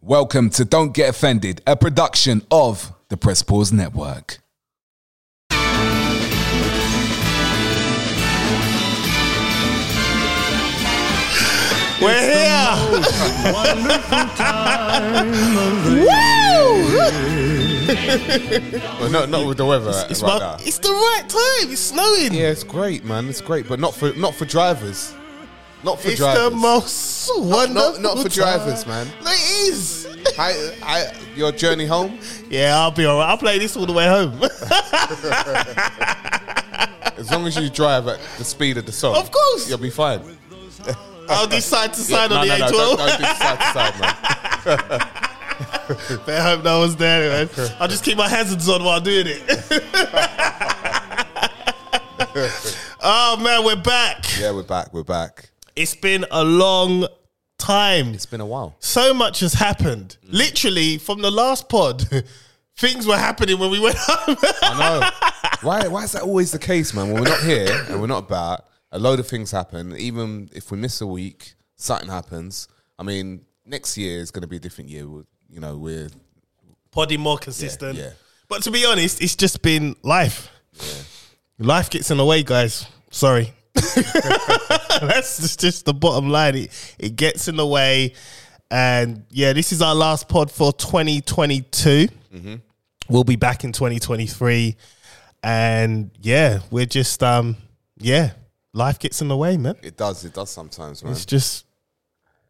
Welcome to Don't Get Offended, a production of the Press Pause Network. We're here. well, not not with the weather. It's, It's, my- it's the right time. It's snowing. Yeah, it's great, man. It's great, but not for not for drivers. Not for it's the drivers. most wonderful. not, not for drivers, time. man. No, It is. I, I, your journey home Yeah, I'll be alright. I'll play this all the way home. as long as you drive at the speed of the song. Of course. you'll be fine. I'll do side to side no, on no, the no, A12. don't, don't do side to side, man. But I hope no one's there, man. I'll just keep my hazards on while doing it. oh man, we're back. Yeah, we're back. We're back. It's been a long time. It's been a while. so much has happened. Literally, from the last pod, things were happening when we went home. I know. why? Why is that always the case, man? When we're not here and we're not about, a load of things happen. Even if we miss a week, something happens. I mean, next year is going to be a different year. We're- You know, we're Podding more consistent. Yeah, yeah. But to be honest, it's just been life. Life gets in the way, guys. Sorry. That's just, just the bottom line. It, it gets in the way. And yeah, this is our last pod for 2022. Mm-hmm. We'll be back in 2023. And yeah, we're just, um, yeah, life gets in the way, man. it does it does sometimes, man. It's just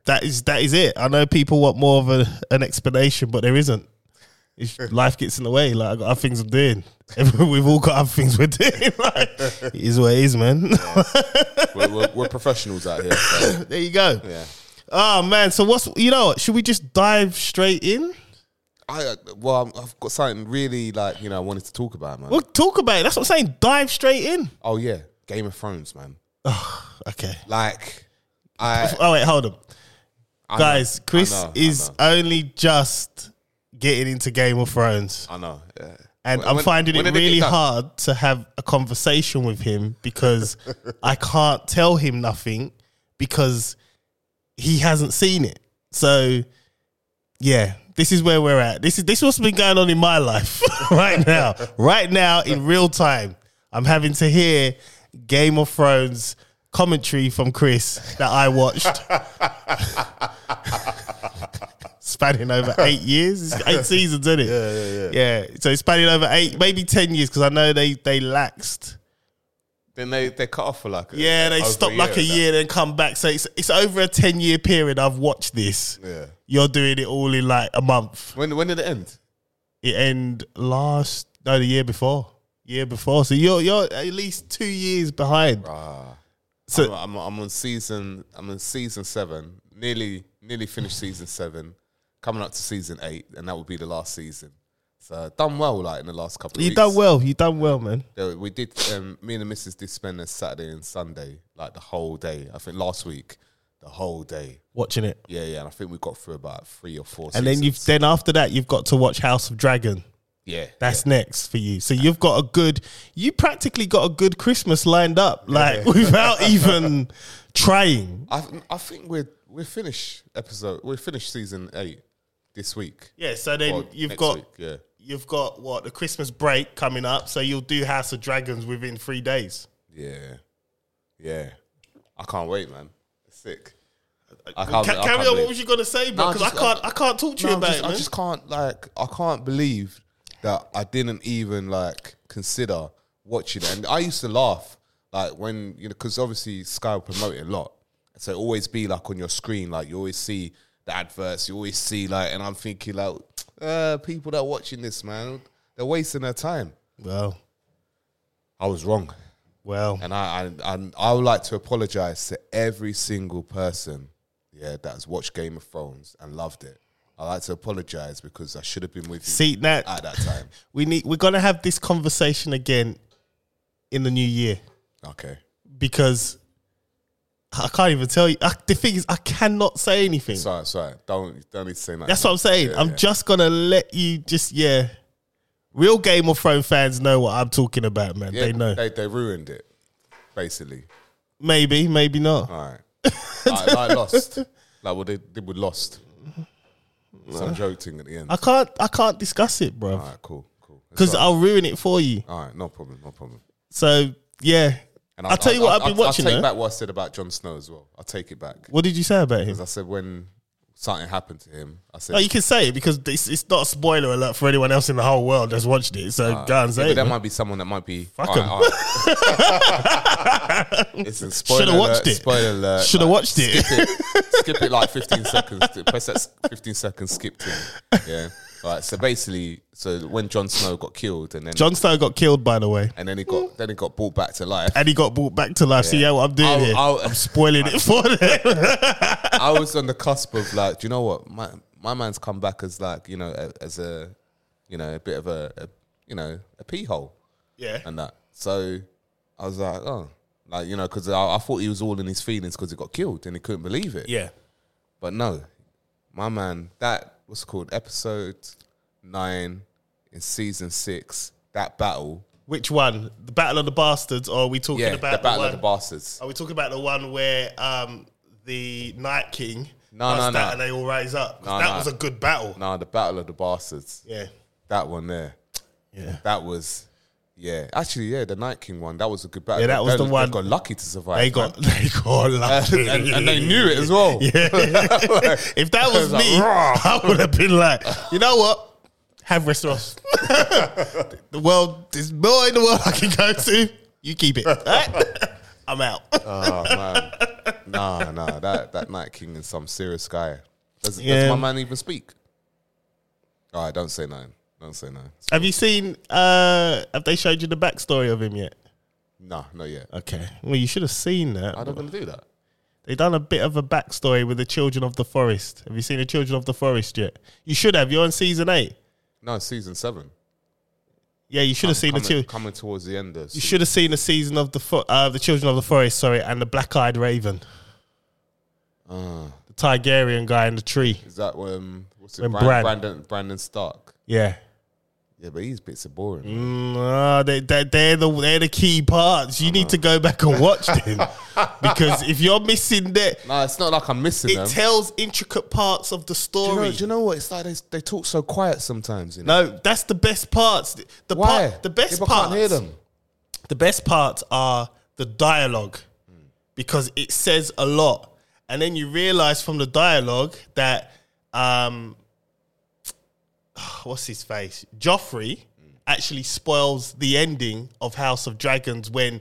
that is that is it. I know people want more of a, an explanation, but there isn't. It's, life gets in the way. Like I got other things I'm doing. We've all got other things we're doing. Like, it is what it is, man. we're, we're, we're professionals out here. So, there you go. yeah. Oh man. So what's you know? what? Should we just dive straight in? I uh, well, I'm- I've got something really like you know I wanted to talk about, man. We'll talk about it. That's what I'm saying. Dive straight in. Oh yeah, Game of Thrones, man. Okay. Like, I, Oh wait, hold on, I know, guys. I Chris know, I is know, only just getting into Game of Thrones. I know. yeah. And When- I'm when- finding when it did get really done? hard to have a conversation with him because I can't tell him nothing because he hasn't seen it. So yeah, this is where we're at. This is this is what's been going on in my life right now. right now in real time. I'm having to hear Game of Thrones commentary from Chris that I watched. spanning over eight years. It's eight seasons, isn't it? Yeah, yeah, yeah. Yeah. So it's spanning over eight, maybe ten years, because I know they they laxed. Then they they cut off for like a- Yeah, they over stopped like a and that. year, then come back. So it's it's over a ten year period. I've watched this. Yeah. You're doing it all in like a month. When when did it end? It end last no the year before. Year before. So you're you're at least two years behind. So- Ah. I'm, I'm, I'm on season. I'm on season seven. Nearly, nearly finished season seven. Coming up to season eight, and that will be the last season. So done well, like in the last couple. of You weeks. done well. You done well, man. Yeah, We did. Um, me and the missus did spend a Saturday and Sunday, like the whole day. I think last week, the whole day. Watching it. Yeah, yeah. And I think we got through about three or four. And then you've seasons. then after that you've got to watch House of Dragon. yeah. That's next for you. So you've got a good, you practically got a good Christmas lined up, like without even trying. I th- I think we're we're finished episode. We're finished season eight this week. Yeah. So then Or you've next got week, yeah. you've got what the Christmas break coming up. So you'll do House of Dragons within three days. Yeah, yeah. I can't wait, man. It's sick. I Ca- can't, I can't carry on. believe- What was you gonna say, No, bro? I'm Because just- uh, I can't, I can't talk to No, you I'm about just- it, I man. just can't like. I can't believe that I didn't even like consider watching it. And I used to laugh like when you know because obviously Sky will promote it a lot, so it always be like on your screen. Like you always see the adverts. You always see like, and I'm thinking like, uh, people that are watching this, man, they're wasting their time. well, I was wrong. well, And I, I, I, I would like to apologize to every single person, yeah, that has watched Game of Thrones and loved it. I like to apologize because I should have been with you see now at that time. we need we're gonna have this conversation again in the new year. Okay. because I can't even tell you. I, the thing is, I cannot say anything. Sorry, sorry. Don't, don't need to say that. That's what I'm saying. Yeah, I'm yeah. just gonna let you just yeah. Real Game of Thrones fans know what I'm talking about, man. Yeah, they know. They, they ruined it, basically. maybe, maybe not. All right. like, like Lost. Like what they did with Lost. Some joke thing at the end. I can't. I can't discuss it, All bro, right, cool, cool. It's because all I'll ruin it for you. right. all right, no problem, no problem. So yeah, And I'll tell you what I've been I'll- watching, I'll though. take back what I said about Jon Snow as well. I'll take it back what did you say about him? because I said when something happened to him, I said No, you can say it because it's, it's not a spoiler alert for anyone else in the whole world that's watched it. So go and Yeah, say but it. there man. might be someone that might be. Fuck All right, 'em. all right. Listen, spoiler Shoulda alert, watched it. Spoiler alert. Shoulda like, watched it. Skip it. skip it like 15 seconds. to- Press that s- 15 seconds skip thing. Yeah. All right. So basically, so when Jon Snow got killed and then Jon Snow got killed, by the way, and then he got then he got brought back to life. and he got brought back to life. See how what I'm doing I'll- here? I'll- I'm spoiling it for them. I was on the cusp of like, do you know what? My my man's come back as like, you know, a, as a, you know, a bit of a, a you know, a pee hole. yeah, and that. So I was like, oh, like you know, because I, I thought he was all in his feelings because he got killed and he couldn't believe it. yeah. But no, my man, that was called episode nine in season six. That battle, Which one? The Battle of the Bastards, or are we talking yeah, about the battle one? Oh. of the bastards. Are we talking about the one where um, the Night King No, does no, that no. and they all rise up? 'Cause No, that no. was a good battle. Nah, the battle of the bastards. Yeah. That one there. Yeah. That was. Yeah, actually, yeah, the Night King one. That was a good battle. Yeah, that was the they one- got lucky to survive. They man. got they got lucky. and, and they knew it as well. if that was, It was me, like, "Rah." I would have been like, you know what? Have restaurants. the world, there's more in the world I can go to. You keep it. Alright? I'm out. Oh man, nah, nah. That that Night King is some serious guy. Does, Yeah. does my man even speak? All right, don't say nothing. Don't say nothing. have you seen? uh Have they showed you the backstory of him yet? Nah, not yet. Okay. Well, you should have seen I'm that. not gonna do that. They done a bit of a backstory with the Children of the Forest. Have you seen the Children of the Forest yet? You should have. You're on season eight. No, season seven. Yeah, you should have seen the Coming, two. coming towards the end. Of You season- should have seen the season of the fo- uh, the Children of the Forest, sorry, and the Black Eyed Raven, Ah, the Tigerian guy in the tree. is that when what's it? When Brand, Bran- Brandon Brandon Stark. Yeah, Yeah, but these bits are boring. Mm, ah, they, they, they're the they're the key parts. You need to go back and watch them because if you're missing that, Nah, it's not like I'm missing it them. tells intricate parts of the do, you story. know, do you know what? It's like they, they talk so quiet sometimes. You know no, that's the best parts. The- The why? part, the best People parts. can't hear them. the best parts are the dialogue because it says a lot and then you realize from the dialogue that um what's his face joffrey actually spoils the ending of house of dragons when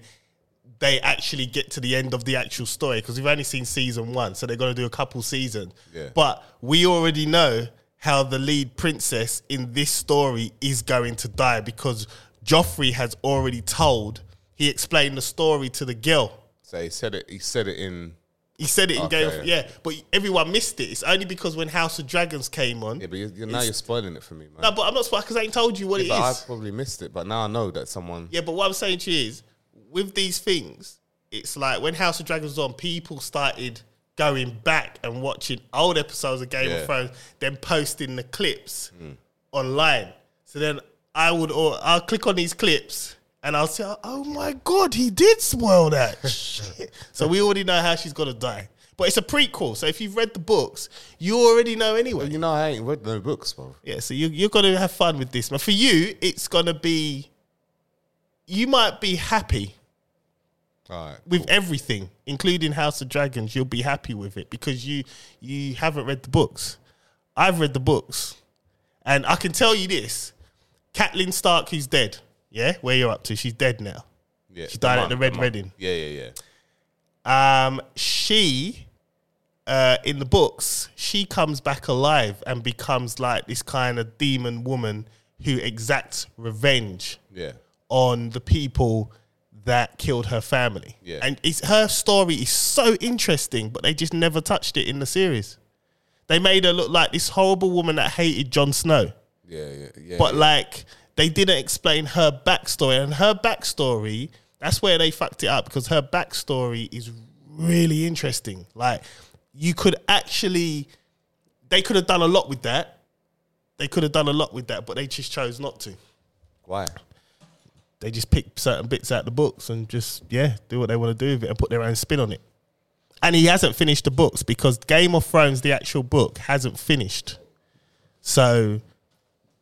they actually get to the end of the actual story because we've only seen season one so they're going to do a couple seasons Yeah. but we already know how the lead princess in this story is going to die because joffrey has already told he explained the story to the girl So he said it. He said it in. he said it in Okay, game of, yeah but everyone missed it it's only because when house of dragons came on Yeah, but you're, you're, now you're spoiling it for me, man. No, but I'm not surprised because I ain't told you what Yeah, it but is. I probably missed it, but now I know that someone. yeah, but what I'm saying to you is, with these things, it's like when House of Dragons was on, people started going back and watching old episodes of Game of Yeah. Thrones, then posting the clips online. So then I would, or I'll click on these clips and I'll say, "Oh my god, he did spoil that!" Shit. So we already know how she's gonna die. But it's a prequel, so if you've read the books, you already know anyway. You know, I ain't read no books, bro. Yeah, so you, you're going to have fun with this. But for you, it's going to be, you might be happy All right. with everything, including House of Dragons. You'll be happy with it because you you haven't read the books. I've read the books, and I can tell you this: Catelyn Stark, who's dead, yeah, where you're up to, she's dead now. Yeah, She died at mum, the Red mum. Wedding. Yeah, yeah, yeah. Um, she, uh, in the books, she comes back alive and becomes like this kind of demon woman who exacts revenge Yeah. on the people that killed her family. Yeah. And it's her story is so interesting, but they just never touched it in the series. They made her look like this horrible woman that hated Jon Snow. Yeah, yeah, yeah. But like they didn't explain her backstory, and her backstory that's where they fucked it up because her backstory is really interesting. Like you could actually, they could have done a lot with that. They could have done a lot with that, but they just chose not to. why? They just picked certain bits out the books and just yeah, do what they want to do with it and put their own spin on it. And he hasn't finished the books because Game of Thrones, the actual book, hasn't finished. So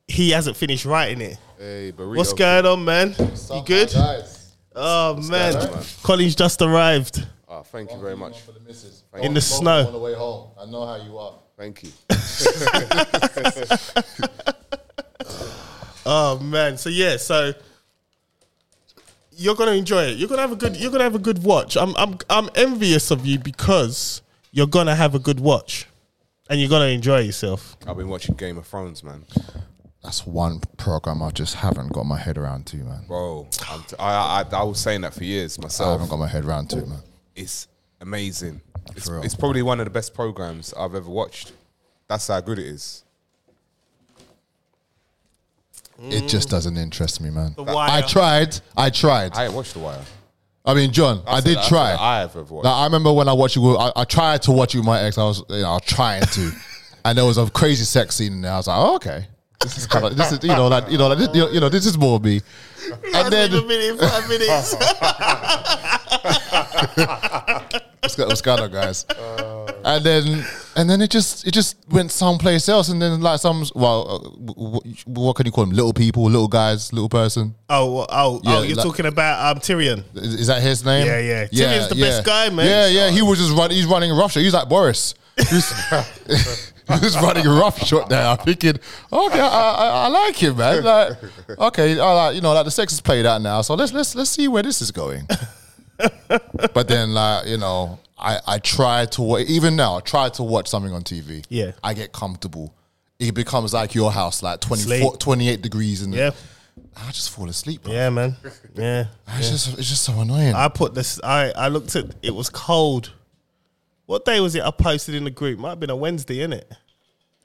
he hasn't finished writing it. Hey, burrito. What's going on, man? You Sup, good? my guys? Oh man, going on, man? Colin's just arrived. Ah, thank you very much. For the missus. In the snow. On the way home. I know how you are. Thank you. Oh man, so yeah, so you're gonna enjoy it. You're gonna have a good. You're gonna have a good watch. I'm I'm I'm envious of you because you're gonna have a good watch, and you're gonna enjoy yourself. I've been watching Game of Thrones, man. That's one program I just haven't got my head around to, man. Bro, I'm t- I, I, I was saying that for years I myself. haven't got my head around to, man. It's amazing. It's, For real. it's probably one of the best programs I've ever watched. That's how good it is. It just doesn't interest me, man. Wire. I tried. I tried. I ain't watched The Wire. I mean, John, I, That's did the- that's try. the I have ever watched. Like, I remember when I watched you. I, I tried to watch you with my ex. I was, you know, I was trying to, and there was a crazy sex scene in there. I was like, oh, okay, this is kind of, this is, you know, like, you know, like, this, you know- you know, this is more of me. And then a minute, five minutes. what's, go- what's going on, guys? And then, and then it just, it just went someplace else. And then like some, well, uh, w- w- what can you call them? Little people, little guys, little person. oh, well, oh, Yeah, oh! You're like- talking about um, Tyrion. Is, is that his name? Yeah, yeah. Tyrion's the best guy, man. Yeah, yeah. He was just running. He's running roughshod. He's like Boris. He's, he's running roughshod there. I'm thinking, okay, I, I, I like him, man. Like, okay, I like, you know, like the sex is played out now. So let's let's let's see where this is going. but then, like, you know, I I try to wa- even now I try to watch something on TV. Yeah. I get comfortable. It becomes like your house, like 24, Sleep. 28 degrees, and Yeah, I just fall asleep. Bro. yeah, man. Yeah, It's just it's just so annoying. I put this. I I looked at. It was cold. What day was it? I posted in the group. Might have been a Wednesday, innit?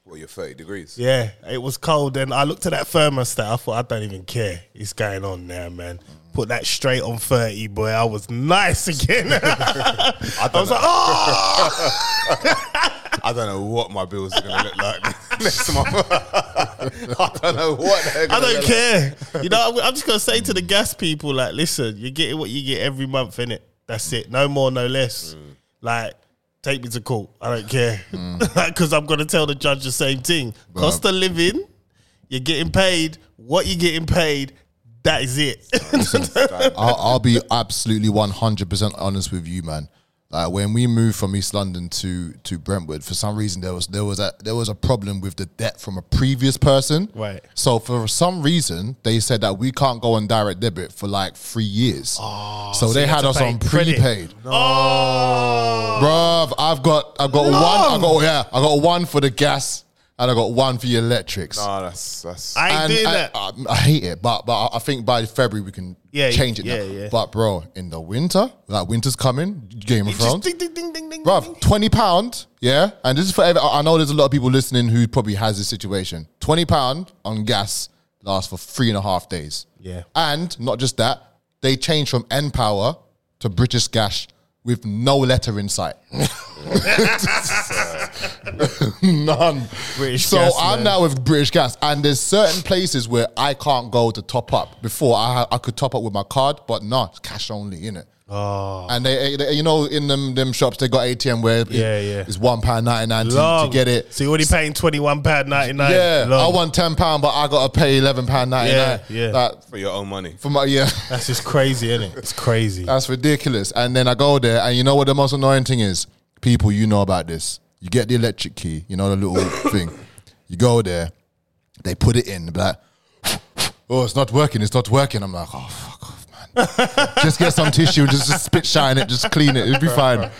Well, you're 30 degrees. Yeah, it was cold, and I looked at that thermostat. I thought, I don't even care. It's going on now, man. Put that straight on thirty, boy. I was nice again. I, was like, oh, I don't know what my bills are going to look like next month. I don't know what they're I going to don't care. You know, I'm, I'm just gonna say to the gas people, like, listen, you're getting what you get every month, innit? That's it. No more, no less. Like, take me to court. I don't care because I'm gonna tell the judge the same thing. Cost of living. You're getting paid. What you're getting paid. That is it. I'll, I'll be absolutely 100% honest with you, man. Like when we moved from East London to to Brentwood, for some reason there was there was a there was a problem with the debt from a previous person. Right. So for some reason they said that we can't go on direct debit for like three years. Ah, so, they had to us pay on credit. prepaid. oh. Bruv, I've got I've got Long. one I got yeah, I got one for the gas and I got one for the electrics. Oh, that's, that's, I ain't And doing I, that. I, I hate it, but but I I think by February we can Yeah, change it. yeah, now. yeah. But bro, in the winter, like winter's coming, Game of It just Thrones, ding, ding, ding, ding, ding, bro, ding, ding. twenty pound, yeah. And this is for every, I I know there's a lot of people listening who probably has this situation. Twenty pound on gas lasts for three and a half days. Yeah. and not just that, they changed from N Power to British Gas with no letter in sight. None. British so Gas, I'm man. now with British Gas, and there's certain places where I can't go to top up. Before I ha- I could top up with my card, but no, it's cash only, innit? Oh. And they, they- you know, in them them shops they got ATM where it- Yeah, yeah. it's one pound ninety nine to, to Long. get it. So you're already paying twenty one pound ninety nine. yeah, I want ten pound, but I gotta pay eleven pound ninety nine. Yeah, yeah. for your own money. for my yeah. That's just crazy, isn't it? It's crazy. That's ridiculous. And then I go there, and you know what the most annoying thing is? People, you know about this. You get the electric key, you know, the little thing. You go there, they put it in, they be like, oh, it's not working, it's not working. I'm like, oh, fuck off, man. just get some tissue and just, just spit shine it, just clean it, it'll be fine.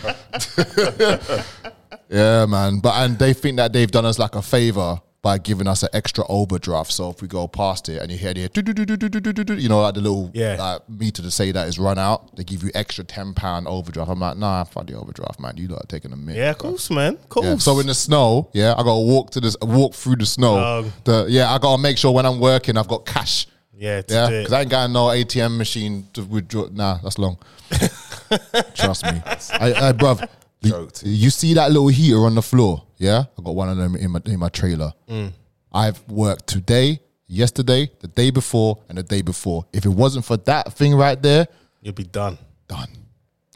yeah, man. But and they think that they've done us like a favor. By giving us an extra overdraft, so if we go past it and you hear the do do do do do do do, you know, like the little Yeah. like, meter to say that is run out, they give you extra ten pound overdraft. I'm like, nah, fuck the overdraft, man. You lot are taking a minute. yeah, of course, man. Of course. Yeah. So in the snow, yeah, I gotta walk to this, walk through the snow. Um, the yeah, I gotta make sure when I'm working, I've got cash. yeah, to Yeah, do because it. I ain't got no ATM machine to withdraw. Nah, that's long. Trust me, I, I bruv. the- Joked. you see that little heater on the floor? Yeah, I got one of them in my in my trailer. Mm. I've worked today, yesterday, the day before, and the day before. If it wasn't for that thing right there, you'll be done. done.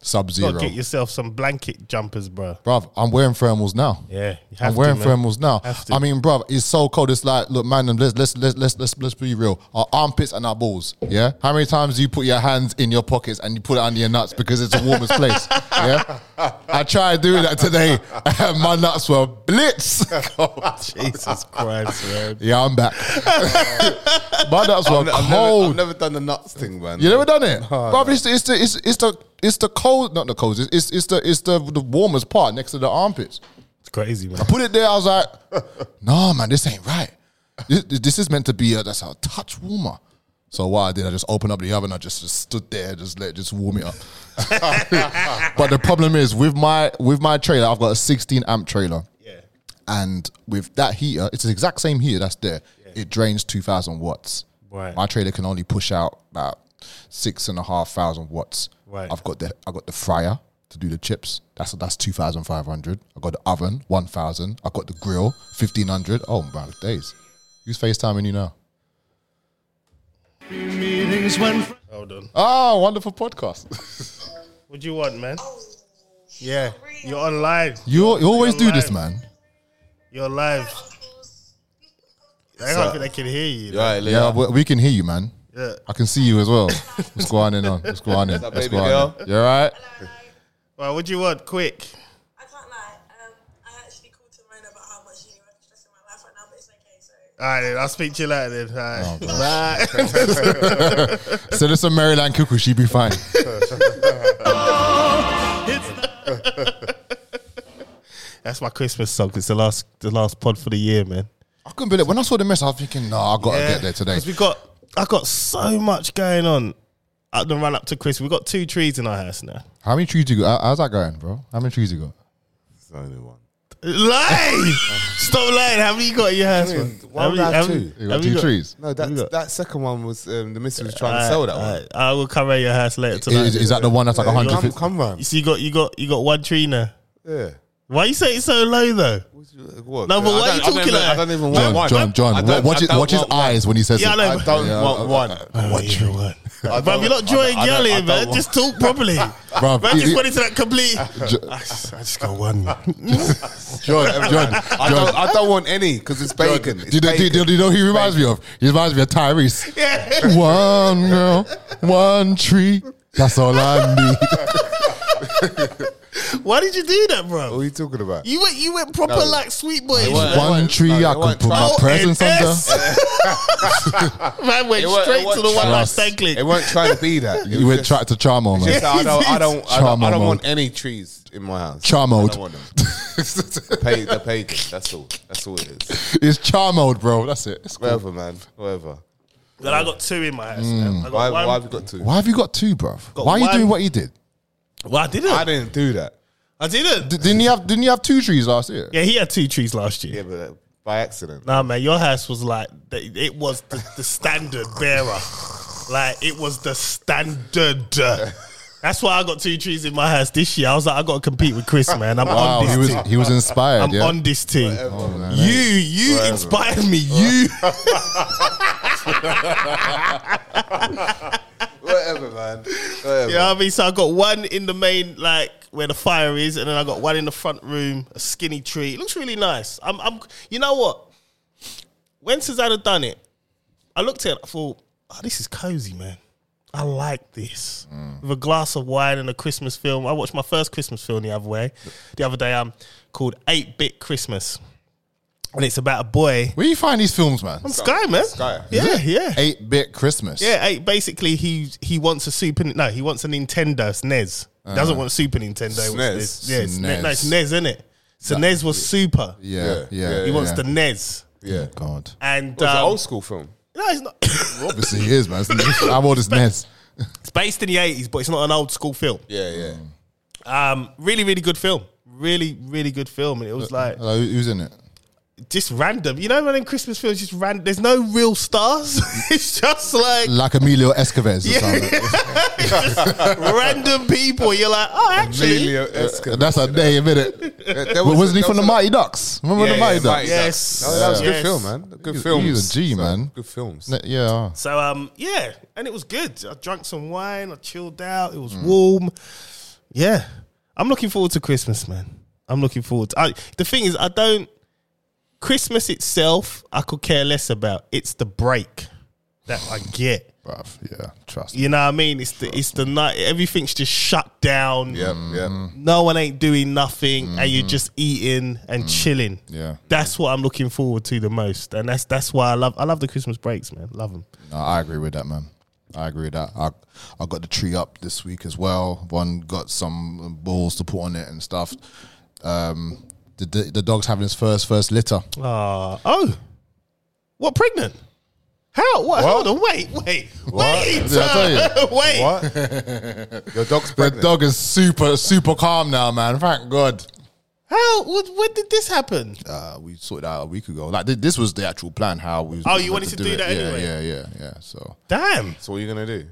Sub Got Zero. to get yourself some blanket jumpers, bro. Bruv, I'm wearing thermals now. Yeah, you have I'm to, wearing man. thermals now. Have to. I mean, bruv, it's so cold. It's like, look, man, let's let's let's let's let's let's be real. Our armpits and our balls. Yeah. How many times do you put your hands in your pockets and you put it under your nuts because it's the warmest place? Yeah. I tried doing that today. and My nuts were blitz. Oh, Jesus Christ, man. yeah, I'm back. My nuts were I've never, cold. I've never done the nuts thing, man. You never done it, Oh, bruv. It's the, it's the it's it's the it's the cold, not the cold. It's it's, it's the it's the the warmest part next to the armpits. It's crazy, man. put it there. I was like, no, man, this ain't right. This, this is meant to be a, that's a touch warmer. So what I did, I just opened up the oven. I just, just stood there, just let just warm it up. but the problem is with my with my trailer, I've got a 16 amp trailer, Yeah. and with that heater, it's the exact same heater that's there. It drains 2,000 watts. Right. My trailer can only push out about six and a half thousand watts. Right. I've got the I got the fryer to do the chips. That's that's two thousand five hundred. I got the oven one thousand. I got the grill fifteen hundred. Oh my days! Who's FaceTiming you now? Hold on. Ah, wonderful podcast. What do you want, man? Yeah, you're online. You, you always do this, Online. man. You're live. I don't think I can hear you. All right, Yeah, we, we can hear you, man. Yeah. I can see you as well. What's going on? What's going on? up, What's baby going on? girl? You all right? Well, what do you want? Quick. I can't lie. Um, I actually called to moan about how much uni work is stressing my life right now, but it's okay. So All right, then. I'll speak to you later then. All right. Oh, Bye. Send us some Maryland cuckoo. She'd be fine. That's my Christmas song. It's the last, the last pod for the year, man. I couldn't believe when I saw the message. I was thinking, no, I gotta get there today. Because we got, I got so much going on at the run up to Christmas. We got two trees in our house now. How many trees you got? How- How's that going, bro? How many trees you got? It's the only one. Lie! Stop lying. How many you got in your house? I mean, man? why How would many- I have how two? many- You how got many two trees. No, got? that that second one was um, the missus was trying to sell that All one. right, I will come around your house later tonight. Is, is that the one that's like a hundred? Come, fifty? come round. so you got, you got, you got one tree now. Yeah. Why you say it's so low though? What's your- What? No, but I why don't- you I don't talking even- like- I don't even want John, one. John, I John, don't- watch, I his, don't watch his want one. eyes when he says Yeah, I it. know. I don't Yeah, want one. What you want? Bruv, don't- you're not drawing I don't- I don't- I yelling, man. don't Just talk properly. Bruv, Bruv, it- just it- went into that complete. Jo- I just, I just got one. John, John, Ah, I don't, I don't want any because it's bacon. do It's you, know- do, you- bacon. do you know who he reminds me of? He reminds me of Tyrese. Yeah. One girl, one tree. That's all I need. Why did you do that, bro? What are you talking about? You went, you went proper like sweet boy. weren't. Man One want- tree no, you I can want put my trial presents under. Man went It weren't- straight it weren't to the one like trust. It Stankley. weren't trying to be that. It You was went try to Charmo, man. just- I don't, I don't, I don't, I Charmo don't mode. want any trees in my house. Charmo. I don't want them. Pay, the bacon. That's all. That's all it is. It's Charmo, bro. That's it. It's cool. Whatever, man. Whatever. Then I got two in my house. Mm. man. I got Why, one. why have you got two? Why have you got two, bro? Got Why are you one. doing what you did? Well, I didn't. I I, didn't do that. didn't. D- Didn't you have Didn't you have two trees last year? Yeah, he had two trees last year. Yeah, but uh, by accident. Nah, man, your house was like the- it was the, the standard bearer. Like it was the standard. That's why I got two trees in my house this year. I was like, I got to compete with Chris, man. I'm Wow, on this he was thing. he was inspired. I'm yeah. on this team. man. you, you inspired me. You. Whatever, man. Whatever. You know what I mean? So I got one in the main, like where the fire is, and then I got one in the front room, a skinny tree. It looks really nice. I'm, I'm you know what? When Susanna done it, I looked at it, I thought, oh, this is cozy, man. I like this. With a glass of wine and a Christmas film. I watched my first Christmas film the other way, the other day, um, called 8 Bit Christmas. And it's about a boy. Where you find these films, man? Sky, man. Sky. Yeah, yeah. Eight bit Christmas. Yeah, hey, basically he he wants a Super no, he wants a Nintendo SNES. He Uh-huh. doesn't want a Super Nintendo. he wants SNES. this. Yeah, it's SNES. SNES. No, it's E NES, isn't it? So NES was E super. yeah, yeah. Yeah. yeah He wants yeah. the NES. Yeah. It's God. And an um, old school film. no, it's not Obviously, he is, man. I'm all this Nez. it's based in the eighties, but it's not an old school film. Yeah, yeah. Mm. Um really, really good film. Really, really good film. And it was Uh-huh. like Hello, who's in it? just random. You know when in Christmas films just random there's no real stars. it's just like Like Emilio Escoves. Or something. random people. You're like, oh actually. Emilio Estevez. That's a name, isn't it? There- there But wasn't he there from the a- Mighty Ducks? Remember Yeah, the Mighty yeah, Ducks? Mighty Yes. No, that was a good Yes. film, man. Good was- films. he was a G, So, man. Good films. Ne- Yeah. So um yeah, and it was good. I drank some wine, I chilled out, it was warm. Yeah, I'm looking forward to Christmas, man. I'm looking forward. To, I, the thing is, I don't. Christmas itself, I could care less about. It's the break that I get. Bruv, yeah, trust. You know what I mean? It's the it's the night. Everything's just shut down. Yeah, Mm. yeah. No one ain't doing nothing, and you're just eating and chilling. Yeah. that's what I'm looking forward to the most, and that's that's why I love I love the Christmas breaks, man. Love them. No, I agree with that, man. I agree with that. I I got the tree up this week as well. One got some balls to put on it and stuff. Um, the, the the dog's having his first first litter. Uh, oh, what pregnant? How? What? Hold on, wait, wait, wait, Did I tell you? wait. What? Your dog's The pregnant. dog is super super calm now, man. Thank God. How? What, when did this happen? Uh, we sorted out a week ago. Like thi- this was the actual plan. How we? was Oh, you meant wanted to do it. that yeah, anyway? Yeah, yeah, yeah. So Damn, so what are you gonna do?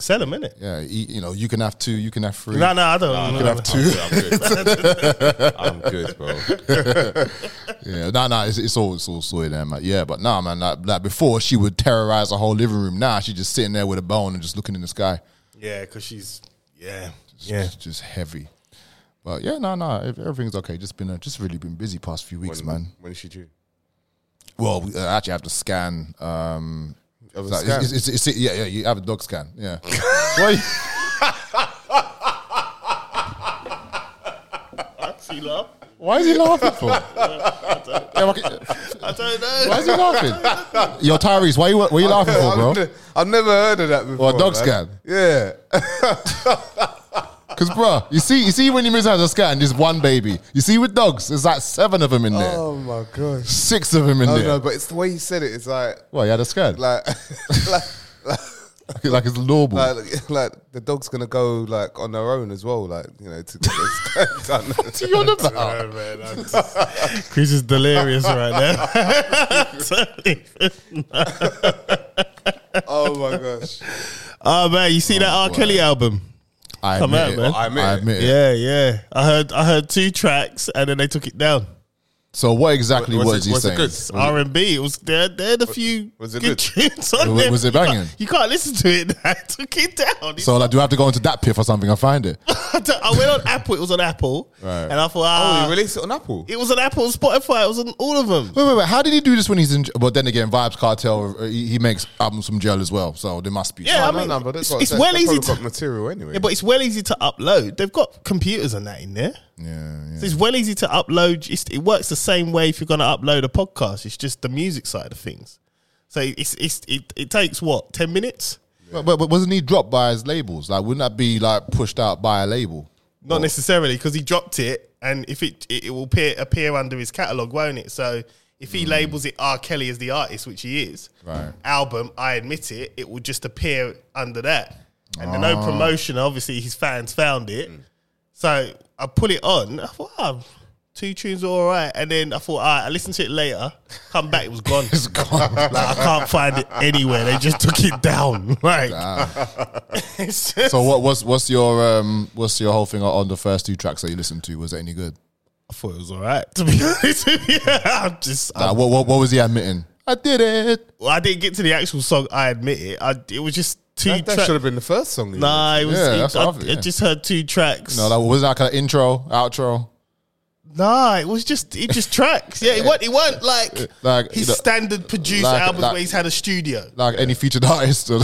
sell a minute. yeah, you, you know, you can have two, you can have three. No, no, I don't. no, You no. can have two. I'm good, bro. Yeah, nah, nah, it's, it's all it's all sorted, there, man. Yeah, but nah, man, like, like before, she would terrorize the whole living room. Now she's just sitting there with a bone and just looking in the sky. Yeah, because she's yeah, It's yeah. just, just heavy. But yeah, no, no, ev- everything's okay. Just been, uh, just really been busy past few weeks, man. When is she due? Well, we uh, actually have to scan. Um, Have a like, scan? It's, it's, it's, it's- yeah, yeah, you have a dog scan. Yeah. Why? She love. Why is he laughing for? yeah, why I don't know. why is he laughing? Yo, Tyrese, why you why you laughing for, bro? I've, ne- I've never heard of that before. What, dog man. scan? Yeah. Cause, bro, you see, you see when you miss out a scan, there's one baby. You see with dogs, there's like seven of them in there, Oh my gosh. six of them in No, there. no, but it's the way you said it. It's like, Well, you had a scan, Oh, like, like, like, like, like it's normal. like, like the dog's gonna go like on their own as well. Like, you know, to get their scan done. What are you on about? Oh, man, I'm just- Chris is delirious right now. Oh my gosh. oh man, you see that R. Kelly album? I Come admit out, it. man. I admit, it. Yeah, yeah. I heard I heard two tracks and then they took it down. So what exactly Was was, it- he was it saying? good? It's R and B. It was there. There had a few was it good good? tunes on Was- there. was it You can't- banging? You can't listen to it. I took it down. So like, do I have to go into that piff or something and find it? I don't- I went on Apple. It was on Apple, Right. and I thought, ah, oh, you released it on Apple. it was on Apple, Spotify. It was on all of them. Wait, wait, wait. How did he do this when he's in? Well, then again, Vibes Cartel. uh, He, he makes albums from jail as well, so there must be. Yeah, some. I mean, but they've it's- got- it's they've well probably easy to- got material anyway. Yeah, but it's well easy to upload. They've got computers and that in there. yeah, yeah. So it's well easy to upload. It's, it works the same way if you're going to upload a podcast. It's just the music side of things. So it's, it's it, it takes what ten minutes? But, but, but wasn't he dropped by his labels? Like, wouldn't that be like pushed out by a label? Not necessarily because he dropped it, and if it it, it will appear, appear under his catalog, won't it? So if he labels it R. Kelly as the artist, which he is, Right. album, I admit it, it will just appear under that, and the Ah. no promotion. Obviously, his fans found it, so I put it on. I thought, ah, two tunes are all right, and then I thought, all right, I listened to it later. Come back, it was gone. It's gone. Like, I can't find it anywhere. They just took it down. Like, it's just- So what what's what's your um what's your whole thing on the first two tracks that you listened to? Was it any good? I thought it was all right. To be honest, with you. I'm just, I, Like, what, what what was he admitting? I did it. well, I didn't get to the actual song. I admit it. I, it was just two. that, that tra- should have been the first song. you Nah, it was. Yeah, it- that's I, what I thought, I yeah. just heard two tracks. No, No, that wasn't like an intro, outro. nah, it was just it just tracks. Yeah, it weren't. It weren't like Like, his you know, standard produced like- albums like- where he's had a studio. Like any featured artist.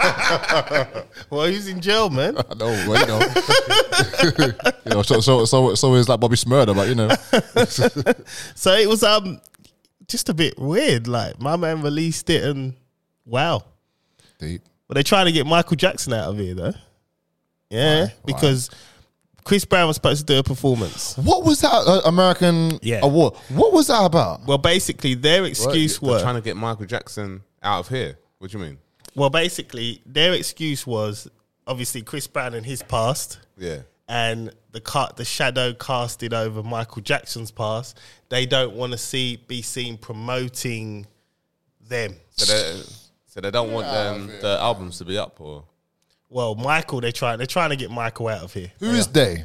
Or, Well, he's in jail, man. I know, well, you know. you know, so so so so is like Bobby Smurda, but you know. so it was um just a bit weird. Like my man released it, and wow. Deep. But they're trying to get Michael Jackson out of here, though. Yeah, because Chris Brown was supposed to do a performance. What was that uh, American Yeah. award? What was that about? Well, basically, their What? excuse They're was trying to get Michael Jackson out of here. What do you mean? well, basically, their excuse was obviously Chris Brown and his past, Yeah. and the cut, the shadow casted over Michael Jackson's past. They don't want to see be seen promoting them. So they, so they don't want them, the albums to be up, or Well, Michael, they're trying. They're trying to get Michael out of here. Who is they?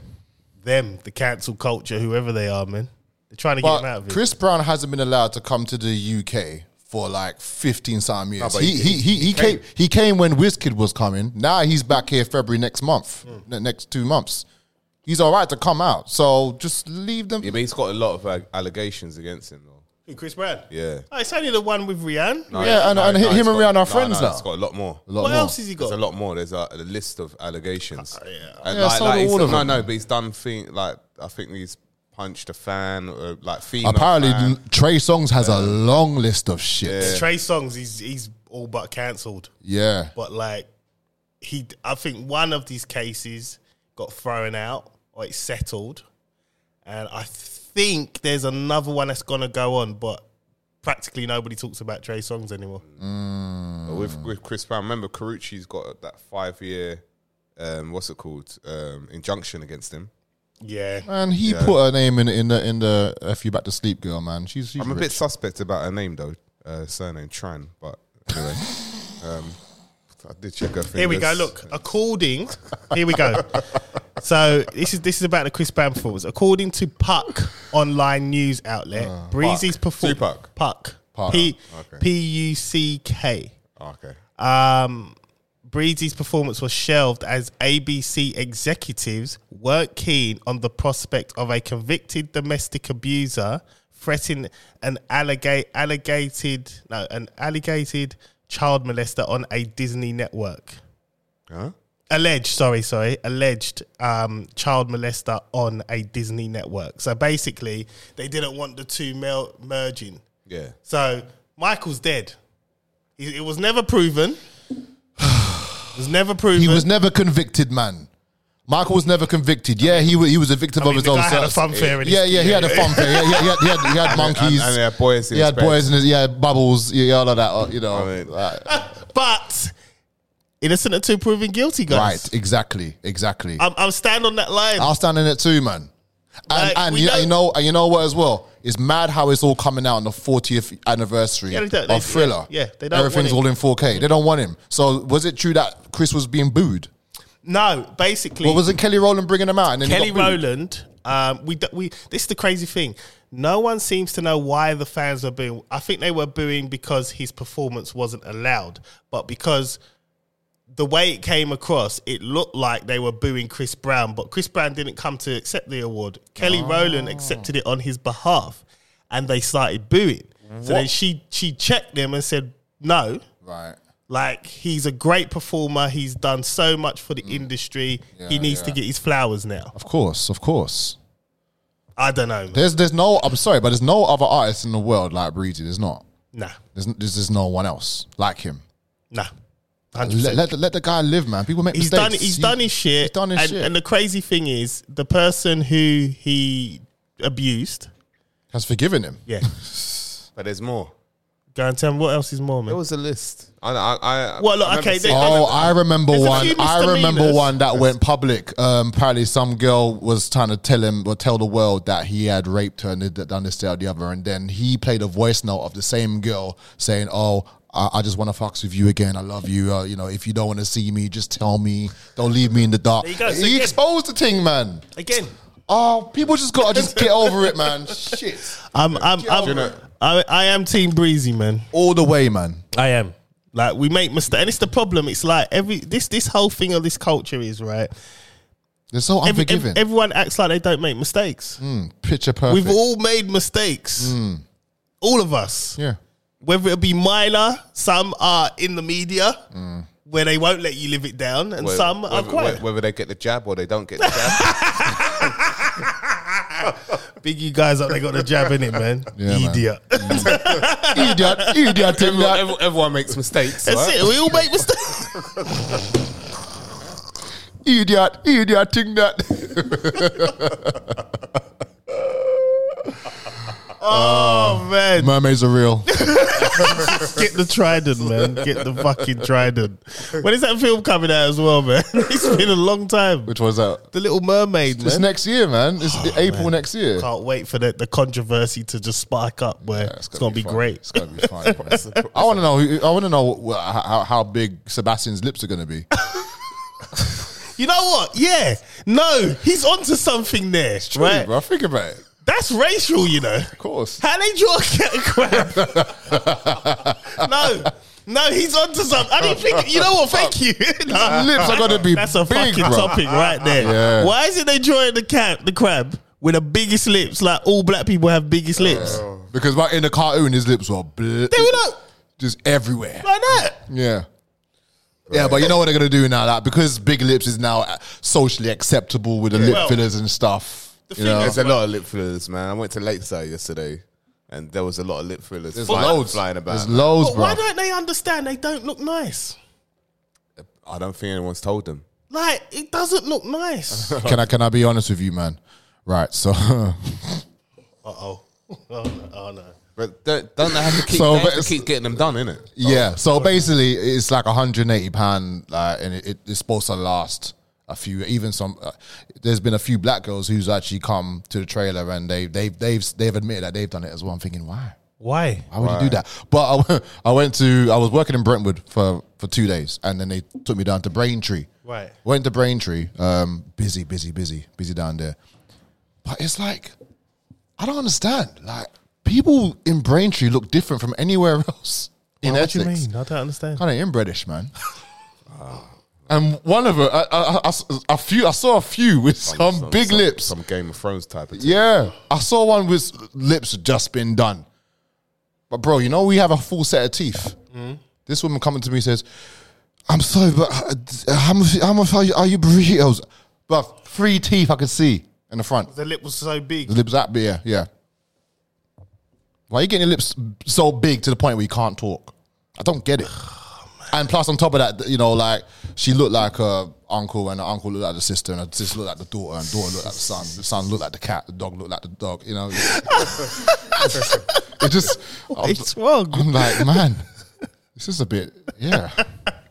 Them, the cancel culture, whoever they are, man. They're trying to get him out But of here. Chris Brown hasn't been allowed to come to the UK for like 15 some years. but he, he he, he, he came. he came when Wizkid was coming. Now he's back here February next month, ne- next two months. He's all right to come out. So just leave them. Yeah, but he's got a lot of uh, allegations against him, though. Who, Chris Brown. Yeah. Oh, it's only the one with Rihanna. No, Yeah, and- and him he's and got- Rihanna are friends now. It's got a lot more. A lot what more. else has he There's a got? lot more. There's a, a list of allegations. yeah, and Yeah, like, so like do he's- all of no, them. no, but he's done thing like I think he's punched a fan or like female. Apparently, fan. Trey Songs has a long list of shit. Trey Songs, he's he's all but cancelled. Yeah. But like, he, I think one of these cases got thrown out or it's settled, and I think there's another one that's gonna go on, but practically nobody talks about Trey Songs anymore. But with with Chris Brown. Remember, Carucci's got that five year, um, what's it called, um, injunction against him. Yeah, And he put her name in in the in the F you back to sleep girl, man. She's, she's I'm a rich. bit suspect about her name though, uh, surname Tran. But anyway, um, I did check her. Fingers. Here we go. Look, according here we go. So this is this is about the Chris Brown performance. According to Puck online news outlet, Breezy's performance. Tupac. Puck. Puck. P Okay. P U C K. Oh, okay. Um, Breezy's performance was shelved as ABC executives weren't keen on the prospect of a convicted domestic abuser threatening an allega- allegated no an allegated child molester on a Disney network Huh? alleged sorry sorry alleged um child molester on a disney network so basically they didn't want the two mel- merging Yeah. so michael's dead it, it was never proven it was never proven He was never convicted, man. Michael was never convicted. Yeah, he was, he was a victim I mean, of his the own. guy had a sex- fun fair in his- yeah, yeah, he had a fun fair. Yeah, he, had, he, had, he had monkeys. And, and they have boys. In he had his bed. boys in his, yeah, bubbles, yeah, all of that, uh, you know. I mean- like- but innocent until proven guilty guys right, exactly, exactly. i'm, I'm standing on that line I'll stand in it too, man. And, Like, and we you, know- you know, and you know what as well? It's mad how it's all coming out on the 40th anniversary Yeah, they don't- they- of Thriller. yeah, yeah, they don't want Everything's him. all in 4K. They don't want him. So was it true that Chris was being booed? no basically Well, wasn't Kelly Rowland bringing him out? And then he Kelly got booed? Rowland. Um, we d- we this is the crazy thing. No one seems to know why the fans were booing. I think they were booing because his performance wasn't allowed, but because the way it came across, it looked like they were booing Chris Brown, but Chris Brown didn't come to accept the award. Kelly Rowland accepted it on his behalf, and they started booing. So then she she checked them and said no. Right. Like he's a great performer. He's done so much for the industry. he needs to get his flowers now. Of course, of course. I don't know. man. There's, there's no. I'm sorry, but there's no other artist in the world like Breezy. There's not. Nah, There's, there's, there's no one else like him. nah. 100%. Let, let, the- let the guy live, man. People make he's mistakes. done. He's He- done his shit. He's done his and, shit. and the crazy thing is, the person who he abused. has forgiven him. Yeah, But there's more. go and tell me what else is more, man. There was a list. I, I, I Well, look, I remember okay, seeing- they- Oh, I remember There's a one. few I remember misdemeanors. one that went public. Um, apparently, some girl was trying to tell him or tell the world that he had raped her and had done this, that, or the other. And then he played a voice note of the same girl saying, "Oh, I, I just want to fuck with you again. I love you. Uh, you know, if you don't want to see me, just tell me. Don't leave me in the dark." There you go. So he again- exposed the thing, man. Again, Oh, people just gotta just get over it, man. Shit, I'm, I'm, I'm, you know- I, I am Team Breezy, man. all the way, man. I am. Like we make mistakes, and it's the problem. It's like every this this whole thing of this culture is right. They're so Every, unforgiving. ev- everyone acts like they don't make mistakes. Picture Mm. perfect. Mm. We've all made mistakes. All of us. yeah. whether it be minor, some are in the media where they won't let you live it down, and whether- some are whether, quiet. whether they get the jab or they don't get the jab. Big you guys up, they got the jab in it, man. Yeah, man. Idiot. Idiot, idiot, in everyone, that. everyone- everyone makes mistakes. That's right? it. We all make mistakes. idiot, idiot, thing that. Oh man, Mermaids are real. get the trident, man. Get the fucking trident. When is that film coming out as well, man? It's been a long time. Which was that? The Little Mermaid, It's man. next year, man. It's April next year. Can't wait for the, the controversy to just spark up. Where it's, gonna be, fun. great. It's gonna be fun. man. I want to know. who- I want to know wh- how, how big Sebastian's lips are gonna be. You know what? Yeah. No, he's onto something there, right? Bro, think about it. That's racial, you know. Of course. How they draw a cat and crab? no. No, he's onto something. I didn't think. You know what? Thank you. Nah. lips are gonna be That's a big, fucking bro. topic right there. Yeah. Why is it they drawing the cat, the crab, with the biggest lips? Like all black people have biggest lips. Because right in the cartoon, his lips were bl- They were like, just everywhere. like that. Yeah. Yeah, but you know what they're gonna do now, like because big lips is now uh, socially acceptable with the lip Well, fillers and stuff. You thing know? There's a lot of lip fillers, man. I went to Lakeside yesterday, and there was a lot of lip fillers. There's flying, loads. flying about. There's loads, But why bro. don't they understand they don't look nice? I don't think anyone's told them. Like, it doesn't look nice. uh Can I can I be honest with you, man? Right, so oh. Oh no. Oh, no. But don't, don't they have to keep, So, they have but to it's- keep getting them done, innit? yeah, so basically it's like 180 pound, like, and it, it's supposed to last a few. Even some, uh, there's been a few black girls who's actually come to the trailer and they they've they've they've admitted that they've done it as well. I'm thinking why. Why? Why would you do that? But I, I went to I was working in Brentwood for for two days, and then they took me down to Braintree. Right. Went to Braintree. Um, busy, busy, busy, busy down there. But it's like I don't understand. Like people in Braintree look different from anywhere else in What do Essex. you mean? I don't understand. Kind of inbredish, man. And one of them, I, I, I, a few, I saw a few Oh, with some, big lips. Some Game of Thrones type of Yeah, I saw one with lips just been done. But bro, you know we have a full set of teeth. This woman coming to me says, "I'm sorry, but uh, how much how much are you, are you burritos?" But three teeth I could see in the front. The lip was so big. The lips that big, yeah, yeah. Why are you getting your lips so big to the point where you can't talk? I don't get it. and plus, on top of that, you know, like she looked like her uncle, and her uncle looked like the sister, and her sister looked like the daughter, and daughter looked like the son. The son looked like the cat. The dog looked like the dog. You know, it just. I'm, It's wrong. I'm like, man, this is a bit, yeah.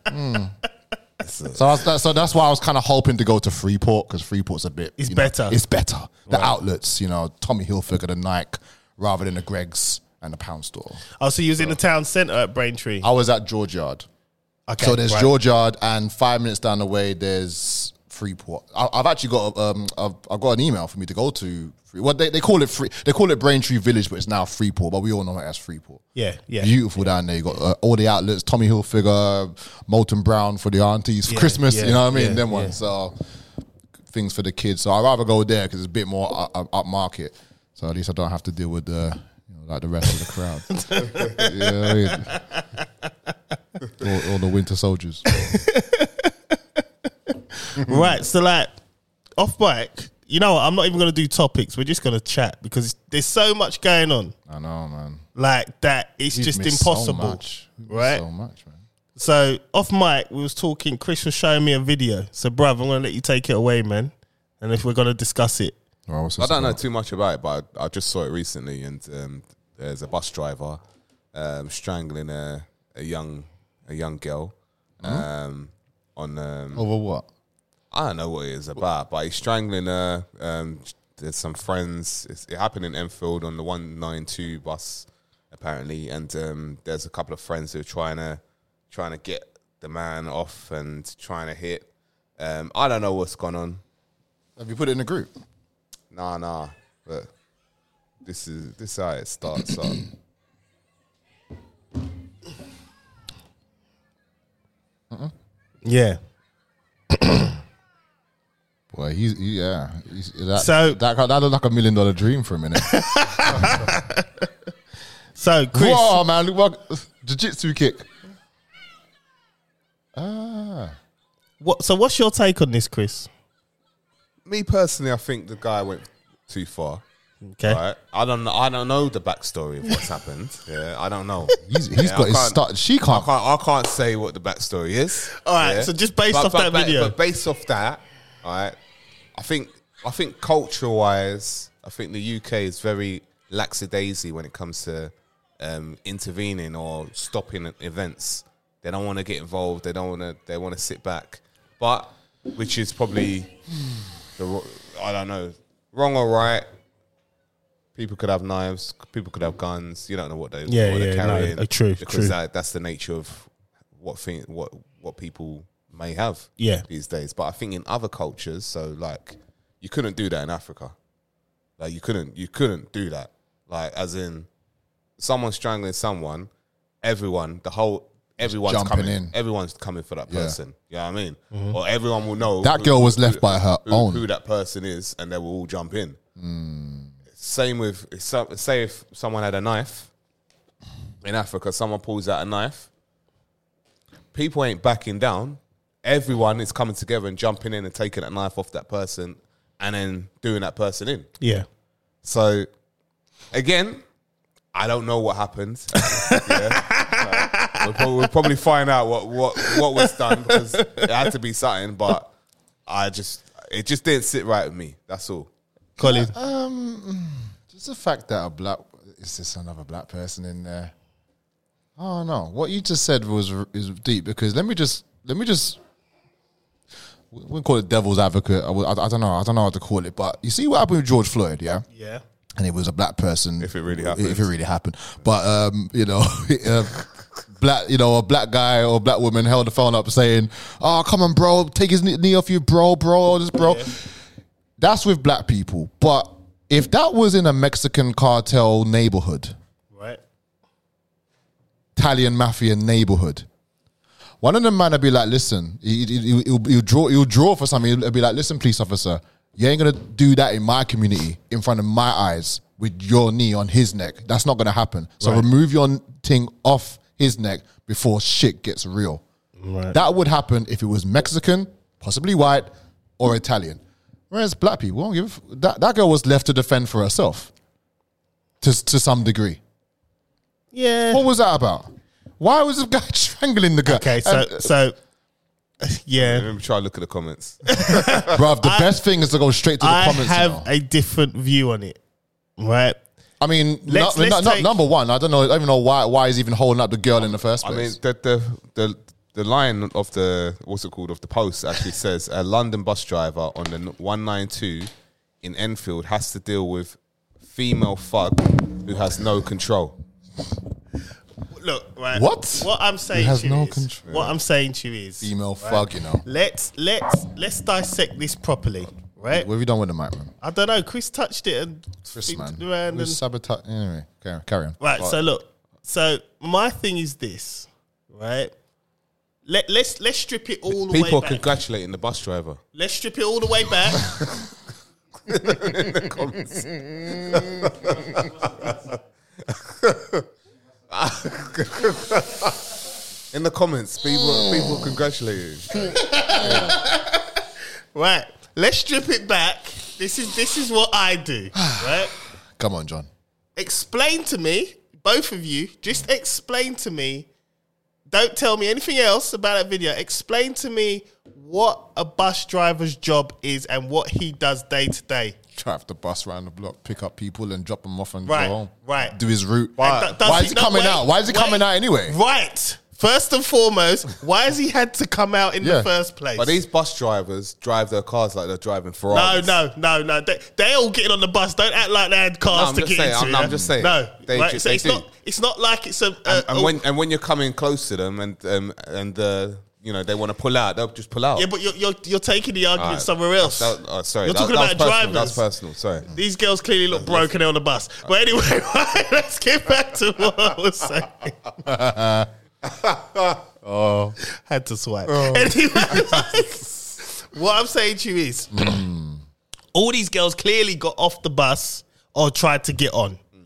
Mm. So, I was, that, so that's why I was kind of hoping to go to Freeport because Freeport's a bit. It's you know, better. it's better. The outlets, you know, Tommy Hilfiger, the Nike, rather than the Greggs and the Pound Store. Oh, so you was in the town centre at Braintree. I was at George Yard. Okay, so there's right. George Yard, and five minutes down the way, there's Freeport. I, I've actually got a, um, I've, I've got an email for me to go to. Free- Well, they, they call it free, they call it Braintree Village, but it's now Freeport. But we all know it as Freeport. Yeah, yeah. Beautiful down there. You got uh, all the outlets: Tommy Hilfiger, Molton Brown for the aunties for Yeah, Christmas. yeah, you know what I mean? yeah, Them yeah. ones. So things for the kids. So I'd rather go there because it's a bit more up, up, upmarket. So at least I don't have to deal with the you know, like the rest of the crowd. yeah, all, all the winter soldiers. right, so like off bike, you know what? I'm not even gonna do topics. We're just gonna chat because there's so much going on I know, man. like that. It's We've just missed so impossible, much. We've missed right? So much, man. So off mic, we was talking. Chris was showing me a video. So, bruv, I'm gonna let you take it away, man. And if we're gonna discuss it, Well, what's I this don't know about? too much about it, but I, I just saw it recently, and um, there's a bus driver um, strangling a, a young a young girl um, on. Um, Over what? I don't know what it is about, but he's strangling her. Um, there's some friends. It's, it happened in Enfield on the 192 bus, apparently, and um, there's a couple of friends who are trying to trying to get the man off and trying to hit. Um, I don't know what's gone on. Have you put it in a group? Nah, nah. But this is this is how it starts up. yeah. Well, he's he- yeah. He's, that, So- that that looked like a million dollar dream for a minute. So, Chris, Whoa, man! Look what jiu-jitsu kick. what? So, what's your take on this, Chris? Me personally, I think the guy went too far. Okay, Right? I don't know. I don't know the backstory of what's happened. Yeah, I don't know. He's, he's Yeah, I got his can't- start. She I can't. can't. I can't say what the backstory is. All right, so just based off that ba- video. but based off that, all right, I think I think culture wise, I think the UK is very lackadaisy when it comes to um, intervening or stopping events. They don't want to get involved. They don't want to. They want to sit back. But which is probably the ro- I don't know, wrong or right. People could have knives. People could have guns. You don't know what they Yeah, what they're yeah, no, carrying. uh, true, because true. That, that's the nature of what thing, what what people may have. Yeah. these days. But I think in other cultures, so like you couldn't do that in Africa. Like you couldn't you couldn't do that. Like as in someone strangling someone, everyone, the whole everyone's Jumping coming in. Everyone's coming for that person. Yeah. You know what I mean? Or everyone will know That who- girl was left who- by her who, own. Hmm. who that person is and they will all jump in. Same with if some- say if someone had a knife in Africa, someone pulls out a knife, people ain't backing down. Everyone is coming together and jumping in and taking that knife off that person and then doing that person in. Yeah. So again, I don't know what happened. Yeah. Like, we'll, probably, we'll probably find out what, what, what was done because it had to be something, but I just it just didn't sit right with me. That's all. Colin. Just the fact that a black is this another black person in there. Oh no, what you just said was is deep because let me just let me just we we call it devil's advocate. I, would- I, I don't know, I don't know how to call it, but you see what happened with George Floyd, yeah? yeah. and it was a black person. If it really happened. if it really happened, but um, you know, uh, black, you know, a black guy or black woman held the phone up saying, "Oh, come on, bro, take his knee- knee off you, bro, bro, all this, bro." That's with black people, but if that was in a Mexican cartel neighborhood, Right. Italian mafia neighborhood. One of them man would be like, listen, he, he, he- he'll, he'll draw, he'll draw for something. He'll be like, listen, police officer, you ain't gonna do that in my community, in front of my eyes, with your knee on his neck. That's not gonna happen. So remove your n- thing off his neck before shit gets real. Right. That would happen if it was Mexican, possibly white, or Italian. Whereas black people, won't give a f- that, that girl was left to defend for herself, to, to some degree. yeah. What was that about? Why was this guy strangling the guy? Okay, so so yeah. Let me try to look at the comments. bruv, the best thing is to go straight to the uh, I comments. have you know. a different view on it. Right? I mean, Let's- no- no- let's no- take- number one, I don't know, I don't even know why why he's even holding up the girl in the first I mean, place. the, the the the line of the what's it called of the post actually says a London bus driver on the 192 in Enfield has to deal with female thug who has no control. Look, right. What? What I'm saying He has to no you is, control. What I'm saying to you is Female thug, you know. let's let's let's dissect this properly, right? What have you done with the mic, man? I don't know. Chris touched it and Chris, flipped man. it around Who's and- sabotage. Anyway, carry, carry on. Right. So look. So my thing is this. Right. Let let's let's strip it all the People way are back. congratulating the bus driver. let's strip it all the way back. In the comments, people people congratulating. right. Let's strip it back. This is this is what I do. Right. Come on, John. Explain to me, both of you. Just explain to me. Don't tell me anything else about that video. Explain to me what a bus driver's job is and what he does day to day. Drive the bus round the block, pick up people, and drop them off and Right, go home. right. Do his route. Like, Why, do- does why is he no, coming wait, out? Why is he wait. coming out anyway? Right. First and foremost, why has he had to come out in Yeah. the first place? But these bus drivers drive their cars like they're no, driving Ferraris. no, no, no. They, they all getting on the bus. Don't act like they had No, cars I'm to just get saying, into. I'm- yeah? I'm just saying. No, They right. ju- so they it's do. not. It's not like it's a. a, And, and a- when and when you're coming close to them and um, and uh, you know they want to pull out, they'll just pull out. yeah, but you're, you're you're taking the argument Alright. somewhere else. That- oh, sorry, You're that- talking that was about personal, drivers. That's personal. Sorry. These girls clearly look broken on the bus. But anyway, right, let's get back to what I was saying. oh, Oh. had to swipe. Anyway, what I'm saying to you is, all these girls clearly got off the bus or tried to get on. Mm.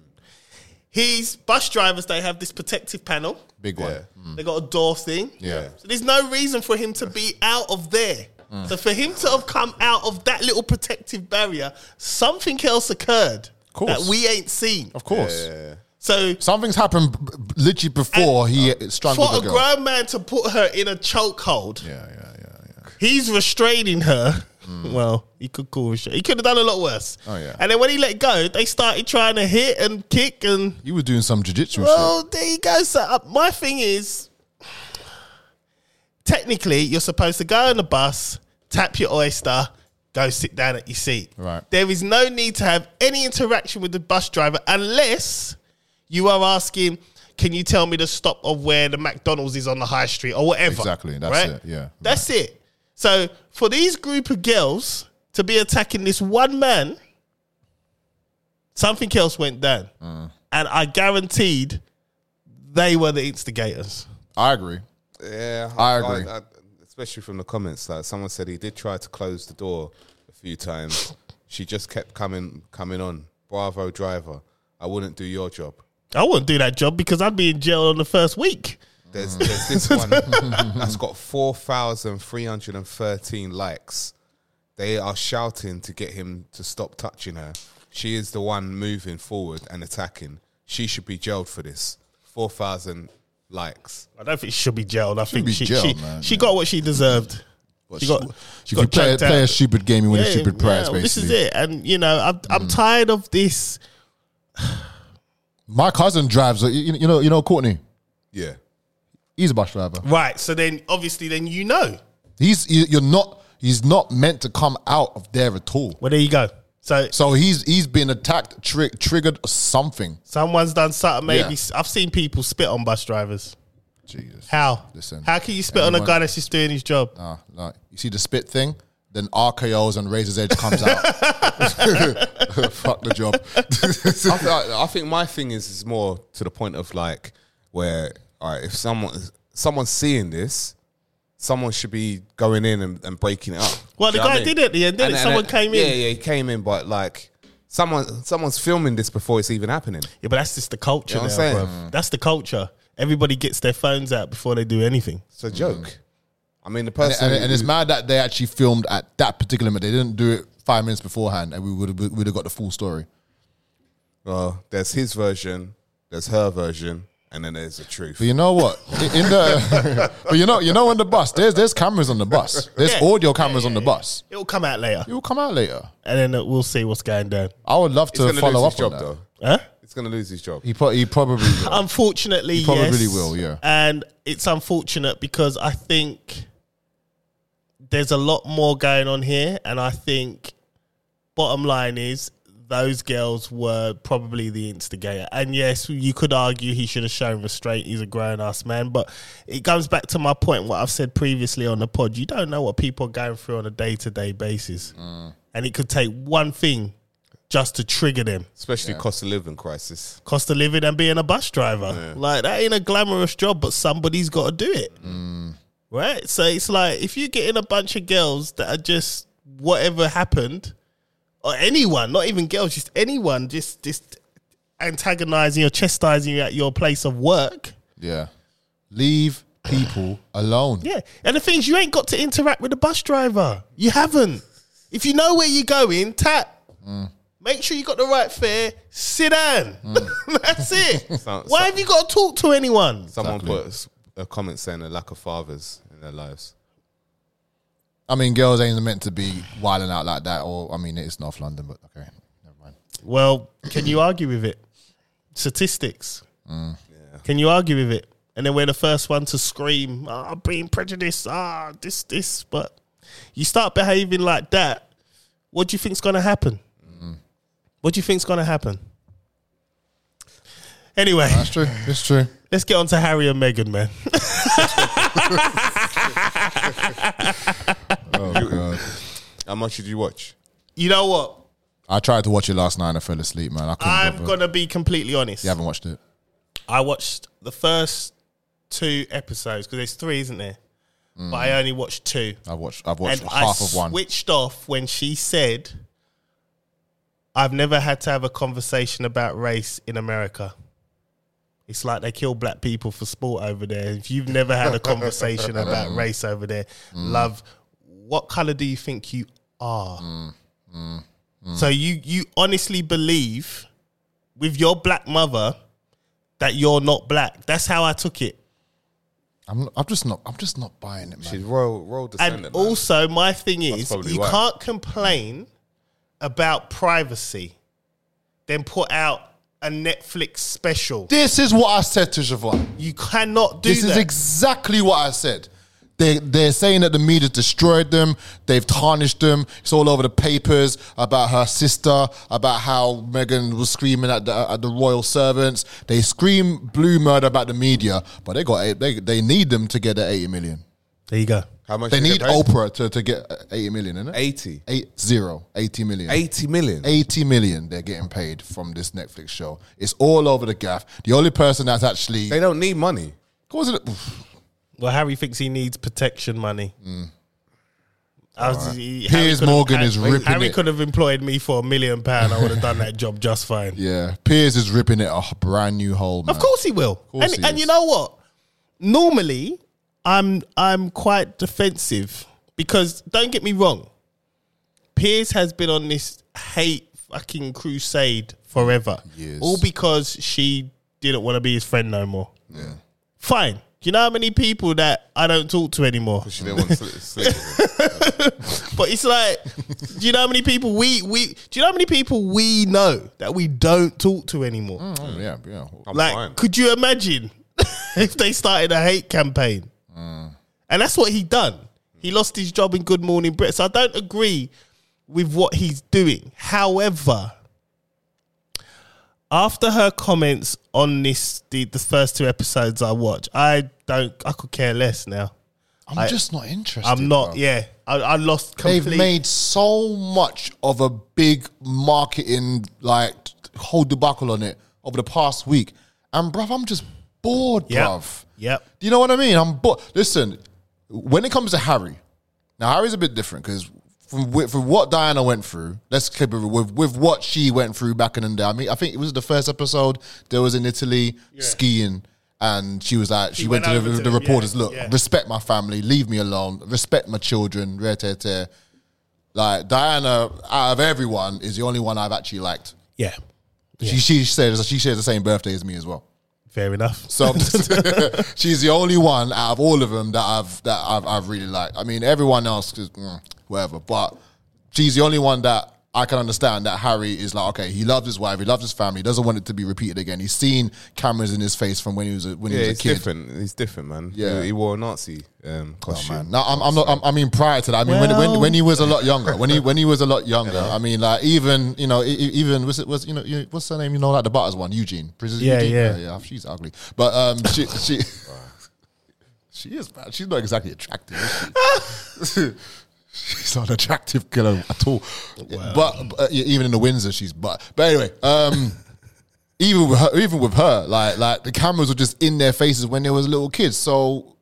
He's bus drivers. They have this protective panel. Big one. Mm. They got a door thing. Yeah. So there's no reason for him to be out of there. Mm. So for him to have come out of that little protective barrier, something else occurred course. that we ain't seen. Of course. So Something's happened b- b- literally before he uh, strangled for the a girl. grown man to put her in a chokehold, yeah, yeah, yeah, yeah. he's restraining her. Well, he could call restra- He could have done a lot worse. Oh, yeah. And then when he let go, they started trying to hit and kick and You were doing some jujitsu shit. Well, there you go. So uh, my thing is, technically, you're supposed to go on the bus, tap your oyster, go sit down at your seat. Right. There is no need to have any interaction with the bus driver unless you are asking. Can you tell me the stop of where the McDonald's is on the high street or whatever? Exactly, that's it, yeah. That's it. So for these group of girls to be attacking this one man Something else went down, Mm. and I guaranteed they were the instigators. I agree. Yeah, I agree. especially from the comments, like someone said, he did try to close the door a few times. she just kept coming, coming on. Bravo, driver! I wouldn't do your job. I wouldn't do that job because I'd be in jail on the first week. There's, there's this one that's got four thousand three hundred and thirteen likes. They are shouting to get him to stop touching her. She is the one moving forward and attacking. She should be jailed for this. Four thousand likes. I don't think she should be jailed. I think be she jailed, she, man, she yeah. got what she deserved. But She got- if she you got play, dragged play a out. stupid game, you win a stupid prize. well, Basically, This is it, and you know, I'm I'm tired of this. my cousin drives. uh, You, you know, you know Courtney. Yeah, He's a bus driver. Right, so then obviously, then you know. He's he- you're not. He's not meant to come out of there at all. Well, there you go. So So he's he's been attacked, tri- triggered or something. someone's done something. Maybe Yeah. I've seen people spit on bus drivers. Jesus. How? Listen, How can you spit on a anyone- Uh. guy that's just doing his job? Nah, nah. You see the spit thing, then RKO's and Razor's Edge comes out. Fuck the job. I, th- I think my thing is is more to the point of like where all right, if someone someone's seeing this, someone should be going in and, and breaking it up. Well, the Do you know guy what I mean? did it at the end, didn't it? Someone came in. Yeah, yeah, he came in, but like someone someone's filming this before it's even happening. Yeah, but that's just the culture. You know what I'm now, saying? bruv. That's the culture. Everybody gets their phones out before they do anything. It's a joke. I mean, the and, person and, and it's who- mad that they actually filmed at that particular minute. They didn't do it five minutes beforehand, and we would would have got the full story. well, uh, there's his version, there's her version, and then there's the truth. But you know what? In- In the but you know you know on the bus, there's there's cameras on the bus. There's Yeah. audio cameras on the bus. It'll come out later, It will come out later. and then uh, we'll see what's going down. I would love He's to gonna follow lose up his job on that. though. Huh? He's gonna lose his job. He, pro- he probably will. Unfortunately, You probably yes. will, yeah. And it's unfortunate because I think there's a lot more going on here, and I think bottom line is those girls were probably the instigator. And yes, you could argue he should have shown restraint. He's a grown ass man, but it comes back to my point, what I've said previously on the pod. You don't know what people are going through on a day to day basis, Mm. and it could take one thing just to trigger them Especially cost of living crisis. cost of living and being a bus driver. Like that ain't a glamorous job, but somebody's got to do it, right? So it's like if you get in a bunch of girls that are just whatever happened, or anyone, not even girls, just anyone, just just antagonizing or chastising you at your place of work. Yeah. Leave people alone. Yeah, and the things you ain't got to interact with the bus driver. You haven't. If you know where you're going, tap. Make sure you got the right fare. Sit down. That's it. So- Why so- have you got to talk to anyone? Someone puts a comment saying a lack of fathers in their lives. I mean, girls ain't meant to be wilding out like that. Or I mean, it's North London, but okay, never mind. Well, can you argue with it? Statistics. Can you argue with it? And then we're the first one to scream, "Ah, I'm being prejudiced. Ah, this, this." But you start behaving like that. What do you think's going to happen? What do you think's going to happen? Anyway, It's true. It's true. let's get on to Harry and Meghan, man. Oh god. How much did you watch? you know what? I tried to watch it last night. and I fell asleep, man. I couldn't. I'm bother. gonna be completely honest. You haven't watched it. I watched the first two episodes because there's three, isn't there? But I only watched two. I've watched. I've watched and half I of one. switched off when she said, "I've never had to have a conversation about race in America. It's like they kill black people for sport over there. If you've never had a conversation Mm. about race over there, love, what color do you think you are?" Mm, So you you honestly believe with your black mother that you're not black. That's how I took it. I'm, I'm just not. I'm just not buying it, man. She's royal, royal descendant. And man. also, my thing is, probably you why. can't complain about privacy, then put out a Netflix special. this is what I said to Siobhan. You cannot do this is that. exactly what I said. They, they're saying that the media destroyed them. They've tarnished them. It's all over the papers about her sister, about how Meghan was screaming at the, at the royal servants. They scream blue murder about the media, but they got eight, they they need them to get their eighty million. There you go. How much They did need get paid? Oprah to, to get uh, 80 million, isn't it? 80. Eight zero, 80 million. 80 million. 80 million they're getting paid from this Netflix show. It's all over the gaff. The only person that's actually They don't need money. was it? Well, Harry thinks he needs protection money. I was- he- Harry Mm. Piers could've- Morgan Harry- is ripping Harry it. could have employed me for a million pound. I would have done that job just fine. Yeah, Piers is ripping it a brand new hole. Man. Of course he will. course and he and is. you know what? Normally, I'm I'm quite defensive because don't get me wrong, Piers has been on this hate fucking crusade forever. Yes. All because she didn't want to be his friend no more. Yeah. Fine. Do you know how many people that I don't talk to anymore? She didn't want to sleep- sleep. with him. But it's like, do you know how many people we we do you know how many people we know that we don't talk to anymore? Oh, yeah, yeah. I'm Like, fine. could you imagine if they started a hate campaign? And that's what he done. He lost his job in Good Morning Britain. So I don't agree with what he's doing. However, after her comments on this, the, the first two episodes I watched, I don't, I could care less now. I'm just not interested. I'm not, bro. yeah, I, I lost They've complete. made so much of a big marketing like whole debacle on it over the past week, and bruv, I'm just bored, Yep. bruv. Yep. Do you know what I mean? I'm bored. Listen, when it comes to Harry, now Harry's a bit different because from, wi- from what Diana went through, let's keep it real, with with what she went through back in the day. I mean, I think it was the first episode. There was in Italy skiing. And she was like, she, went, went to over the, to the them, reporters. yeah, Look, yeah. respect my family, leave me alone, respect my children, rare tear tear. Like Diana, out of everyone, is the only one I've actually liked. Yeah, She she shares she shares the same birthday as me as well. fair enough. So I'm just- she's the only one out of all of them that I've that I've, I've really liked. I mean, everyone else is mm, whatever, but she's the only one that I can understand that Harry is like, okay, he loves his wife, he loves his family, doesn't want it to be repeated again. He's seen cameras in his face from when he was a, when Yeah, he was he's a kid. different. He's different, man. Yeah. Oh, He, he wore a Nazi um, costume. man. No, I'm, I'm not. I'm, I mean, prior to that, I mean, when, when when he was a lot younger, when he when he was a lot younger, I mean, like even you know, e- e- even was it was you know you- what's her name? You know, like the butters one, Eugene. Princess Yeah, Eugene? yeah. yeah. She's ugly, but um, she she she is bad. She's not exactly attractive. Is she? she's not an attractive girl at all. But, but yeah, even in the Windsor, she's but. But anyway, um even with her, even with her, like like the cameras were just in their faces when they was little kids. So,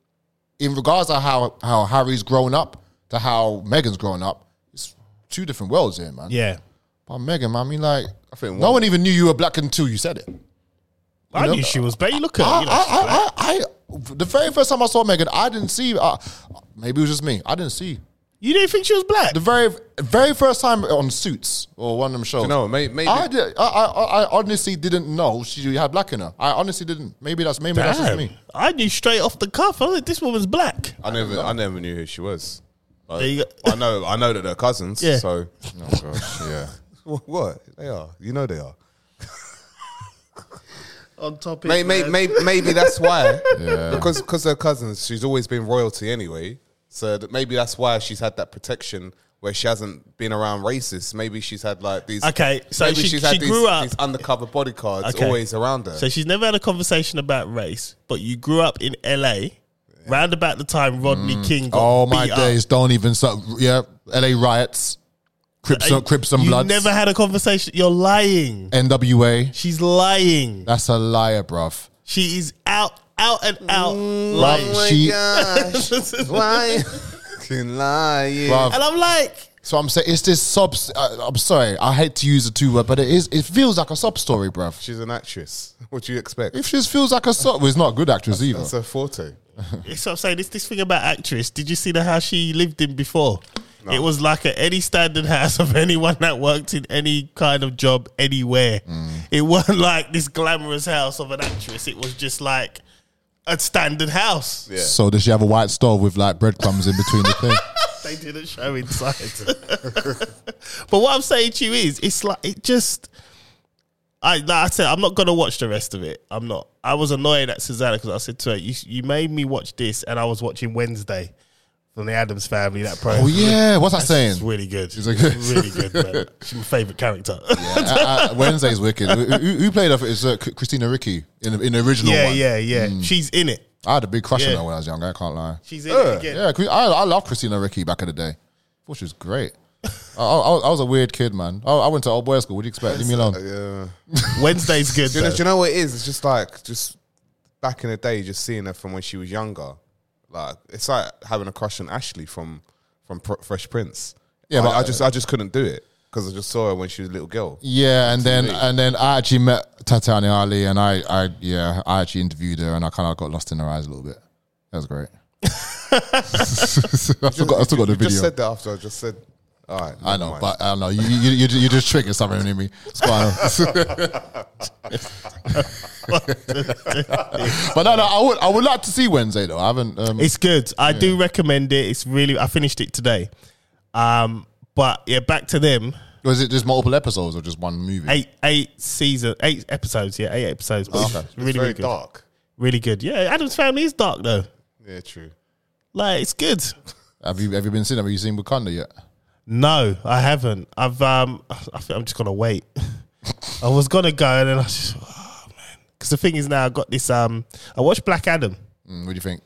in regards to how how Harry's grown up to how Megan's grown up, it's two different worlds here, man. Yeah, but Megan, man, I mean, like I think no one even knew you were black until you said it. I know- knew she was. But you look at her, I, you know, I, I, I, I, the very first time I saw Megan, I didn't see. Uh, maybe it was just me. I didn't see you didn't think she was black. the very very first time on Suits or one of them shows. You know, may- maybe- I, did, I, I, I honestly didn't know she had black in her. I honestly didn't. Maybe that's maybe that's just Damn. me. I knew straight off the cuff. I was like, this woman's black. I never, I never knew who she was. Like, There you go. I know, I know that they're cousins. Yeah. So, oh gosh, yeah. what they are? You know they are. On topic. Maybe, maybe, maybe that's why. Because, because they're cousins. She's always been royalty anyway. So that maybe that's why she's had that protection where she hasn't been around racists. Maybe she's had like these. Okay, so maybe she- she's had she these, grew up- These undercover bodyguards Okay. always around her. So she's never had a conversation about race, but you grew up in LA round about the time Rodney King got Oh my beat up. days! Don't even so yeah. L.A. riots, Crips, Hey, Crips and you Bloods, never had a conversation. You're lying. N.W.A. She's lying. That's a liar, bruv. She is out, out and out Mm. lying. Bruv, she. gosh, why? Fucking lying. Bruv, And I'm like, so I'm saying it's this sub. I, I'm sorry, I hate to use the two word, but it is. It feels like a sub story, bruv. She's an actress. What do you expect? It just feels like a sub. Well, it's not a good actress either. That's her forte. It's what I'm saying. This this thing about actress. Did you see the house she lived in before? It was like a any standard house of anyone that worked in any kind of job anywhere. It wasn't like this glamorous house of an actress. It was just like a standard house. Yeah. So does she have a white stove with like breadcrumbs in between the thing? They didn't show inside. but what I'm saying to you is, it's like it just. I like I said, I'm not gonna watch the rest of it. I'm not. I was annoyed at Susanna because I said to her, you, "You made me watch this," and I was watching Wednesday from the Adams Family. That program. Oh yeah, what's that It's saying? really good. It's it good? really good, man. She's my favorite character. Uh, uh, Wednesday's wicked. Who, who- who played her? Is uh, Christina Ricci in the- in the original Yeah, one? yeah, yeah. She's in it. I had a big crush Yeah. on her when I was younger. I can't lie. She's in it again. Yeah, 'cause I, I love Christina Ricci back in the day. I thought she was great. I, I, I was a weird kid, man. I, I went to old boys school. What do you expect? Leave me alone. Yeah. Wednesday's good. Do you, know, though. do you know what it is? It's just like just back in the day, just seeing her from when she was younger. Like it's like having a crush on Ashley from from Pr- Fresh Prince. Yeah, I, but- I just I just couldn't do it because I just saw her when she was a little girl. Yeah, and then and then I actually met Tatiana Ali, and I, I yeah, I actually interviewed her, and I kind of got lost in her eyes a little bit. That was great. I still got, I still You got the video. just said that after I just said. All right, I never know, mind. but I don't know. You you, you, you just triggered something in me. It's quite- but no, no, I would I would like to see Wednesday though. I haven't. Um, It's good. I do recommend it. It's really. I finished it today. Um, but yeah, back to them. was it just multiple episodes or just one movie? Eight, eight season, eight episodes. Yeah, eight episodes. But Okay. it's really, it's really very good. dark. Really good. Yeah, Adam's Family is dark though. Yeah, true. Like it's good. Have you have you been seen? Have you seen Wakanda yet? No, I haven't. I've um, I think I'm just gonna wait. I was gonna go and then I was just, oh man, because the thing is now I got this um, I watched Black Adam. Mm, what do you think?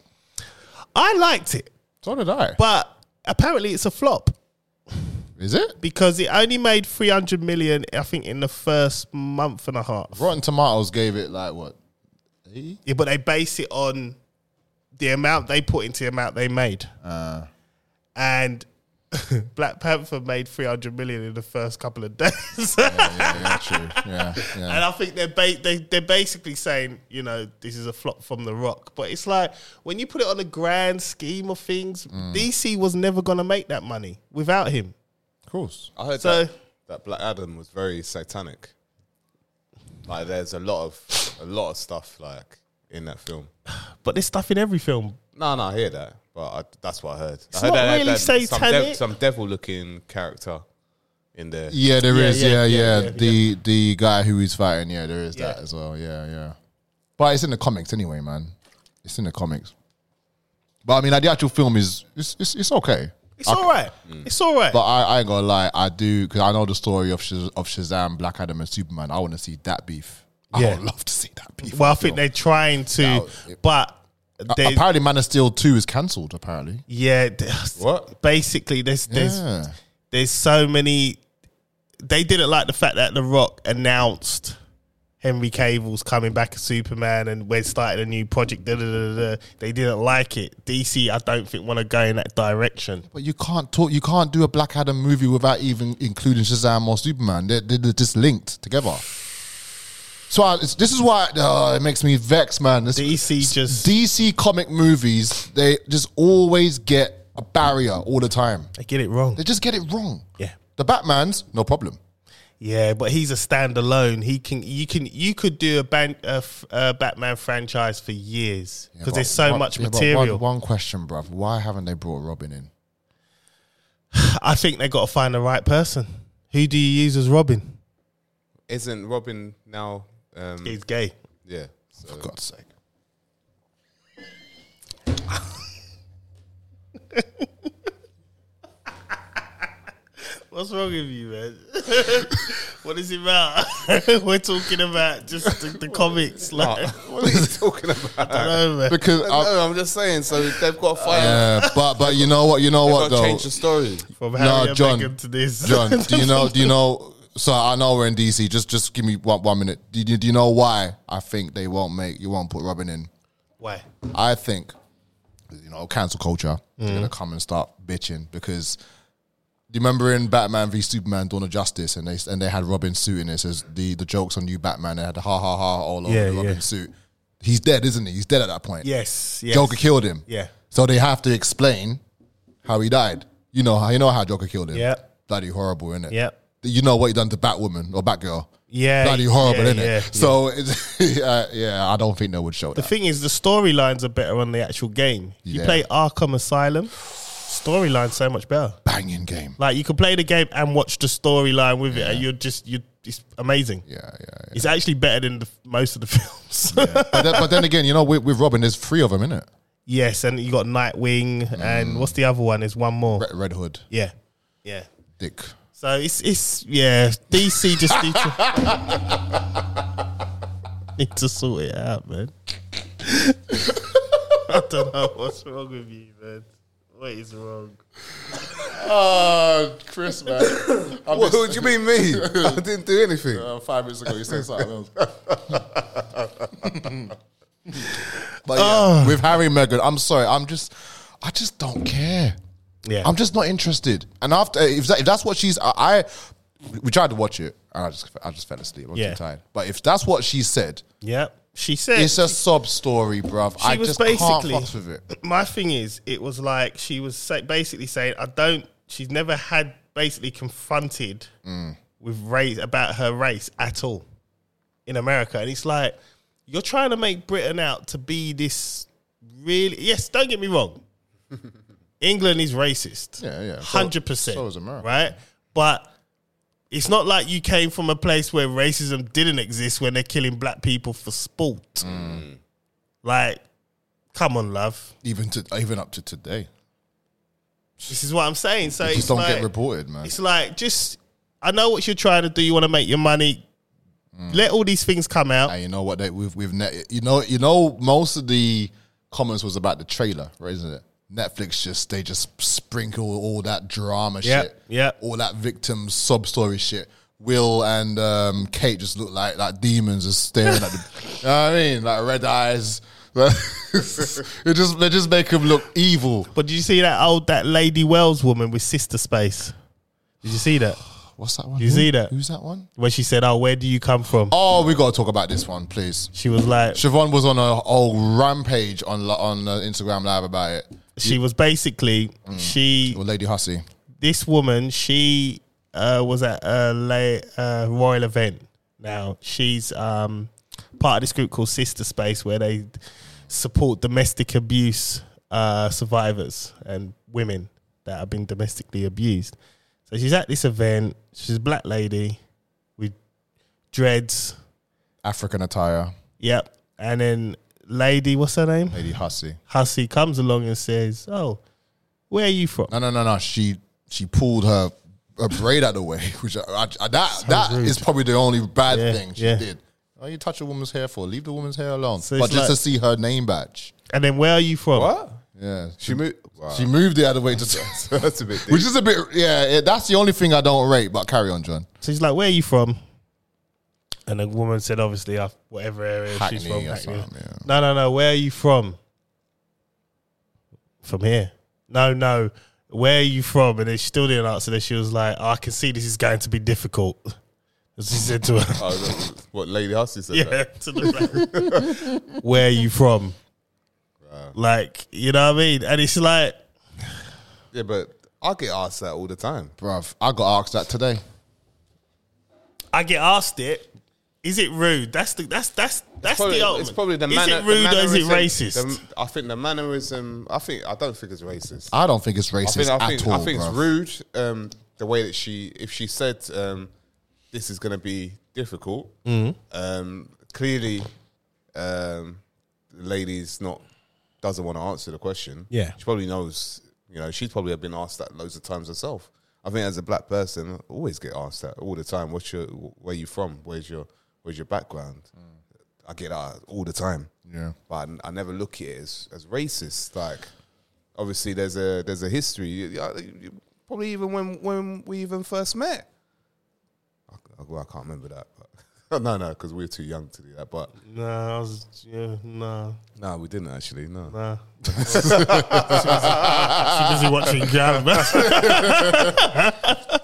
I liked it, So did I. but apparently it's a flop. Is it? because it only made 300 million i think in the first month and a half Rotten Tomatoes gave it like what? yeah, but they base it on the amount they put into the amount they made and black panther made 300 million in the first couple of days Yeah, true. Yeah, yeah. and i think they're, ba- they, they're basically saying you know this is a flop from the rock but it's like when you put it on the grand scheme of things dc was never going to make that money without him Of course. I heard So- that, that Black Adam was very satanic. Like, there's a lot of a lot of stuff like in that film. but there's stuff in every film No, no, I hear that, but I, that's what I heard. I It's heard not that- that- really that Some, satanic. some devil-looking character in there. Yeah, there Yeah, is. yeah, yeah, Yeah, yeah, yeah, The the guy who he's fighting. Yeah, there is that Yeah. as well. Yeah, yeah. But it's in the comics anyway, man. It's in the comics. But I mean, like, the actual film is it's it's, it's okay. it's all right it's all right But I, I ain't gonna lie, I do because I know the story of Shaz- of Shazam, Black Adam, and Superman. I want to see that beef. I Yeah. would love to see that beef. Well, I think they're trying to, but they, apparently, Man of Steel two is cancelled. Apparently, yeah, they- What? Basically, there's there's yeah. there's so many. They didn't like the fact that The Rock announced Henry Cavill's coming back as Superman and we're starting a new project. Da, da, da, da, da. They didn't like it. DC, I don't think, want to go in that direction. But you can't talk. You can't do a Black Adam movie without even including Shazam or Superman. They're, they're just linked together. So I, it's, this is why uh, it makes me vex, man. This, DC just DC comic movies, they just always get a barrier all the time. they get it wrong. They just get it wrong. Yeah. The Batman's no problem. Yeah, but he's a standalone. He can you can you could do a, ban, a, f- a Batman franchise for years because But there's so one- much yeah, but material. One, one question, bruv. Why haven't they brought Robin in? I think they got to find the right person. Who do you use as Robin? Isn't Robin now? Um, He's gay. yeah. So. For God's sake. What's wrong with you, man? what is it about? We're talking about just the, the comics, like What are you talking about? uh, I don't know, man. Because I, no, I'm just saying. So they've got to find. yeah, but but you know what? You know they've what got to though? change the story. from No, Harry and John. Meghan to this. John, do you know? Do you know? So I know we're in DC. Just, just give me one, one minute. Do you, do you know why I think they won't make you won't put Robin in? Why? I think, you know, cancel culture. They're Mm. gonna come and start bitching because. Do you remember in Batman v Superman: Dawn of Justice, and they and they had Robin suit in it. Says the the jokes on you, Batman. They had the ha ha ha all over Yeah, the Robin yeah. suit. He's dead, isn't he? He's dead at that point. Yes, yes. Joker killed him. Yeah. So they have to explain how he died. You know how you know how Joker killed him. Yeah. Bloody horrible, innit? Yeah. You know what he done to Batwoman or Batgirl. Yeah, Bloody horrible, yeah, innit? yeah, so it's, uh, yeah, I don't think they would show The that. thing is, the storylines are better on the actual game. You Yeah. play Arkham Asylum, storyline's so much better. Banging game. Like you can play the game and watch the storyline with it, and you're just you. It's amazing. Yeah, yeah. yeah. It's actually better than the, most of the films. but, then, but then again, you know, with, with Robin, there's three of them, innit? yes, and you got Nightwing, Mm. and what's the other one? There's one more. Red, Red Hood, Yeah, yeah. Dick. So it's it's yeah. DC just need to need to sort it out, man. I don't know what's wrong with you, man. What is wrong? Oh, Chris, man. I What, missed- what do you mean me? I didn't do anything. uh, five minutes ago, you said something else. but yeah, Ah. with Harry and Meghan, I'm sorry. I'm just, I just don't care. Yeah. I'm just not interested. And after, if, that, if that's what she's, I, I, we tried to watch it, and I just, I just fell asleep. I was Yeah. too tired. But if that's what she said, Yeah. She said it's a sob story, bruv. she I was just basically can't fuck with it. My thing is, it was like she was say, basically saying, "I don't." She's never had basically confronted Mm. with race about her race at all in America, and it's like you're trying to make Britain out to be this really. Yes, don't get me wrong. England is racist. Yeah, yeah. So- hundred percent. so is America. right? But it's not like you came from a place where racism didn't exist when they're killing black people for sport. Mm. Like, come on, love. Even to, even up to today, This is what I'm saying. So it it's just don't like, get reported, man. It's like just I know what you're trying to do. You want to make your money. Mm. Let all these things come out. And Ah, you know what? They, we've we've net, you know you know most of the comments was about the trailer, right, isn't it? Netflix just they just sprinkle all that drama Yep, shit, yep. all that victim sub story shit. Will and um, Kate just look like like demons, just staring at the. you know what I mean, like red eyes. it just they just make him look evil. But did you see that old that Lady Wells woman with Sister Space? Did you see that? What's that one? You Who- see that? Who's that one? Where she said, "Oh, where do you come from?" Oh, we gotta talk about this one, please. She was like, Siobhan was on a whole rampage on li- on uh, Instagram Live about it. she was basically she Or Lady Hussey. this woman, she uh, was at a lay, uh, royal event. Now she's um, part of this group called Sister Space, where they support domestic abuse uh, survivors and women that have been domestically abused. So she's at this event. She's a black lady with dreads. African attire, Yep. And then lady, what's her name? Lady Hussey. Hussey comes along and says, "Oh, where are you from?" No, no, no, no. She she pulled her, her braid out of the way, which I, I, I- that that is probably the only bad Yeah, thing she yeah. did. Oh, you touch a woman's hair for? Leave the woman's hair alone. So but it's just to like- see her name badge. And then, "Where are you from?" What? Yeah, She moved. Wow. she moved the other way to, That's a bit deep. which is a bit. Yeah, yeah, that's the only thing I don't rate. But carry on, John. So he's like, "Where are you from?" And the woman said, "Obviously, uh, whatever area she's Hackney from." or Hackney. something, yeah. No, no, no. Where are you from? From here. No, no. Where are you from? And then she still didn't answer. Then she was like, "Oh, "I can see this is going to be difficult." As she said to her, Oh, that- what Lady Hussey said? "Yeah." that? To the back. Where are you from? Like, you know what I mean? And it's like, yeah, but I get asked that all the time. Bruv, I got asked that today. I get asked it. Is it rude? That's the that's that's that's the ultimate. it's probably the is manner. it rude the or is it mannerism- racist? the- I think the mannerism. I think I don't think it's racist. I don't think it's racist I think I at think, all. I think bruv. it's rude. Um, the way that she, if she said, um, "This is going to be difficult," Mm. um, clearly, um, the lady's not doesn't want to answer the question. Yeah. she probably knows. You know, she's probably been asked that loads of times herself. I think as a black person, I always get asked that all the time. What's your where you from? Where's your where's your background? I get that all the time. Yeah. but I, I never look at it as, as racist. Like, obviously, there's a there's a history. You- you- you- Probably even when when we even first met. I, I- well, I can't remember that. But no, no, because we were too young to do that. But No, I was yeah, no, no, we didn't actually. No, no. she, was, busy watching Gallagher.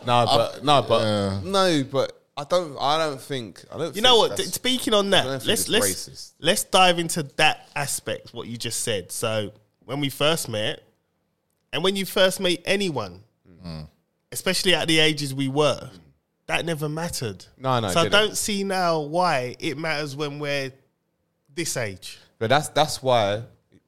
no, but no, but no, but I don't. I don't think. I don't. you know what? that's- Speaking on I don't that, think let's it's let's racist. let's dive into that aspect. What you just said. So when we first met, and when you first meet anyone, Mm. especially at the ages we were, that never mattered. No, no, it So I didn't. don't see now why it matters when we're this age. but that's that's why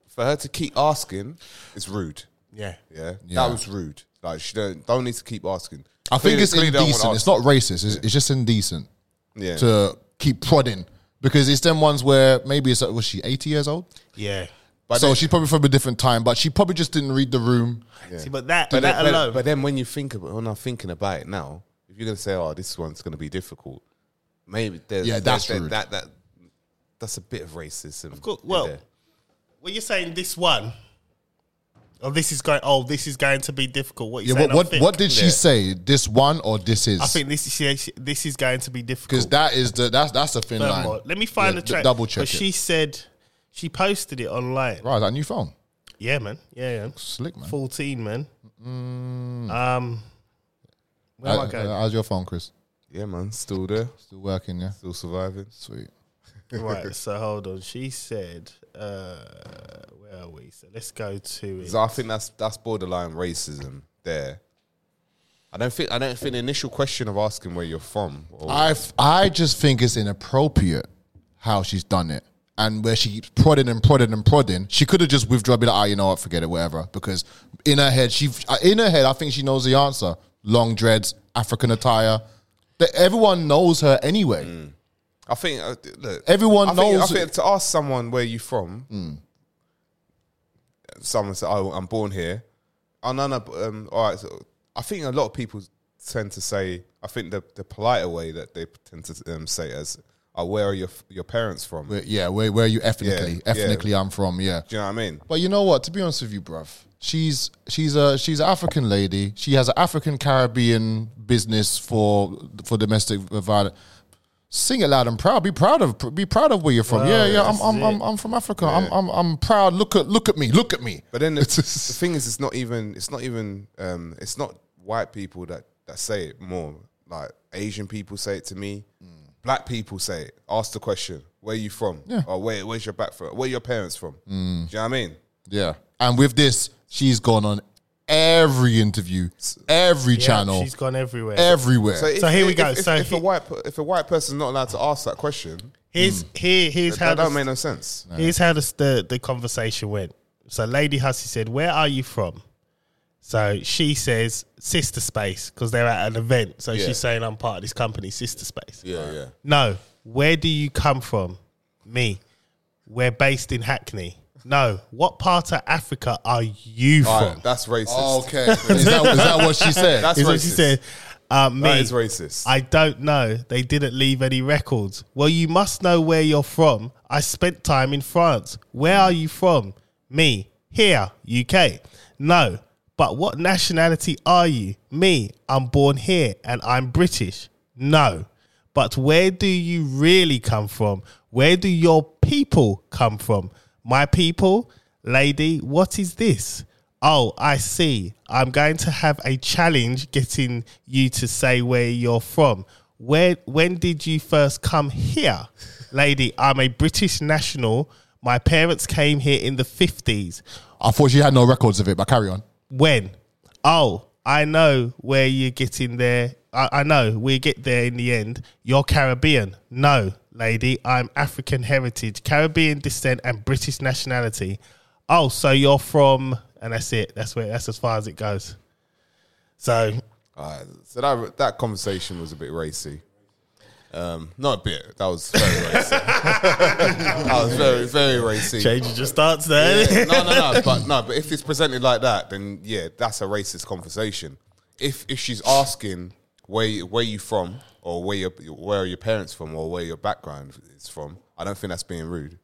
for her to keep asking, it's rude. Yeah. Yeah, Yeah. that was rude. Like she don't don't need to keep asking. I think Clearly- it's clearly don't wanna indecent. ask. It's not racist. It's, it's just indecent Yeah. to keep prodding because it's them ones where maybe it's like, was she eighty years old? Yeah. But so then- she's probably from a different time, but she probably just didn't read the room. See, but that but, that then, alone. but, but then when you think about when I'm thinking about it now, if you're gonna say, "Oh, this one's gonna be difficult," maybe there's, Yeah, that's there's- rude. That, that that's a bit of racism. course, in well, there. when you're saying this one, oh, this is going. Oh, this is going to be difficult. What you Yeah, saying? what what, I'm what thick. did she Yeah. say? This one or this is? I think this is this is going to be difficult. because that is the that's that's the thin Furthermore, line. Let me find Yeah, the d- track. Double check But it. she said she posted it online. right, that new phone, Yeah, man. Yeah, yeah. slick man. 14, man. Mm. Um, where am I Uh, going? uh, how's your phone, Chris? Yeah, man, still there, Still working, yeah. still surviving. Sweet. right, so hold on. She said, uh, where are we? So let's go to it. So I think that's that's borderline racism there. I don't think I don't think the initial question of asking where you're from. Or, I f- I just think it's inappropriate how she's done it. And where she keeps prodding and prodding and prodding, she could have just withdrawn, be like, ah, you know what, forget it, whatever. Because in her head, she uh, in her head, I think she knows the answer: long dreads, African attire. That everyone knows her anyway. I think uh, look, Everyone I think- knows- Mm. I think to ask someone where you from, someone said, "Oh, I'm born here." Oh no, no. but, Um, all right. So I think a lot of people tend to say. I think the the politer way that they tend to um, say as, "Oh, where are your your parents from?" Where- yeah, where where are you ethnically? Yeah, yeah. ethnically, I'm from. Yeah, Do you know what I mean? But you know what? To be honest with you, bruv, she's she's a she's an African lady. She has an African Caribbean business for for domestic violence. Sing it loud and proud. Be proud of be proud of where you're from. Wow, yeah, yeah. I'm that's I'm, it. I'm I'm from Africa. I'm, I'm I'm proud. Look at look at me. Look at me. But then the, the thing is, it's not even it's not even um, it's not white people that that say it more. Like Asian people say it to me, Mm. black people say it. Ask the question, "Where you from?" Yeah. Or where where's your back from? Where your parents from? Mm. Do you know what I mean? Yeah. And with this, she's gone on every interview, every Yeah, channel, She's gone everywhere. everywhere. So here we go. If, So if, a he- white per- if a white person's not allowed to ask that question, here's here here's how that the, don't make no sense. here's how the, the the conversation went. So Lady Hussey said, "Where are you from?" So she says, "Sister Space," because they're at an event. So Yeah. she's saying, "I'm part of this company, Sister Space." Yeah, yeah. No. Where do you come from? Me. We're based in Hackney. No. What part of Africa are you All from? right, that's racist. okay. is, that, is that what she said? That's Is racist. what she said. Uh, me. That is racist. I don't know. They didn't leave any records. Well, you must know where you're from. I spent time in France. Where are you from? Me. Here, UK. No. But what nationality are you? Me. I'm born here and I'm British. No. But where do you really come from? Where do your people come from? My people? Lady, what is this? Oh, I see. I'm going to have a challenge getting you to say where you're from. Where when did you first come here? Lady, I'm a British national. My parents came here in the 50s. I thought she had no records of it, but carry on. When? Oh, I know where you're getting there. I, I know we get there in the end. You're Caribbean. No, lady, I'm African heritage, Caribbean descent, and British nationality. Oh, so you're from, and that's it. That's where. That's as far as it goes. So Alright, so that that conversation was a bit racy. Um, not a bit. That was very racy. that was very very racy. change just starts there. Yeah, no, no, no. But no, but if it's presented like that, then yeah, that's a racist conversation. If if she's asking where you- where you from or where your where are your parents from or where your background is from, I don't think that's being rude.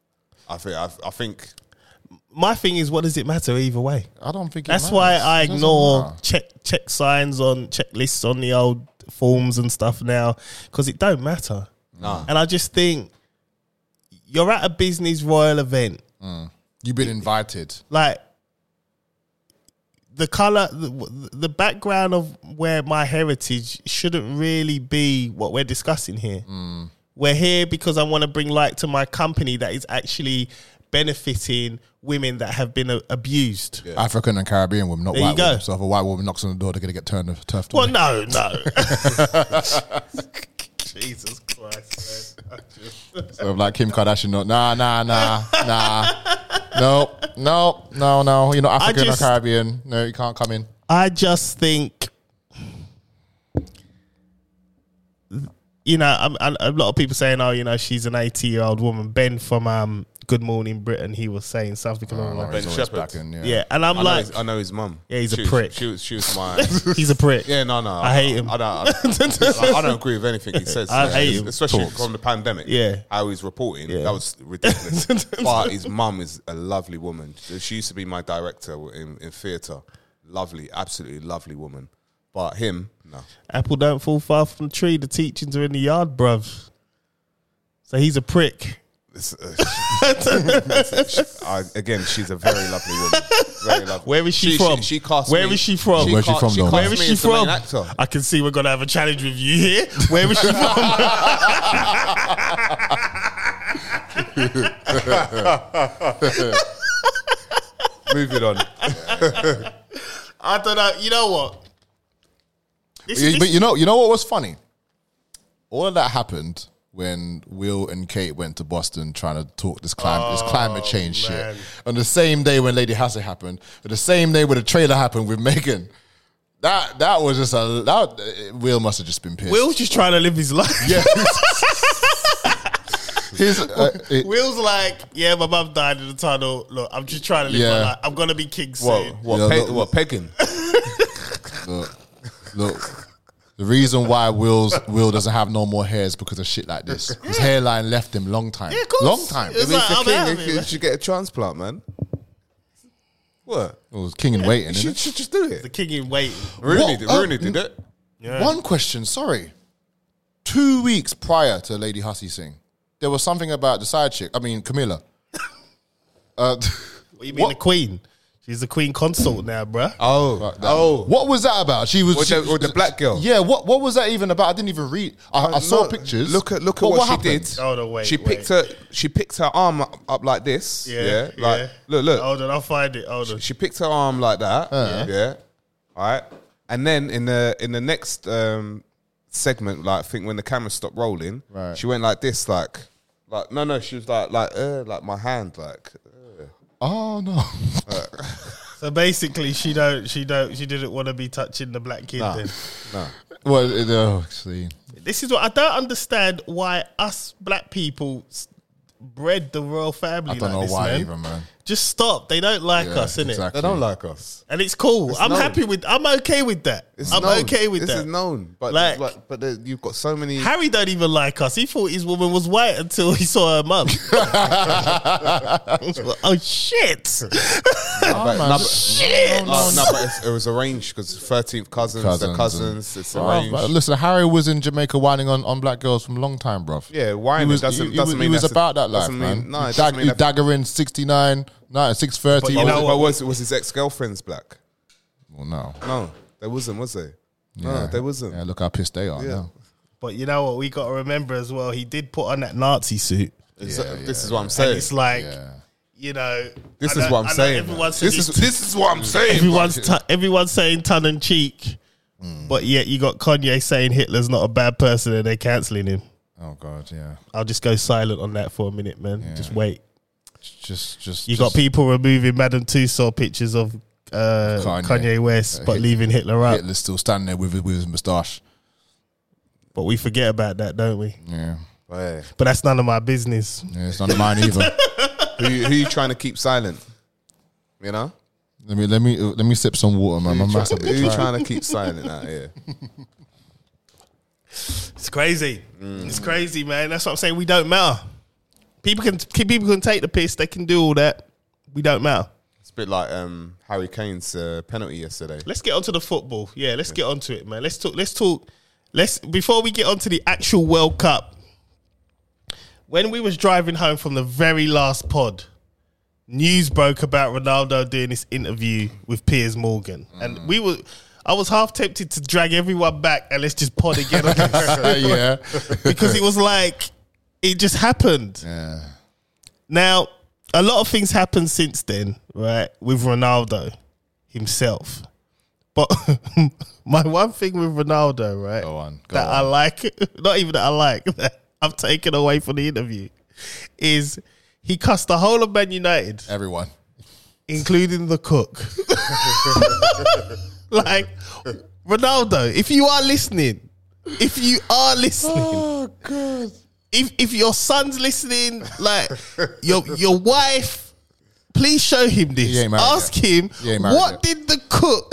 I think I, I think My thing is, what does it matter either way? I don't think it That's matters. why I It doesn't ignore matter. check check signs on checklists on the old forms and stuff now because it don't matter. And I just think you're at a business royal event, You've been invited. like the color, the, the background of where my heritage shouldn't really be what we're discussing here. We're here because I want to bring light to my company that is actually benefiting women that have been uh, abused. African and Caribbean women, not There you white go. women. So if a white woman knocks on the door, they're gonna get turned turfed. Well, away. no, no. Jesus Christ, man. So if, like Kim Kardashian, no, nah, nah, nah, nah, no, no, no, no. You're not African just- or Caribbean. No, you can't come in. I just think, you know, I'm, I'm- a lot of people saying, oh, you know, she's an 80 year old woman. Ben from um, Good Morning Britain, he was saying something along He's like, Ben always Shepherd. backing, yeah. yeah, and I'm Oh, I, know like, his, I know his mum. Yeah, he's a she was- prick. she was, she was my. he's a prick. Yeah, no, no. I hate him. I don't. I, I don't agree with anything he says. I hate him. especially Talks. from the pandemic. Yeah. how he's reporting that was ridiculous. but his mum is a lovely woman. She used to be my director in, in theatre. Lovely, absolutely lovely woman. But him, no. Apple don't fall far from the tree. The teachings are in the yard, bruv. So he's a prick. It's, uh, it's- I, again, she's a very lovely woman. Very lovely. Where is she from? She, cast Where me- is she from? Where's she cast- from, though? cast Where is me she as the main from? Actor. I can see we're gonna have a challenge with you here. Where is she from? Moving on. I don't know. You know what? This- Yeah, but this- you know, you know what was funny? All of that happened when Will and Kate went to Boston trying to talk this climate, this climate change Oh, man. shit. On the same day when Lady Hassett happened, on the same day when the trailer happened with Megan. That that was just a that Will must have just been pissed. Will's just trying to live his life. yeah. His, uh, it- Will's like, yeah, my mum died in the tunnel. Look, I'm just trying to live my Yeah. life. I'm gonna be king soon. What? What? Yeah, pe- look- what? Pegging? Look, the reason why Will's Will doesn't have no more hair is because of shit like this. His hairline left him long time. Yeah, of course. Long time. It was He's like, the I'm out of here, king. He should- man. should get a transplant, man. What? It was king in waiting. You innit? should, should just do The it. king in waiting. Rooney, did, Oh, Rooney did it. One question, sorry. Two weeks prior to Lady Hussey Singh, there was something about the side chick. I mean, Camilla. Uh, What Uh, you mean the queen? She's the queen consort now, bruh. Oh, oh. what was that about? She was With the, she- with the black girl. Yeah, what what was that even about? I didn't even read. I, I saw No, pictures. Look at look at But what, she happened? did. Hold on, Oh, wait, she wait. picked her she picked her arm up, up like this. Yeah, like look look. Hold on, I'll find it. Hold on. She picked her arm like that. Uh-huh. yeah. All right. And then in the in the next um, segment, like I think when the camera stopped rolling, Right. she went like this, like like no no, she was like like uh, like my hand, like uh. Oh no. So basically, she don't, she don't, she didn't want to be touching the black kid. Then well, it, oh, see. this is what I don't understand: why us black people s- bred the royal family. I don't like know this, why man. even, man. Just stop. They don't like Yeah, us, innit? exactly. like us. And it's cool. I'm known. happy with. I'm okay with that. It's I'm known. okay with this that. is known, but Like- like, but there, you've got so many. Harry don't even like us. He thought his woman was white until he saw her mum. oh shit! Oh, but, no, but, Shit! Uh, no, no, but it's, it was arranged because thirteenth cousins, Cousins the and- cousins. It's Oh, arranged. but listen, Harry was in Jamaica whining on, on black girls from a long time, bruv. Yeah, whining He was, doesn't- he- he doesn't was- he mean was that's a- about that life, doesn't man. mean- no, it He doesn't dag- mean he that- dagger in 69, no, 630. But you know was, what? but was, was his ex girlfriend's black? Well, no. No, there wasn't, was there? Yeah. No, there wasn't. Yeah, look how pissed they are now. But you know what? We got to remember as well. He did put on that Nazi suit. It's- this is what I'm And saying. it's like Yeah. you know. This I is know- what I I'm know saying. man. Everyone's This is this is what I'm saying. everyone's tu- everyone's saying tongue and cheek, Hmm. but yet you got Kanye saying Hitler's not a bad person and they're canceling him. Oh God, yeah. I'll just go silent on that for a minute, man. Just wait. Just, just. You just- got people removing Madame Tussauds pictures of uh, Kanye. Kanye. West, Uh, but Hit- leaving Hitler out. Hitler's still standing there with his, with his moustache. But we forget about that, don't we? Yeah. Hey, But that's none of my business. yeah, it's none of mine either. who, you- who you trying to keep silent? You know, Let me, let me, uh, let me sip some water, man. My mouth's- who you trying to keep silent out here? It's crazy. Mm. It's crazy, man. That's what I'm saying. We don't matter. People can people can take the piss. They can do all that. We don't matter. It's a bit like um, Harry Kane's uh, penalty yesterday. Let's get onto the football. Yeah, let's get onto it, man. Let's talk. Let's talk. Let's before we get onto the actual World Cup. When we was driving home from the very last pod, news broke about Ronaldo doing this interview with Piers Morgan, and we were. I was half tempted to drag everyone back and let's just pod again on this. yeah. because it was like it just happened. yeah. Now, a lot of things happened since then, right? With Ronaldo himself. But my one thing with Ronaldo, right? Go on, go that I on. like, not even that I like, that I've taken away from the interview is he cussed the whole of Man United, Everyone. including the cook. like, Oh, Ronaldo, if you are listening, if you are listening, God. if if your son's listening, like your your wife, please show him this. He ain't married Ask yet. him He ain't married what yet. did the cook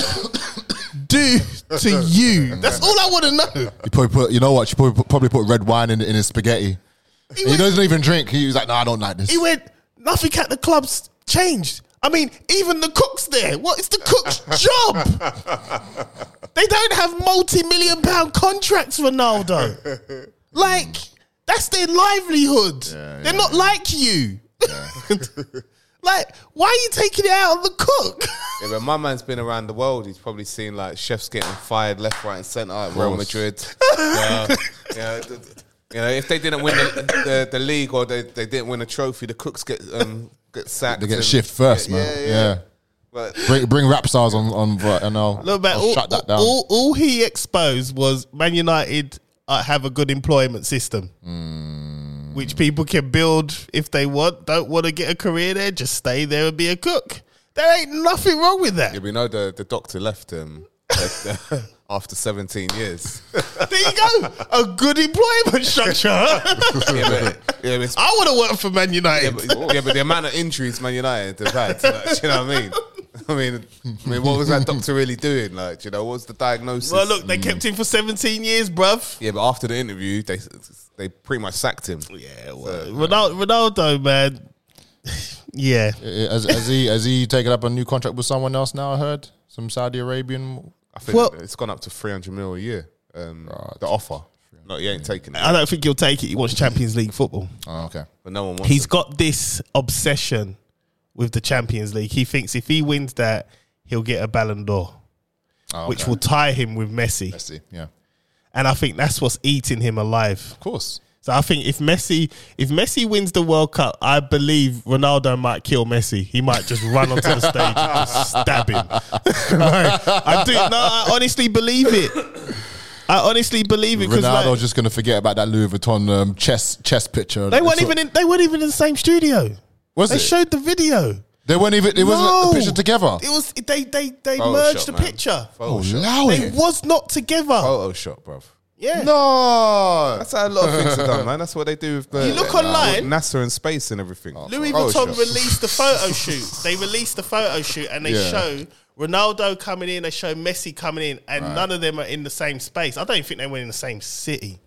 do to you? That's all I want to know. You probably put, you know what? You probably put, probably put red wine in, in his spaghetti. He And he went- doesn't even drink. He was like, "No, I don't like this." He went, nothing at the club's changed. I mean, even the cook's there. What is the cook's job? They don't have multi million pound contracts, Ronaldo. Like, that's their livelihood. They're not like you. like, why are you taking it out on the cook? Yeah, but my man's been around the world. He's probably seen like chefs getting fired left, right, and centre at Real Madrid. yeah, yeah. th- th- You know, if they didn't win the, the, the league or they, they didn't win a trophy, the cooks get um, get sacked. They get and- shift first, Yeah, man. yeah, Yeah, yeah. But Bring, bring rap stars on on, and I'll, Look, man, I'll all, shut that down. All, all he exposed was Man United uh, have a good employment system, which people can build if they want. Don't want to get a career there, just stay there and be a cook. There ain't nothing wrong with that. yeah, we know the, the doctor left him after 17 years. yeah, There you go, a good employment structure. huh? but, yeah, but it's I want to work for Man Yeah United. but, yeah, but the amount of injuries Man United have had, like, do you know what I mean? I mean, I mean, what was that doctor really doing? Like, do you know, what was the diagnosis? Mm. well, look, they kept him for 17 years, bruv. yeah, but after the interview, they they pretty much sacked him. Yeah, well, Ronaldo, Ronaldo, man. yeah, Eh, Has, has he has he taken up a new contract with someone else now? I heard some Saudi Arabian. I think Well- it's gone up to three hundred mil a year. Um, uh, the offer, no, he ain't taking I it, don't think he'll take it. He wants Champions League football. Oh, okay. but no one wants. He's He's got this obsession with the Champions League. He thinks if he wins that, he'll get a Ballon d'Or, Oh, which okay. will tie him with Messi. I see. Yeah, of And I think that's what's eating him alive. course. So I think if Messi, if Messi wins the World Cup, I believe Ronaldo might kill Messi. He might just run onto the stage and just stab him. Like, I do. No, I honestly believe it. I honestly believe it because Ronaldo's like, just gonna forget about that Louis Vuitton um, chess chess picture. they weren't It's- even in, they weren't even in the same studio. Was They it? showed the video. they weren't even. It wasn't a No. picture together. It was they they they Photoshop, merged the man. picture. Oh, Photoshop, allow They it. was not together. Photoshop, bruv. Yeah. No. That's how a lot of things are done, man. That's what they do with the You look online- with NASA and space and everything. Louis Vuitton Photoshop. released the photo shoot. They released the photo shoot and they Yeah. show Ronaldo coming in, they show Messi coming in, and none of them are in the same space. I don't even think they were in the same city.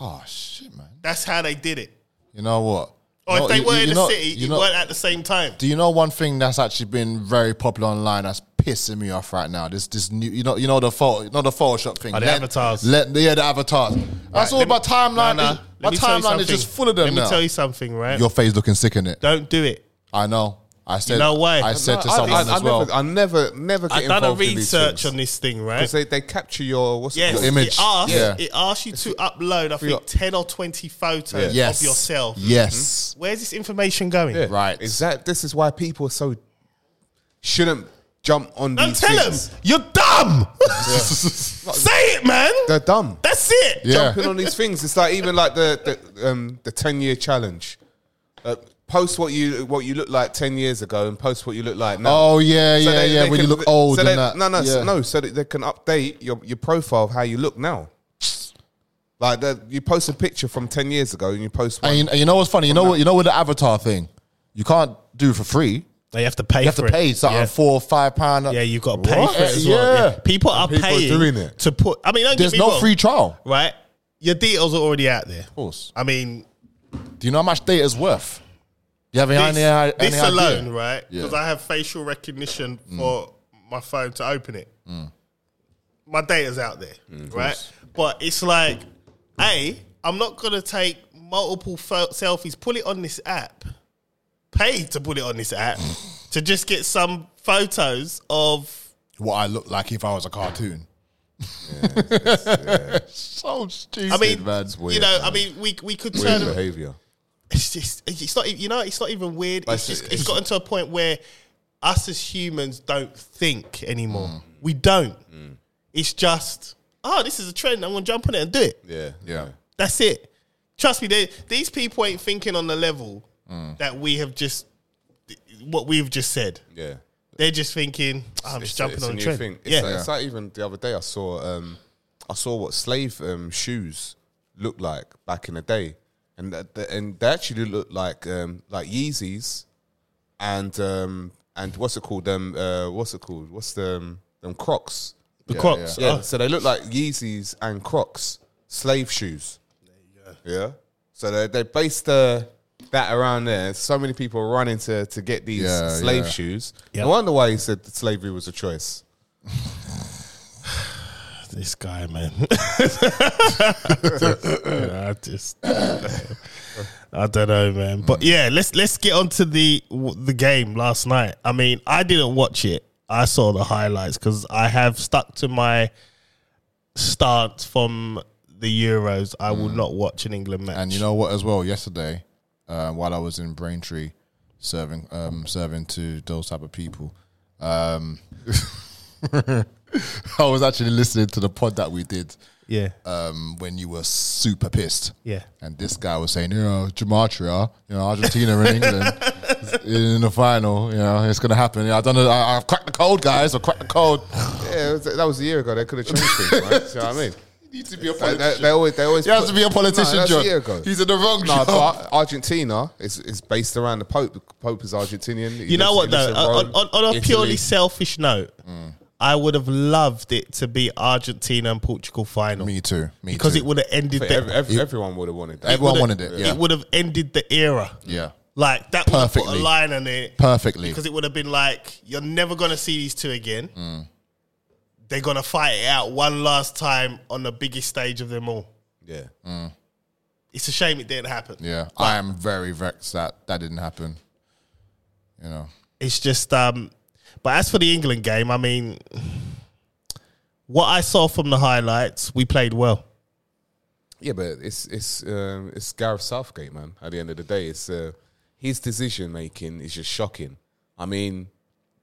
Oh shit, man. That's how they did it. You know what? Or No, if they you- were in you- the you know- city, you you know- weren't at the same time. Do you know one thing that's actually been very popular online that's pissing me off right now? This this new you know you know the photo you know the Photoshop thing. Oh, the Let- avatars. Let, yeah, the avatars. That's all let my me- timeline. Nah, nah. is, Let my me tell you timeline is something. just full of them Let me now. tell you something, right? Your face looking sick in it. don't do it. I know. I said. know why? I said to I- someone I, as I well. Never, I never, never get I've done a involved in these research things. on this thing, right? 'Cause they, they capture your what's it Yes, called? Your image. It asks, Yeah. it asks you to upload, I your- think, 10 or 20 photos yes. of yourself. Yes. Where's this information going? Yeah. Right. Is that this is why people are so shouldn't jump on Don't these tell them. things. Mm-hmm. You're dumb. Say it, man. They're dumb. That's it. Yeah. Jumping on these things. It's like even like the the, um, the ten year challenge. Uh, post what you what you look like ten years ago and post what you look like now. Oh yeah, yeah, they- yeah. they when can- you look old so and they- that. No, no, s- Yeah. no. So that they can update your, your profile of how you look now. Like the, you post a picture from ten years ago and you post one. And you, and you know what's funny? You know what? You know what the avatar thing. You can't do it for free. They have to pay You have to pay something yeah. four, five pound. Yeah, you've got to pay What? for it as well. Yeah. Yeah. People are people are paying doing it. to put. I mean, don't There's get me no wrong, free trial. right? Your details are already out there. Of course. I mean, Do you know how much data's worth? You have any, this, any, this any alone, idea? right? Yeah. Mm. Because I have facial recognition for my phone to open it. My data's out there, right? But it's like, a, I'm not gonna take multiple pho- selfies. Put it on this app. Pay to put it on this app to just get some photos of. What I look like if I was a cartoon. so stupid, I mean, man. you know, I mean, we we could turn. behavior. It's just, it's not, e, you know, it's not even weird. It's it's- just, it's gotten to a point where us as humans don't think anymore. Mm. We don't. It's just, oh, this is a trend. I'm gonna jump on it and do it. Yeah, yeah. That's it. Trust me, they, these people ain't thinking on the level Mm. that we have just, what we've just said. yeah. They're just thinking, oh, I'm just jumping it's on a the new trend. thing. It's Yeah, like, it's like even the other day I saw um, I saw what slave um, shoes looked like back in the day, and that, that- and they actually look like um, like Yeezys, and um, and what's it called? Them uh, what's it called? What's them them Crocs? The Crocs. Yeah, Oh, so they look like Yeezys and Crocs, slave shoes. Yeah. So they they based uh, that around there. So many people are running to to get these Yeah, slave yeah. shoes. Yeah. No wonder why he said that slavery was a choice. this guy, man. I just, I don't know, man. But yeah, let's let's get on to the w- the game last night. I mean, I didn't watch it. I saw the highlights because I have stuck to my stance from the Euros. I will not watch an England match. Mm. And you know what? As well, yesterday, uh, while I was in Braintree serving um, serving to those type of people, um, I was actually listening to the pod that we did yeah, um, when you were super pissed. Yeah. And this guy was saying, you know, Gematria, you know, Argentina and England in the final, you know, it's going to happen. Yeah, I don't know. I, I've cracked the code, guys. I've cracked the code. Yeah, it was, that was a year ago. They could have changed things, right? Do you know what I mean? You need to be a Like, they, politician. they always, they always He has put- to be a politician, No, that's John. a year ago. He's in the wrong No, job. but Argentina is, is based around the Pope. Pope is Argentinian. you know what though? Uh, On, on, on a purely selfish note, Mm. I would have loved it to be Argentina and Portugal final Me too. Me because too. it would have ended the everyone would have wanted that. Everyone would've- wanted it. Yeah. It would have ended the era. yeah. Like that would have put a Perfectly. line on it Perfectly. because it would have been like you're never gonna see these two again. Mm. They're gonna fight it out one last time on the biggest stage of them all. yeah. It's a shame it didn't happen. Yeah, I am very vexed that that didn't happen. You know, It's just, um, but as for the England game, I mean, what I saw from the highlights, we played well. Yeah, but it's it's um, it's Gareth Southgate, man. At the end of the day, it's uh, his decision making is just shocking. I mean,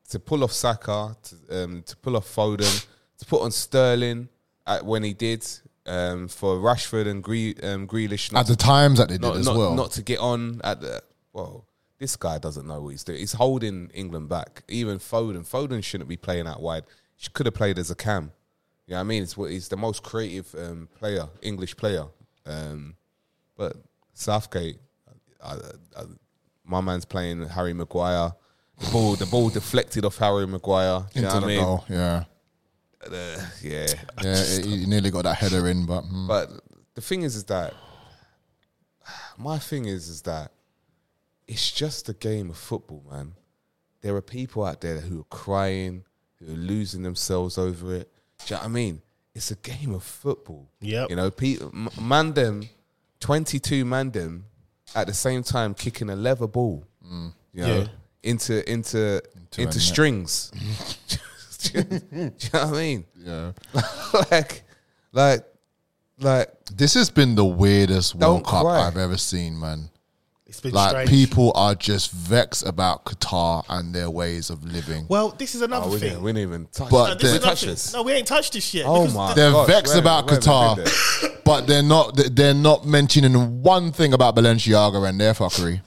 to pull off Saka, to, um, to pull off Foden, to put on Sterling at, when he did um, for Rashford and Gre- um, Grealish not at the times that they did not, as not, well. not to get on at the well. This guy doesn't know what he's doing. He's holding England back. Even Foden, Foden shouldn't be playing out wide. She could have played as a cam. You know what I mean? It's what he's the most creative um, player, English player. Um, but Southgate, I, I, my man's playing Harry Maguire. The ball, the ball deflected off Harry Maguire. You know what into I the mean? goal. Yeah, Uh, yeah. yeah. he he nearly got that header in, but mm, But the thing is, is that my thing is, is that it's just a game of football, man. There are people out there who are crying, who are losing themselves over it. Do you know what I mean? It's a game of football. Yep. You know, people, Mandem, 22 Mandem, at the same time kicking a leather ball, you know, Yeah. into, into, into, Mm. a net. strings. do, you, do you know what I mean? yeah. like, like, like, This has been the weirdest World Don't Cup cry. I've ever seen, man. It's been Like strange. people are just vexed about Qatar and their ways of living. well, this is another Oh, we thing. didn't, we didn't even touch But it. No, the- this is Didn't touch nothing. this. No, we ain't touched this yet. Oh because my the- they're gosh, vexed where- about where have we been Qatar, but they're not. They're not mentioning one thing about Balenciaga and their fuckery.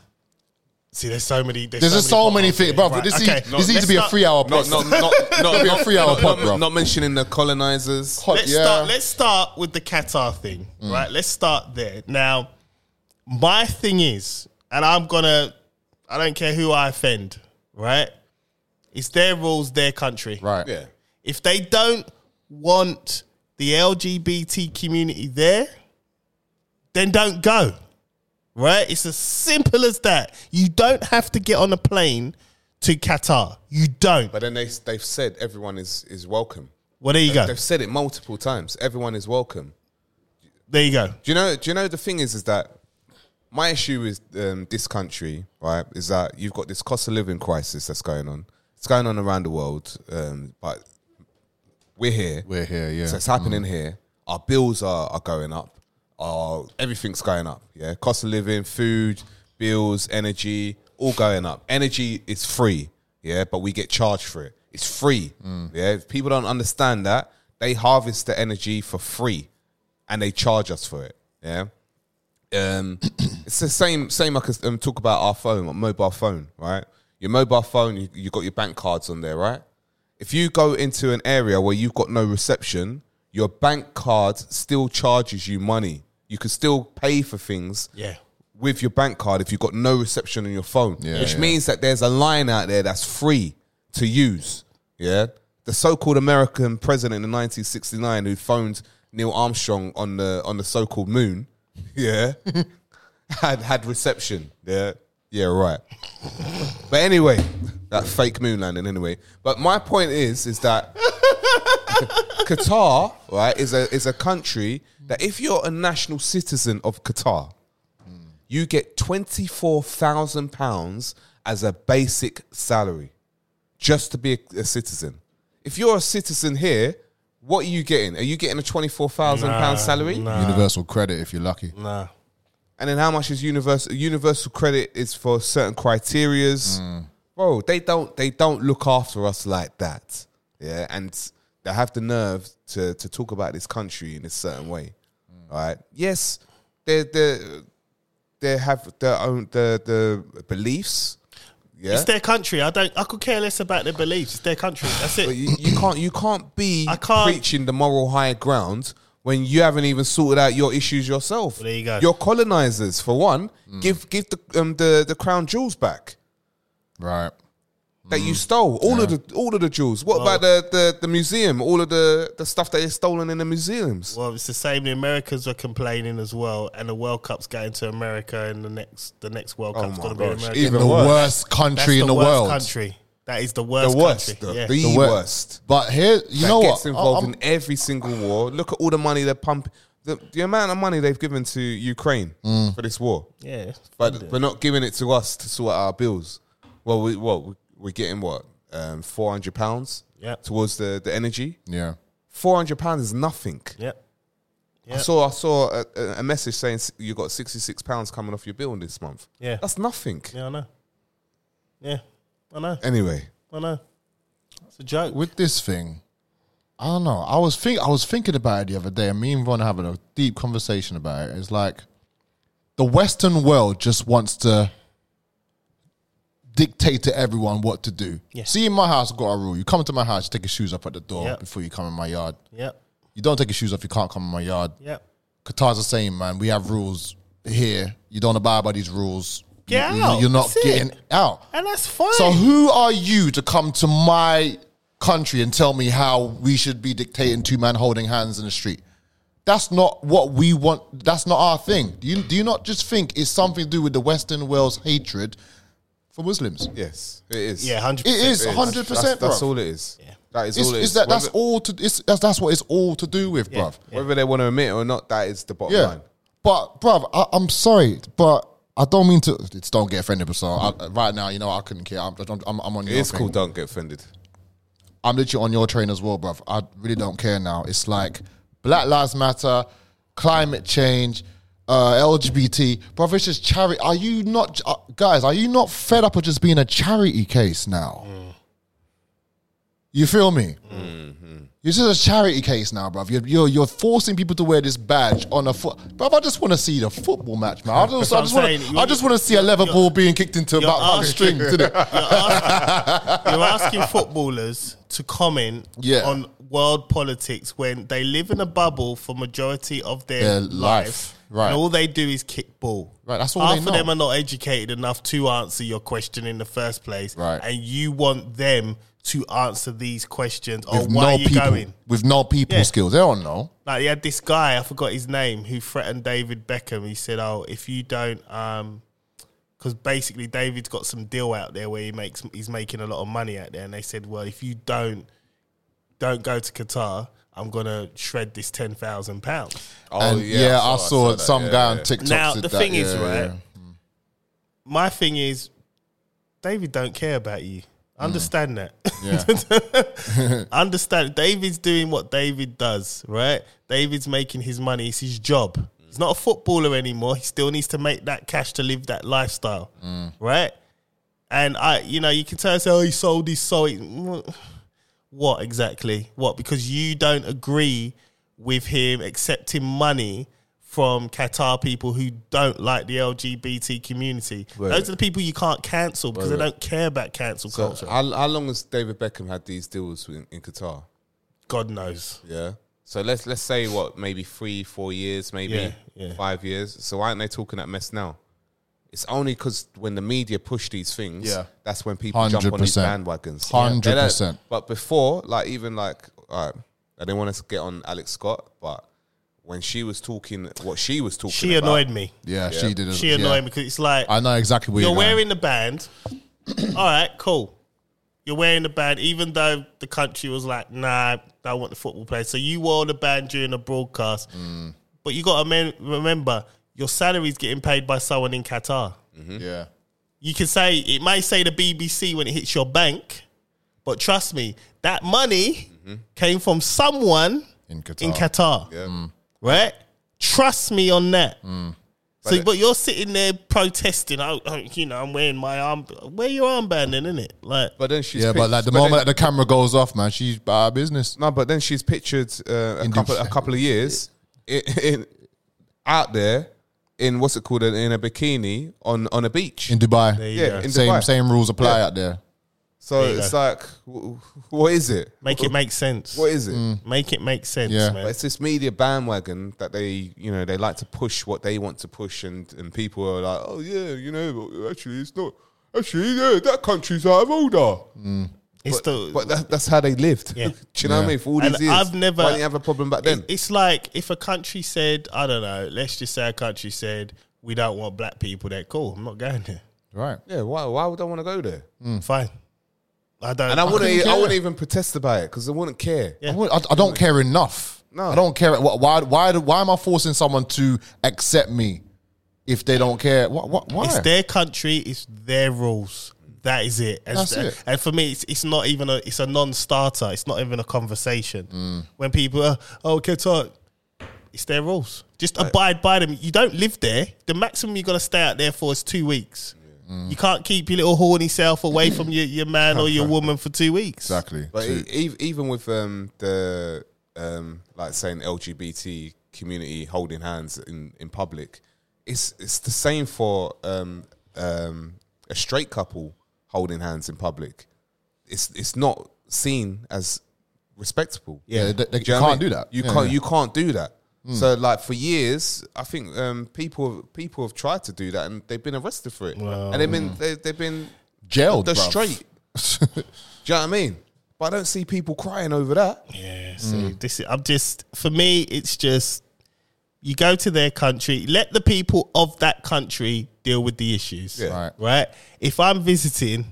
See, there's so many. There's, There's just so many potholes things, here. bro. Right, This, okay. needs, this needs Let's to be a start- three-hour. No, no, no, no, be a three-hour pod, not, bro. not mentioning the colonizers. Let's start. Let's start with the Qatar thing, Mm. right? Let's start there. Now, my thing is, and I'm gonna, I don't care who I offend, right? It's their rules, their country. Right. Yeah. If they don't want the LGBT community there, then don't go. Right? It's as simple as that. You don't have to get on a plane to Qatar. You don't. But then they they've said everyone is is welcome. Well, there you go. They've said it multiple times. Everyone is welcome. There you go. Do you know? Do you know the thing is? Is that my issue with um, this country? Right? Is that you've got this cost of living crisis that's going on. It's going on around the world, um, but we're here. We're here, yeah. Mm. So it's happening here. Our bills are, are going up. Our everything's going up. Yeah, cost of living, food, bills, energy, all going up. Energy is free. Yeah, but we get charged for it. It's free. Mm. Yeah, if people don't understand that they harvest the energy for free, and they charge us for it. Yeah. Um, it's the same. Same. I could um, talk about our phone, our mobile phone, right? Your mobile phone, you, you got your bank cards on there, right? If you go into an area where you've got no reception, your bank card still charges you money. you can still pay for things Yeah. with your bank card if you've got no reception on your phone, Yeah, which yeah. means that there's a line out there that's free to use. Yeah, the so-called American president in 1969 who phoned Neil Armstrong on the on the so-called moon, yeah, had had reception. Yeah, yeah, right. but anyway, that fake moon landing. Anyway, but my point is, is that. Qatar, right, is a is a country that if you're a national citizen of Qatar, you get twenty four thousand pounds as a basic salary just to be a, a citizen. If you're a citizen here, what are you getting? Are you getting a twenty four thousand pounds salary? Universal credit if you're lucky. Nah. And then how much is universal universal credit is for certain criterias. Bro, they don't they don't look after us like that. Yeah. And they have the nerve to to talk about this country in a certain way. All right. Yes, they they they have their own the the beliefs. Yeah. It's their country. I don't. I could care less about their beliefs. It's their country. That's But it. you, you can't you can't be I can't- preaching the moral high ground when you haven't even sorted out your issues yourself. There you go. You're colonizers for one. Give give the um, the the crown jewels back Right. that Mm. you stole. All of the all of the jewels. What about the, the the museum? All of the the stuff that is stolen in the museums. Well, it's the same. The Americans are complaining as well, and the World Cup's going to America, and the next the next World Oh Cup's my going to be in gosh. America. In Even the worse. worst That's country in the worst world. Country. That is the worst. the worst, Country. the, yeah. the The wor- worst. But here, you that know gets what? I- involved I'm- in every single war. Look at all the money they're pumping. The, the amount of money they've given to Ukraine Mm. for this war. yeah. but we're not giving it to us to sort out our bills. Well, we what we- we're getting what um, four hundred pounds Yeah. towards the the energy. yeah. Four hundred pounds is nothing. Yep. I saw I saw a, a- a message saying s- you got sixty six pounds coming off your bill this month. Yeah. that's nothing. Yeah, I know. Yeah, I know. Anyway, I know. It's a joke. With this thing, I don't know. I was think I was thinking about it the other day, and me and Ron are having a deep conversation about it. It's like the Western world just wants to dictate to everyone what to do. Yeah. See, in my house, I've got a rule: you come into my house, you take your shoes off at the door Yeah. before you come in my yard. Yep. You don't take your shoes off, you can't come in my yard. Yep. Qatar's the same, man. We have rules here. You don't abide by these rules. Get you, out. You're not That's it. getting out. And that's fine. So who are you to come to my country and tell me how we should be dictating two men holding hands in the street? That's not what we want. That's not our thing. Do you do you not just think it's something to do with the Western world's hatred for Muslims? yes, it is. yeah, hundred. It is It is. hundred That's, percent, bro. that's all it is. That is It's, all it is. it's that, that's whether, all to it's, that's that's what it's all to do with, bruv. whether they want to admit it or not, that is the bottom Yeah. line. But, bruv, I, I'm sorry, but I don't mean to. It's don't get offended, but so I, right now, you know, I couldn't care. I'm, I'm, I'm on It your is thing. cool. Don't get offended. I'm literally on your train as well, bruv. I really don't care now. It's like Black Lives Matter, climate change, uh, LGBT, bruv. It's just charity. Are you not, uh, guys? Are you not fed up of just being a charity case now? You feel me? You're just a charity case now, bruv. You're, you're you're forcing people to wear this badge on a foot, bruv. I just want to see the football match, man. I just, I what just I'm want saying. to, I just want to see a leather ball being kicked into you're about five ask- strings, didn't it? You're asking, you're asking footballers to comment Yeah. on world politics when they live in a bubble for majority of their, Their life, life, right. And all they do is kick ball. Right, that's all Half they of know. them are not educated enough to answer your question in the first place, Right. And you want them to answer these questions or With why no are you people, going? with no people Yeah. skills, they don't know. Like he had this guy, I forgot his name, who threatened David Beckham. He said, "Oh, if you don't, um 'cause because basically David's got some deal out there where he makes he's making a lot of money out there." And they said, "Well, if you don't, don't go to Qatar, I'm gonna shred this ten thousand pounds." Oh and yeah, I, saw, that, some yeah, guy yeah. on TikTok. Now said the that, thing is, yeah, right? yeah. Hmm. My thing is, David don't care about you. Hmm. Understand that. Understand. David's doing what David does, right? David's making his money. It's his job. He's not a footballer anymore. He still needs to make that cash to live that lifestyle, Mm. right? And I, you know, you can tell us, oh, he sold his soul. Mm, What exactly? What? Because you don't agree with him accepting money from Qatar people who don't like the LGBT community. Those are the people you can't cancel because they don't care about cancel So culture. how, how long has David Beckham had these deals in, in Qatar? God knows. Yeah. So let's let's say what maybe three, four years, maybe Yeah, yeah. five years. So why aren't they talking that mess now? It's only because when the media push these things, Yeah. that's when people jump on these 100%. bandwagons. 100%. But before, like even like, all right, I didn't want to get on Alex Scott, but when she was talking, what she was talking, She about, annoyed me. Yeah, she did. She yeah. annoyed me because it's like I know exactly where you're you're, going. wearing the band. All right, cool. You're wearing the band, even though the country was like, "Nah, don't want the football players." So you wore the band during the broadcast, Mm. but you got to men- remember your salary's getting paid by someone in Qatar. Mm-hmm. Yeah, You can say it may say the BBC when it hits your bank, but trust me, that money Mm-hmm. came from someone in Qatar. in Qatar. Mm. Right? Trust me on that. So, it- but you're sitting there protesting. Oh, oh, you know, I'm wearing my arm. Wear your armband, then, isn't it? Like, But then she's Yeah, but pic- like the moment then- that the camera goes off, man, she's bad business. No, but then she's pictured uh, a In the- couple a couple of years in, in out there in what's it called in a bikini on on a beach. In Dubai, you yeah, go. in same Dubai. same rules apply Yeah. out there. So you it's go. like, w- what is it? make it make sense. What is it? Make it make sense, Yeah. But man. It's this media bandwagon that they, you know, they like to push what they want to push, and and people are like, oh yeah, you know, but actually it's not. Actually, yeah, that country's out of order. It's the But that, that's how they lived. Mm. Yeah. Do you know what I mean? For all these And years, I've never- Why didn't you have a problem back then? it- it's like if a country said, I don't know, let's just say a country said, we don't want black people there. Cool, I'm not going there. Right. yeah. Why? Why would I want to go there? Fine. Mm. I don't. Mm. And I couldn't wouldn't. e, I, care. wouldn't even protest about it because I wouldn't care. Yeah. I, would- I- I don't care enough. No. I don't care. Why? Why? Why, do- why am I forcing someone to accept me if they don't care? What? What? Why? It's their country. It's their rules. That is it. And, That's it. and for me, it's, it's not even a. It's a non-starter. It's not even a conversation. Mm. When people are, oh, Qatar, it's their rules. Just abide by them. You don't live there. The maximum you're gonna stay out there for is two weeks. Mm. You can't keep your little horny self away from your, your man or your woman for two weeks. exactly. But e- e- even with um, the um, like saying LGBT community holding hands in, in public, it's it's the same for um, um, a straight couple holding hands in public. It's it's not seen as respectable. Yeah, they, they Do you know what I can't mean? do that. You Yeah, Hmm. can't. yeah. You can't do that. So, like for years, I think um, people people have tried to do that, and they've been arrested for it, and they've been they, they've been jailed. they're bruv. straight. Do you know what I mean? But I don't see people crying over that. Yeah, so Mm. this is, I'm just for me, it's just you go to their country, let the people of that country deal with the issues. Yeah. Right. Right? If I'm visiting,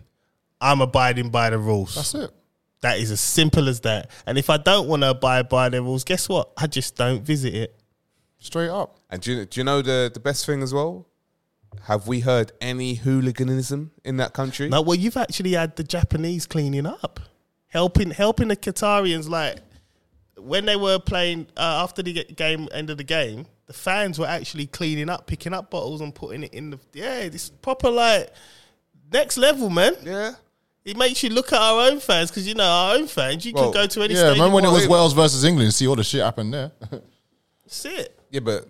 I'm abiding by the rules. That's it. That is as simple as that. And if I don't want to abide by the rules, guess what? I just don't visit it. Straight up. And do you, do you know the, the best thing as well? Have we heard any hooliganism in that country? No, well, you've actually had the Japanese cleaning up, helping helping the Qatarians. Like when they were playing uh, after the ge- game, end of the game, the fans were actually cleaning up, picking up bottles and putting it in the yeah. This proper like next level, man. Yeah. It makes you look at our own fans because you know our own fans. You Well, could go to any Yeah. stadium. remember when it you was want. Wales versus England? See all the shit happened there. That's it. Yeah, but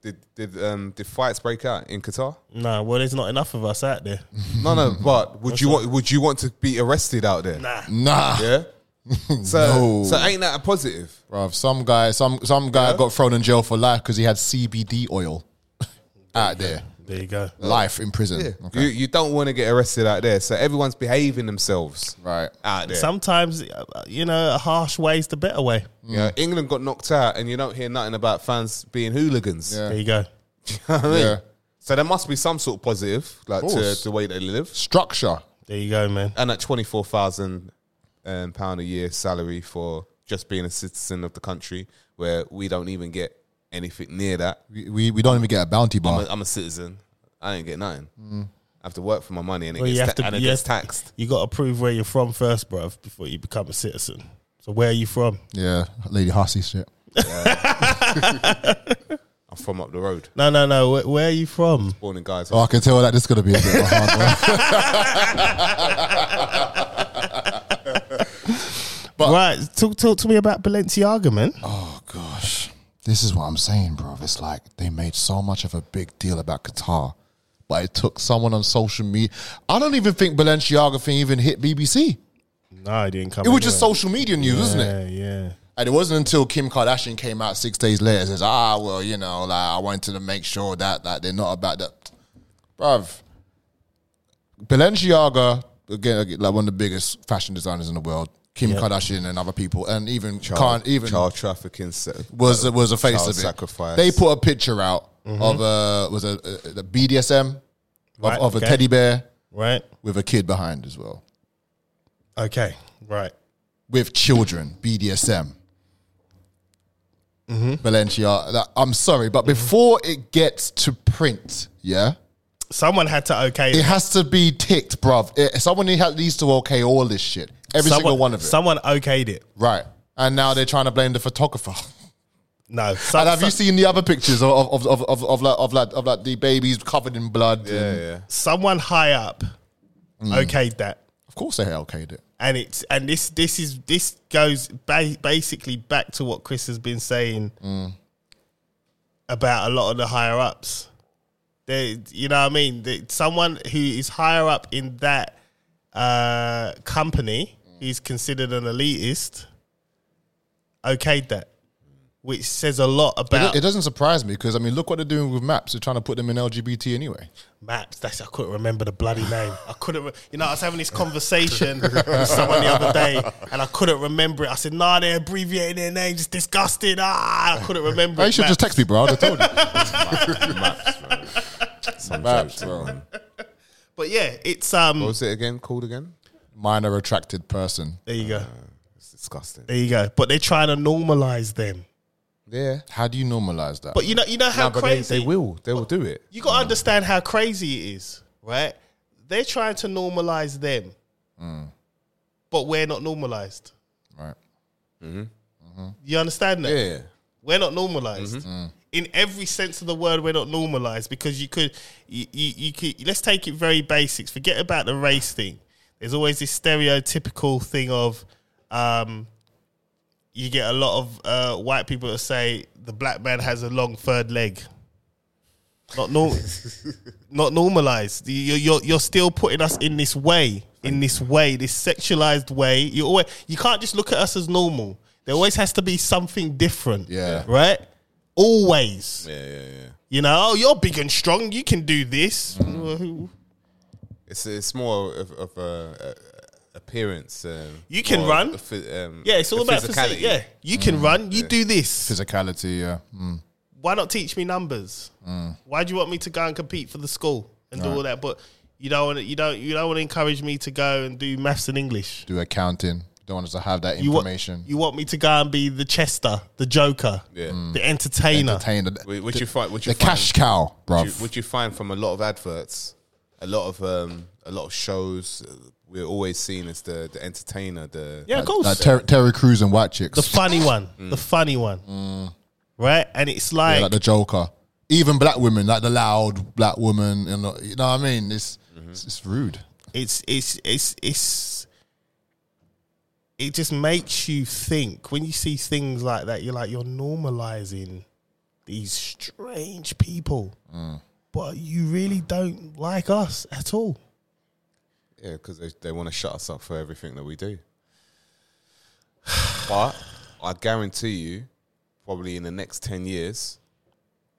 did did um did fights break out in Qatar? No, well, there's not enough of us out there. No, no. But would you want would you want to be arrested out there? Nah. nah. Yeah. So No. so ain't that a positive? Bruv, some guy, some some guy got thrown in jail for life because he had CBD oil out there. There you go. Life in prison. Yeah. Okay. You you don't want to get arrested out there. So everyone's behaving themselves right. out there. Sometimes, uh, you know, a harsh way is the better way. Hmm. You know, England got knocked out, and you don't hear nothing about fans being hooligans. Yeah. There you go. You know what I mean? Yeah. So there must be some sort of positive, like to course. the way they live. Structure. There you go, man. And at twenty four thousand um, pound a year salary for just being a citizen of the country, where we don't even get anything near that. We, we, we don't even get a bounty I'm bar. a, I'm a citizen. I ain't get nothing. I have to work for my money, and it Well, gets you have ta- to- and it you gets have- taxed. You got to prove where you're from first, bruv, before you become a citizen. So where are you from? yeah. Lady Hussey shit. I'm from up the road, No, no, no. Where, where are you from? born in guys. Oh, I can tell that this is gonna be a bit of a hard one. right. Talk, talk to me about Balenciaga, man. Oh gosh. This is what I'm saying, bro. It's like they made so much of a big deal about Qatar. But it took someone on social media. I don't even think Balenciaga thing even hit BBC. No, it didn't come. It was just anywhere. social media news, wasn't it? Yeah, yeah. And it wasn't until Kim Kardashian came out six days later and says, ah, well, you know, like I wanted to make sure that that they're not about that. Bruv, Balenciaga, again, again, like one of the biggest fashion designers in the world, Kim Kardashian and other people, and even can't even child trafficking. se- was was a face Child of it. sacrifice. They put a picture out of a was uh, a, a, a BDSM of, Mm-hmm. Right, of a okay. teddy bear Right. with a kid behind as well, Okay. Right. with children BDSM. Mm-hmm. Valencia, that, I'm sorry, but before it gets to print, yeah, Someone had to okay. it has to be ticked, bruv. It, someone ha- needs to okay all this shit, every someone, single one of it, Someone okayed it. right? And now they're trying to blame the photographer. No. Some, And have you some- seen the other pictures of of of of, of like of like of like the babies covered in blood? Yeah, and- yeah. someone high up Mm. okayed that? Of course they okayed it. and it's and this this is this goes ba- basically back to what Chris has been saying Mm. about a lot of the higher ups. They, you know what I mean? They, someone who is higher up in that uh, company who's considered an elitist okayed that, which says a lot It, about it doesn't surprise me because I mean, look what they're doing with maps. They're trying to put them in LGBT anyway. Maps. That's I couldn't remember the bloody name. I couldn't. Re- you know, I was having this conversation with someone the other day, and I couldn't remember it. I said, "Nah, they're abbreviating their names. It's disgusting." Ah, I couldn't remember. Oh, you it. should Maps. just text me, bro. I told you. Maps, bro. But yeah, it's What um. was it again? Called again? Minor attracted person. There uh, you go. It's disgusting. There you go. But they're trying to normalize them. Yeah. How do you normalize that? But you know, you know how Nah, but they, crazy they will. They will do it. You got to understand how crazy it is, right? They're trying to normalize them, Mm. but we're not normalized. right. You understand that? Yeah. We're not normalized in every sense of the word. We're not normalized because you could, you, you, you could. Let's take it very basics. Forget about the race thing. There's always this stereotypical thing of, um, you get a lot of uh, white people that say the black man has a long third leg. Not normal, not normalized. You- You're, you're you're still putting us in this way, in this way, this sexualized way. You always you can't just look at us as normal. There always has to be something different. Yeah. Right. Always. Yeah, yeah, yeah. You know. Oh, you're big and strong. You can do this. Well, It's it's more of, of a, a appearance. Um, You can more of run. a phy- um, Yeah. It's all a about physicality. Yeah. You can run. You do this. Physicality, yeah. Mm. why not teach me numbers? Why do you want me to go and compete for the school and do all that? But you don't want to, you don't you don't want to encourage me to go and do maths and English. Do accounting. Don't want us to have that You want information. you want me to go and be the Chester, the Joker, Yeah. the entertainer. Entertain the, Would, would you find? Would you Mm. the find, cash cow, bro. Would you, would you find from a lot of adverts, a lot of um, a lot of shows, uh, we're always seen as the the entertainer. The yeah, of course. like Ter- Terry Crews and White Chicks. the funny one, the funny one, right? And it's Mm. Yeah, like, like the Joker. Even black women, like the loud black woman. You know, you know what I mean? It's, Mm-hmm. it's, it's rude. it's it's it's it's it just makes you think when you see things like that you're like you're normalizing these strange people but you really don't like us at all yeah, because they they want to shut us up for everything that we do. but I guarantee you, probably in the next ten years,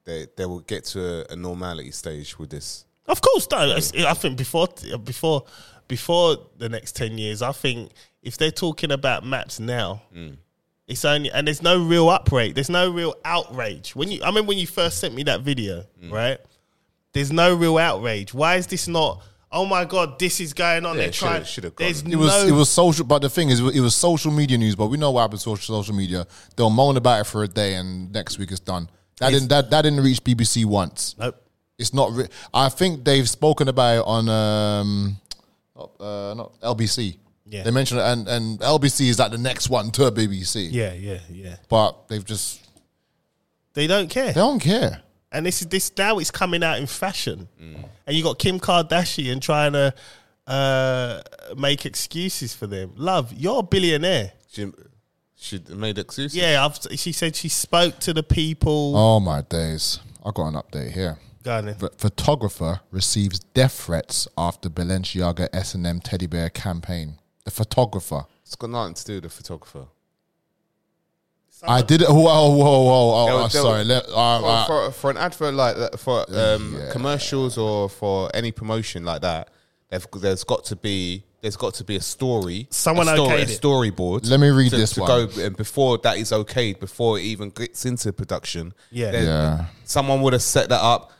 they they will get to a, a normality stage with this. of course no It's- i think before before before the next 10 years i think if they're talking about maps now Mm. It's only and there's no real uprate. There's no real outrage. When you I mean when you first sent me that video, Mm. right? There's no real outrage. Why is this not oh my god, this is going on? Yeah, They're it should've- trying should've gone. there's It was no it was social, but the thing is, it was social media news. But we know what happens to social social media. They'll moan about it for a day, and next week it's done. That didn't that, that didn't reach BBC once. Nope. It's not. Re- I think they've spoken about it on um, uh, not LBC. Yeah. they mentioned it, and and LBC is like the next one to BBC. Yeah, yeah, yeah. but they've just They don't care. they don't care. And this is this now it's coming out in fashion. And you got Kim Kardashian trying to uh, make excuses for them. Love, you're a billionaire. She, she made excuses. Yeah, I've, she said she spoke to the people. Oh my days! I got an update here. Go on then. Ph- photographer receives death threats after Balenciaga S and M teddy bear campaign. The photographer. It's got nothing to do with the photographer. I did it. Whoa, whoa, whoa, whoa! Oh, They'll- I'm they'll- sorry. Let, all right, for, all right. for, for an advert like that, for um, commercials or for any promotion like that, they've, there's got to be there's got to be a story. Someone a story, okayed a it. storyboard. Let me read to, this to one. Go, and before that is okayed, before it even gets into production, Yeah. then Yeah. someone would have set that up.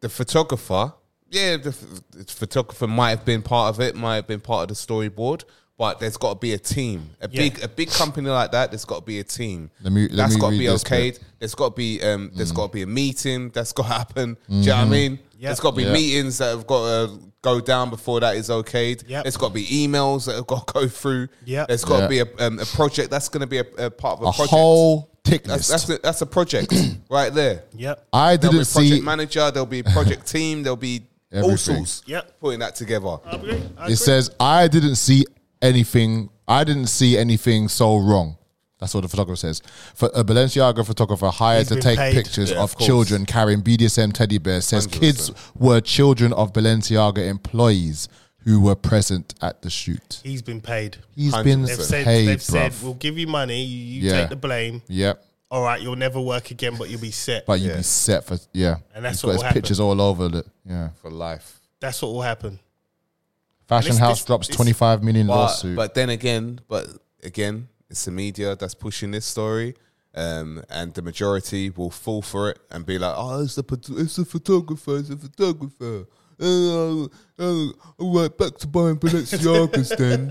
The photographer, yeah, the, ph- the photographer might have been part of it, might have been part of the storyboard. But there's got to be a team, a Yeah. big, a big company like that. There's got to be a team. Let me- let That's me got to read be this okayed. bit. Mm. There's got to be um, there's got to be a meeting that's got to happen. Do you know what I mean? There's got to be Mm-hmm. Yeah. meetings that have got to go down before that is okayed. Yep. There's got to be emails that have got to go through. Yep. There's got to Yeah. be a, um, a project that's going to be a, a part of a, a project. whole tick that's list. that's a, that's a project right there. Yep. I There'll be didn't a project see. manager. There'll be a project team. There'll be all Everything. sorts. Yep. Putting that together. I agree. I agree. It says I didn't see anything. I didn't see anything so wrong. That's what the photographer says. For a Balenciaga photographer hired He's to been take paid. pictures Yeah, of of course. children carrying BDSM teddy bears says kids were children of Balenciaga employees who were present at the shoot. he's been paid. He's been They've said paid, they've said bruv. we'll give you money. You, you Yeah. take the blame. Yep. All right, you'll never work again, but you'll be set. But you'd be set for yeah. And that's He's what got will his happen. pictures all over the yeah. For life. That's what will happen. Fashion this- house this- drops this- twenty five million But, lawsuit. but then again, but again, it's the media that's pushing this story, um, and the majority will fall for it and be like, "Oh, it's the phot- it's the photographer, it's the photographer." Uh, uh, all right, back to buying Balenciagas then.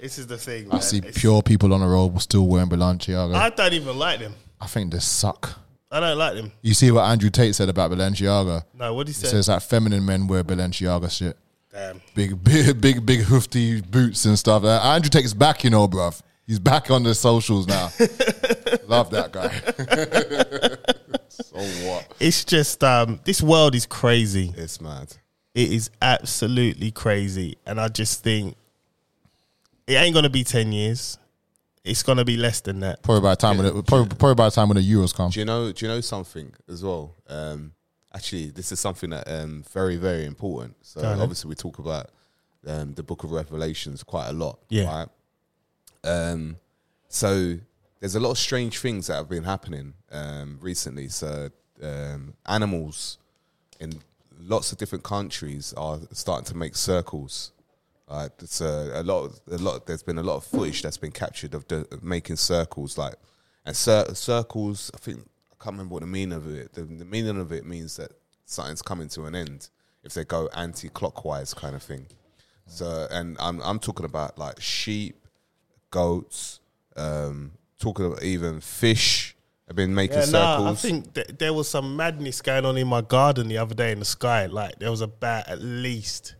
This is the thing. I man. see It's- pure people on the road still wearing Balenciaga. I don't even like them. I think they suck. I don't like them. You see what Andrew Tate said about Balenciaga. No, what do you He say? says that feminine men wear Balenciaga shit. Damn. Big, big, big, big hoofty boots and stuff. Uh, Andrew Tate's back, you know, bruv. He's back on the socials now. Love that guy. so what? It's just um, this world is crazy. It's mad. It is absolutely crazy, and I just think it ain't gonna be ten years. It's gonna be less than that. Probably by the time when the, probably, probably by the time when the Euros come. Do you know? Do you know something as well? Um, actually, this is something that um very very important. So on then. obviously we talk about um the Book of Revelations quite a lot. Yeah. right? Um, so there's a lot of strange things that have been happening um recently. So um animals in lots of different countries are starting to make circles. Right, it's a, a lot. Of, a lot. There's been a lot of footage that's been captured of, the, of making circles, like and cir- circles. I think I can't remember what the meaning of it. The, the meaning of it means that something's coming to an end if they go anti-clockwise, kind of thing. So, and I'm I'm talking about like sheep, goats, um, talking about even fish have been making Yeah, circles. nah, I think that there was some madness going on in my garden the other day in the sky. Like there was about at least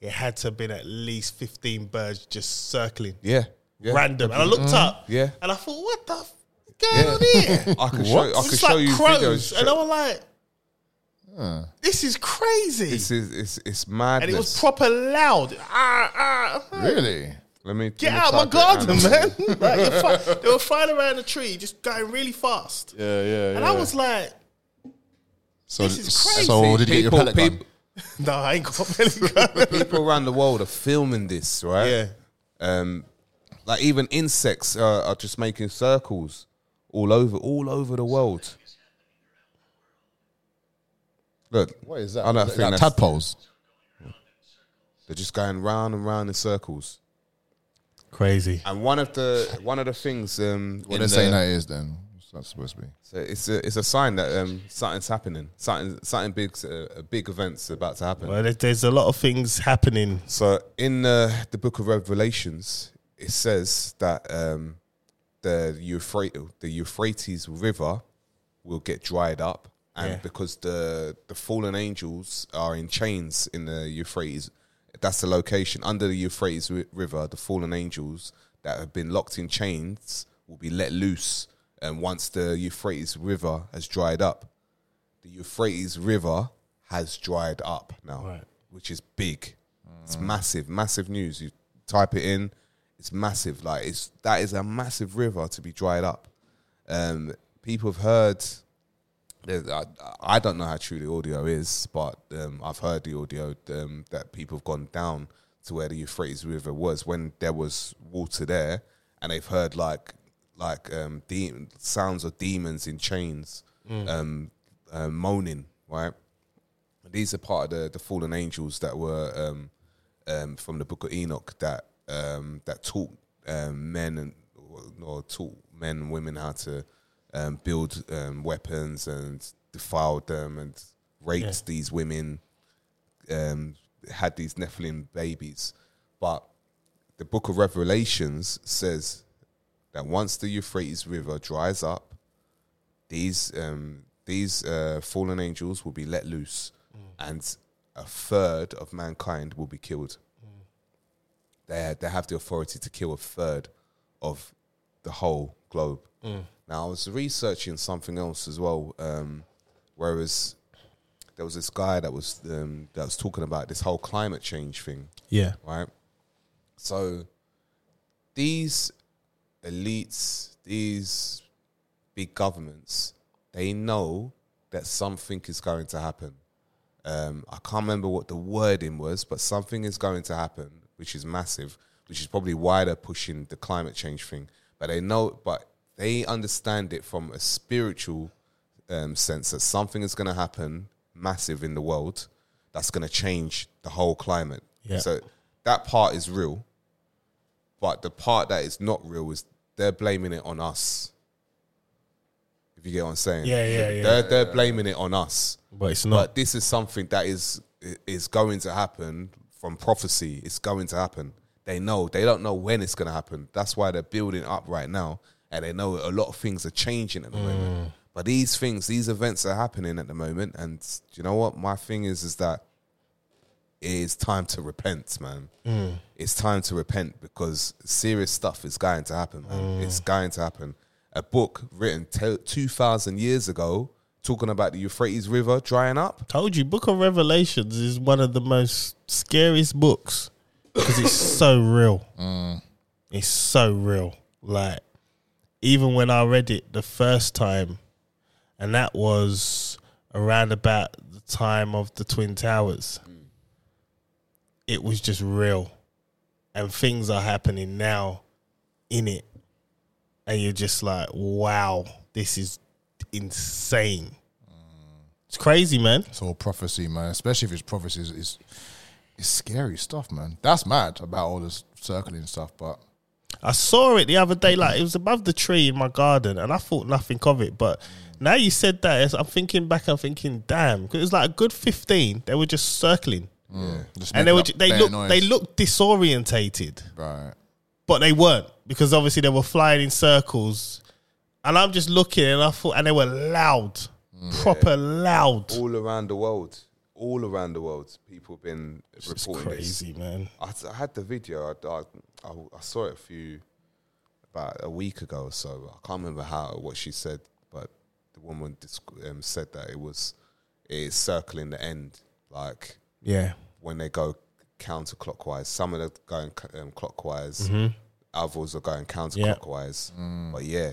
it had to have been at least fifteen birds just circling. yeah, yeah. Mm-hmm. Random. And I looked up Yeah. and I thought, what the f- is going on here? I can show. I It's can show like you crows. videos. And I was like, this is crazy. It's it's it's, it's madness. and it was proper loud. Ah, ah. Really? Let me Get let me out of my type it garden, man. and- like, you're fi- they were flying around the tree, just going really fast. Yeah, yeah. And I was like, so, this is crazy. So did you get your People- pellet gun? people- no, I ain't got belly gun. People around the world are filming this, right? yeah. Um, like even insects are, are just making circles all over, all over the world. Look, What is that? I Like don't think that's, tadpoles. they're just going round and round in circles. Crazy. And one of the one of the things, um, What in they're the- saying that is then. It's not supposed to be. so it's a it's a sign that um, something's happening. Something something big, uh, a big event's about to happen. Well, there- there's a lot of things happening. So in uh, the book of Revelations, it says that um, the Euphrates, the Euphrates River, will get dried up, and Yeah. because the the fallen angels are in chains in the Euphrates, that's the location under the Euphrates ri- River. The fallen angels that have been locked in chains will be let loose, and once the Euphrates River has dried up, the Euphrates River has dried up now, Right. which is big. It's massive, massive news. You type it in, it's massive. Like it's that is a massive river to be dried up. Um, people have heard. there's- I, I don't know how true the audio is, but um, I've heard the audio um, that people have gone down to where the Euphrates River was when there was water there, and they've heard like like um, de- sounds of demons in chains um, uh, moaning, right? These are part of the, the fallen angels that were um, um, from the Book of Enoch that um, that taught um, men and or taught men and women how to um, build um, weapons and defiled them and raped Yeah. these women, um, had these Nephilim babies, but the Book of Revelations says that once the Euphrates River dries up, these um, these uh, fallen angels will be let loose, and a third of mankind will be killed. They they have the authority to kill a third of the whole globe. Now I was researching something else as well, um, whereas there was this guy that was um, that was talking about this whole climate change thing Yeah. right? So these elites, these big governments, they know that something is going to happen. Um, I can't remember what the wording was, but something is going to happen, which is massive, which is probably why they're pushing the climate change thing. But they know, but they understand it from a spiritual um, sense that something is going to happen massive in the world that's going to change the whole climate. Yeah. So that part is real, but the part that is not real is they're blaming it on us. If you get what I'm saying, Yeah, yeah, yeah. They're, they're blaming it on us. But it's But this is something that is is going to happen from prophecy. It's going to happen. They know. They don't know when it's going to happen. That's why they're building up right now, and they know a lot of things are changing at the Mm. moment. But these things, these events are happening at the moment, and do you know what? My thing is, is that it is time to repent, man. Mm. It's time to repent because serious stuff is going to happen, man. Mm. It's going to happen. A book written t- 2,000 years ago talking about the Euphrates River drying up. Told you, Book of Revelations is one of the most scariest books because it's so real. It's so real. Like, even when I read it the first time, and that was around about the time of the Twin Towers, it was just real. And things are happening now in it. And you're just like, wow, this is insane. It's crazy, man. It's all prophecy, man. Especially if it's prophecies, it's it's scary stuff, man. That's mad about all this circling stuff, but I saw it the other day, like it was above the tree in my garden, and I thought nothing of it. But now you said that, it's- I'm thinking back, I'm thinking, damn, 'cause it was like a good 15. They were just circling, just and they making were up ju- they bare looked noise. they looked disorientated, right. but they weren't because obviously they were flying in circles. And I'm just looking, and I thought, and they were loud, Mm. proper loud. All around the world, all around the world, people have been It's reporting this. crazy, man. I, s- I had the video. I, I- I- I saw it a few about a week ago or so. I can't remember how what she said, but the woman disc- um, said that it was it is circling the end, like Yeah, when they go counterclockwise. Some of them going c- um, clockwise, others are going counterclockwise. Mm. But yeah,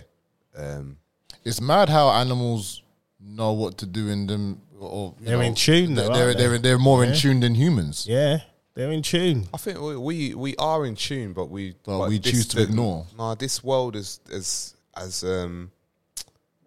um, It's mad how animals know what to do in them, or you They're know, in tune though, They're aren't they're, they? they're, they're more in tune than humans. yeah, they're in tune. I think we, we we are in tune, but we But we choose to ignore. Nah, this world is as as um,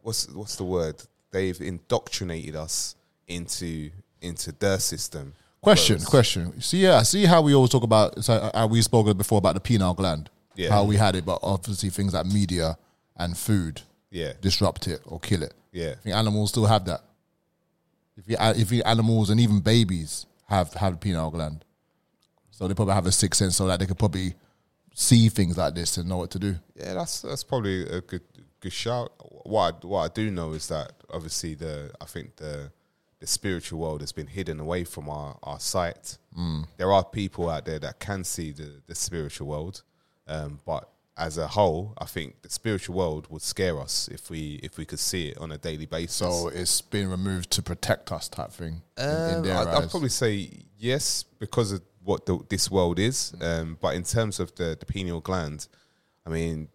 what's what's the word? They've indoctrinated us into into their system. Question, question. See, yeah, I see how we always talk about. So, uh, we spoke before about the penile gland, Yeah. how we had it, but obviously things like media and food Yeah. disrupt it or kill it. Yeah. I think animals still have that. If you, if you animals and even babies have have penile gland, so they probably have a sixth sense, so that they could probably see things like this and know what to do. Yeah, that's that's probably a good good shout. What I, what I do know is that obviously the I think the the spiritual world has been hidden away from our our sight. Mm. There are people out there that can see the the spiritual world, um, but as a whole, I think the spiritual world would scare us if we if we could see it on a daily basis. So it's been removed to protect us, type thing. in- in, Um, their I'd, I'd eyes. probably say yes because of what the, this world is. Mm. Um, but in terms of the, the pineal gland, I mean,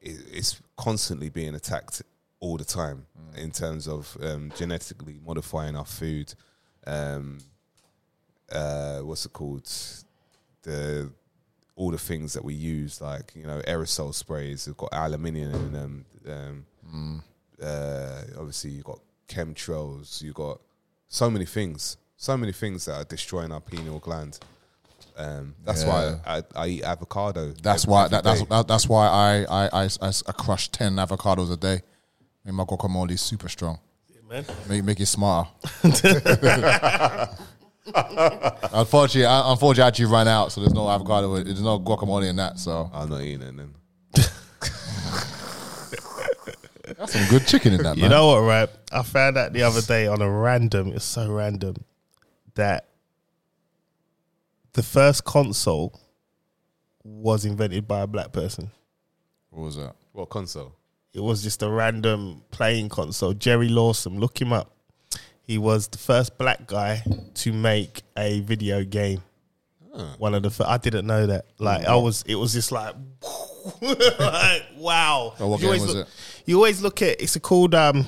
it, it's constantly being attacked all the time Mm. in terms of um, genetically modifying our food. Um, uh, what's it called? The all the things that we use, like you know aerosol sprays. They've got aluminium in them. Um, Mm. uh, obviously, you've got chemtrails. You've got so many things. So many things that are destroying our pineal gland. Um, that's why I, I eat avocado. That's every- why every that, that's day. that, that's why I I, I, I I crush ten avocados a day. Make my guacamole super strong. man. Make make it smarter. unfortunately, I, unfortunately, I actually ran out, so there's no avocado. There's no guacamole in that. So I'm not eating it then. that's some good chicken in that, man. You know what, right? I found out the other day on a random, it's so random, that the first console was invented by a black person. what was that? What console? It was just a random playing console. Jerry Lawson, look him up. He was the first black guy to make a video game. One of the fir- I didn't know that. Like Mm. I was, it was just like, like, wow. Oh, what you always game was look, it? You always look at it's called um.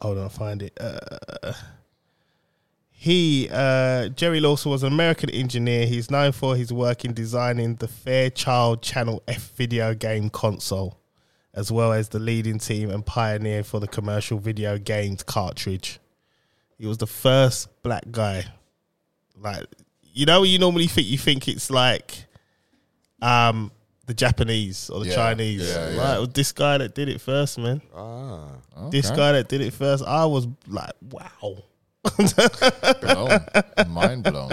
Hold on, I'll find it. Uh, he uh, Jerry Lawson was an American engineer. He's known for his work in designing the Fairchild Channel F video game console, as well as the leading team and pioneer for the commercial video games cartridge. He was the first black guy. Like you know, you normally think you think it's like, um, the Japanese or the Yeah, Chinese. yeah, Like, yeah. well, this guy that did it first, man. Ah, This Okay. guy that did it first, I was like, wow. blown. Mind blown.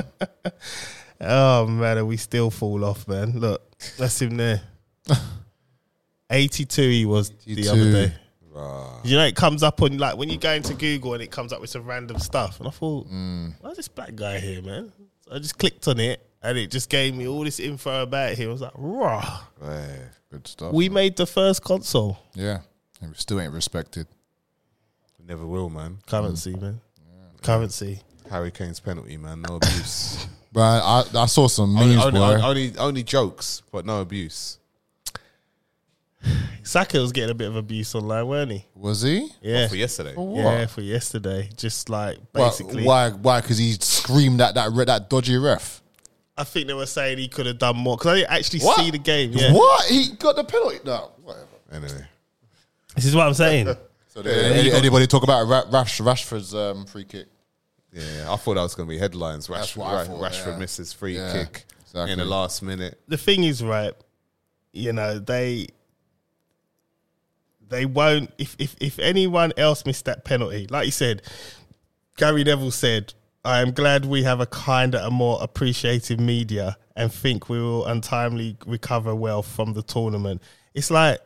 Oh man, and we still fall off, man. Look, that's him there. 82 he was the 82. other day. rah. You know, it comes up on like when you go into Google and it comes up with some random stuff. And I thought, why's this black guy here, man? So I just clicked on it and it just gave me all this info about him. I was like, rah. Eh. Good stuff. We made the first console yeah, and we still ain't respected. never will, man. currency, man. Currency. Harry Kane's penalty, man. No abuse. But I, I saw some memes, only, boy. only, only, only jokes, but no abuse. Saka was getting a bit of abuse online, weren't he? was he? Yeah. For yesterday, Yeah, for yesterday. Just like Why- basically. why? Why? Because he screamed at that re- that dodgy ref. I think they were saying he could have done more because I didn't actually What? see the game. Yeah. What? He got the penalty. No, whatever. anyway. This is what I'm saying. So did any- anybody talk about Ra- Rash, Rashford's um, free kick? Yeah, I thought that was going to be headlines. That's Rashford, what I Ra- thought, Rashford yeah. misses free Yeah, kick exactly. in the last minute. the thing is, right? You know they they won't if if if anyone else missed that penalty, like you said, Gary Neville said. I am glad we have a kinder and more appreciative media and think we will untimely recover well from the tournament. It's like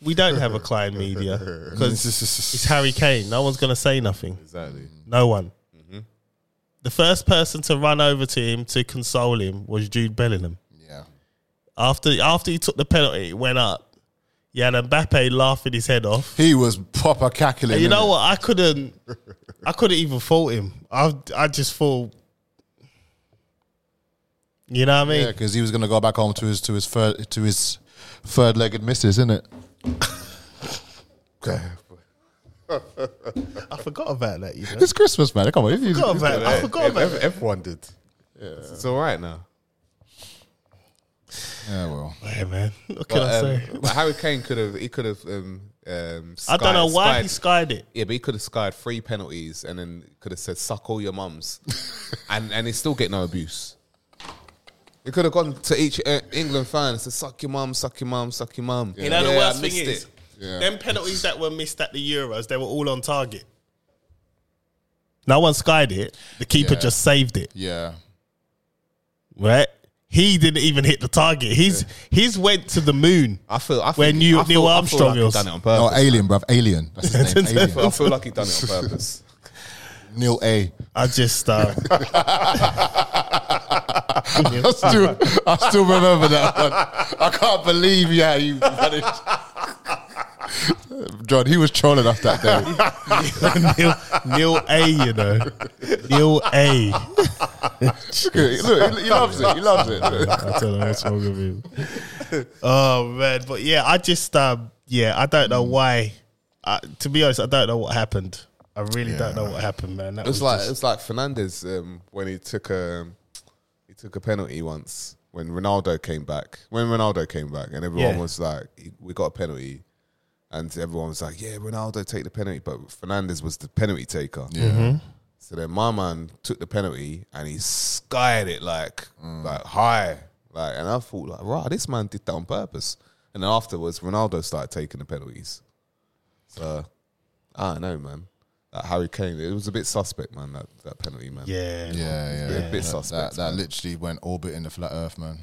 we don't have a kind media because it's Harry Kane. No one's going to say nothing. Exactly. No one. The first person to run over to him to console him was Jude Bellingham. Yeah. After after he took the penalty, it went up. He had Mbappe laughing his head off. He was proper cackling. And you know innit? what? I couldn't. I couldn't even fault him. I I just thought. You know what I mean? Yeah, because he was gonna go back home to his to his third to his third legged missus, isn't it? okay. I forgot about that. You know? It's Christmas, man. Come on, if you, forgot if- about, I forgot about uh, Ev- ev- everyone did. It's all right now. yeah, well, that. Hey, man, what can I But, say? um, but Harry Kane could have. He could have. Um, um, I skied- don't know why skied- he skied it. Yeah, but he could have skied three penalties and then could have said "suck all your mums," and and he still get no abuse. He could have gone to each uh, England fan and said "suck your mum, suck your mum, suck your mum." You know Yeah, the worst I thing is, missed it. them penalties that were missed at the Euros, they were all on target. No one skied it. The keeper Yeah. just saved it. yeah, Right? He didn't even hit the target. His his went to the moon. I feel. I feel When you- I feel- Neil I feel Armstrong like he was- done it on no, purpose. alien, bruv, alien. That's his name. I alien. feel- I feel like he done it on purpose. Neil A. I just uh, I still, I still remember that one. I can't believe, yeah, you managed. John, he was trolling us that day. Neil, Neil A, you know. Neil A. Look, at it. Look, he he loves it. He loves it. I don't know what's wrong with him. Oh man, but yeah, I just um yeah, I don't know why. I, to be honest, I don't know what happened. I really don't know what happened, man. That It was was um, like it was like Fernandez um, when he took a he took a penalty once, when Ronaldo came back. When Ronaldo came back, and everyone Yeah. was like, "We got a penalty," and everyone was like, "Yeah, Ronaldo take the penalty," but Fernandez was the penalty taker. Yeah. Mm-hmm. So then my man took the penalty and he skied it like Mm. like high, like, and I thought like, "Right, this man did that on purpose." And then afterwards, Ronaldo started taking the penalties. So I don't know, man. That Harry Kane, it was a bit suspect, man. That that penalty, man. Yeah, Yeah, yeah. a bit That- suspect, That, that man. literally went orbiting the flat Earth, man.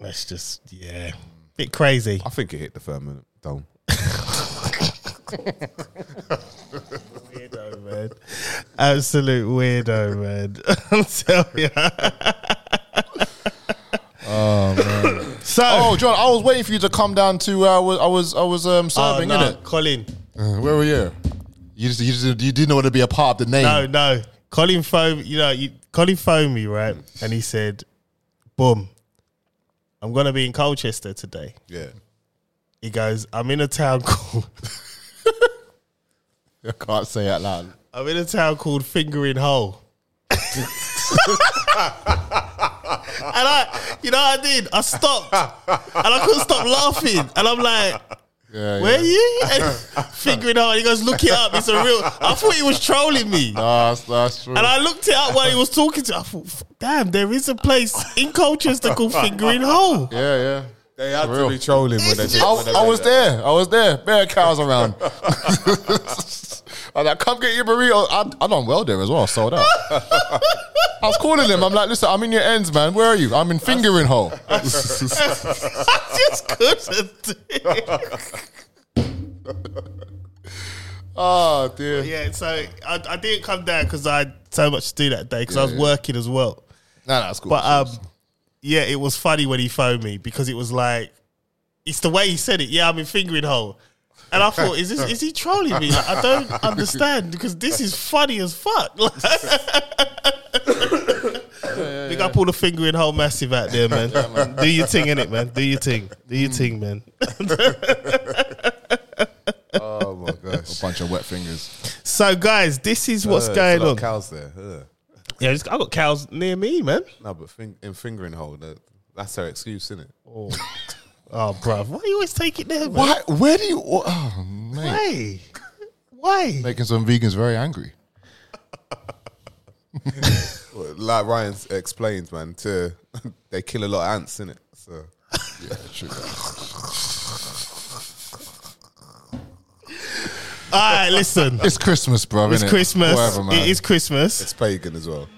that's just yeah, bit crazy. I think it hit the firmament dome. weirdo, man. Absolute weirdo, man. I'm telling you. Oh man. So, oh, John, I was waiting for you to come down to. Uh, I was, I was, I was um, Oh, serving, no, innit? Colin. Where were you? You just, you just, you didn't want to be a part of the name. No, no. Colin phoned, you know, you, Colin phoned me, right? And he said, boom, I'm going to be in Colchester today. Yeah. He goes, I'm in a town called, I can't say it out loud. I'm in a town called Fingering Hole. and I, you know what I did? I stopped. And I couldn't stop laughing. And I'm like, Yeah, Where yeah. you? And figuring out. He goes, look it up. It's a real. I thought he was trolling me. No, that's, that's true. And I looked it up while he was talking to. I thought, "F- damn, there is a place in Colchester called Fingering Hole. yeah, yeah. They had real. to be trolling when they It's did. I, when they I made was that. there. I was there. Bear cows around. I'm like, come get your burrito. I, I done well there as well. I Sold out. I was calling him. I'm like, listen, I'm in your ends, man. Where are you? I'm in fingering hole. I just couldn't. do it. Oh dear. yeah, so I, I didn't come down because I had so much to do that day because I was working as well. Nah, nah, that's cool. But um, yeah, it was funny when he phoned me because it was like, it's the way he said it. Yeah, I'm in fingering hole, and I thought, is this is he trolling me? Like, I don't understand because this is funny as fuck. Like- Big up all the fingering hole massive out there, man. Do your thing in it, man. Do your thing. Do your thing, man. Oh my gosh. a bunch of wet fingers. So, guys, this is what's going on. Cows there. Ugh. yeah, I just- I got cows near me, man. No, but fing- in fingering hole, that, that's her excuse, isn't it? Oh, bruv, why you always take it there, man? Why? Where do you? Oh, Why? mate. Why? Making some vegans very angry. Like Ryan explained, man. To they kill a lot of ants, innit? So All right, listen. It's Christmas, bro. It's innit? Christmas. Whatever, man. it is Christmas. it's pagan as well.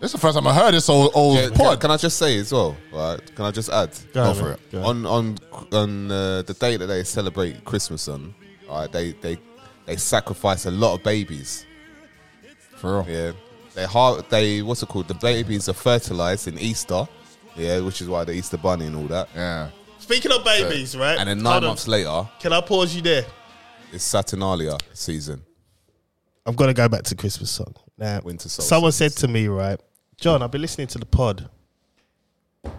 This is the first time I heard this old old Yeah, pod. Can, can I just say as well? Right? Can I just add? Go on, for man. it. Go on. on on on uh, the day that they celebrate Christmas on, all right, they they they sacrifice a lot of babies. For real. Yeah, they har- they what's it called? The babies are fertilized in Easter. Yeah, which is why the Easter bunny and all that. Yeah. Speaking of babies, right? And then Hold nine on. months later, Can I pause you there? it's Saturnalia season. I'm gonna go back to Christmas song. Now, Winter Solstice. Someone said to me, right, John, I've been listening to the pod.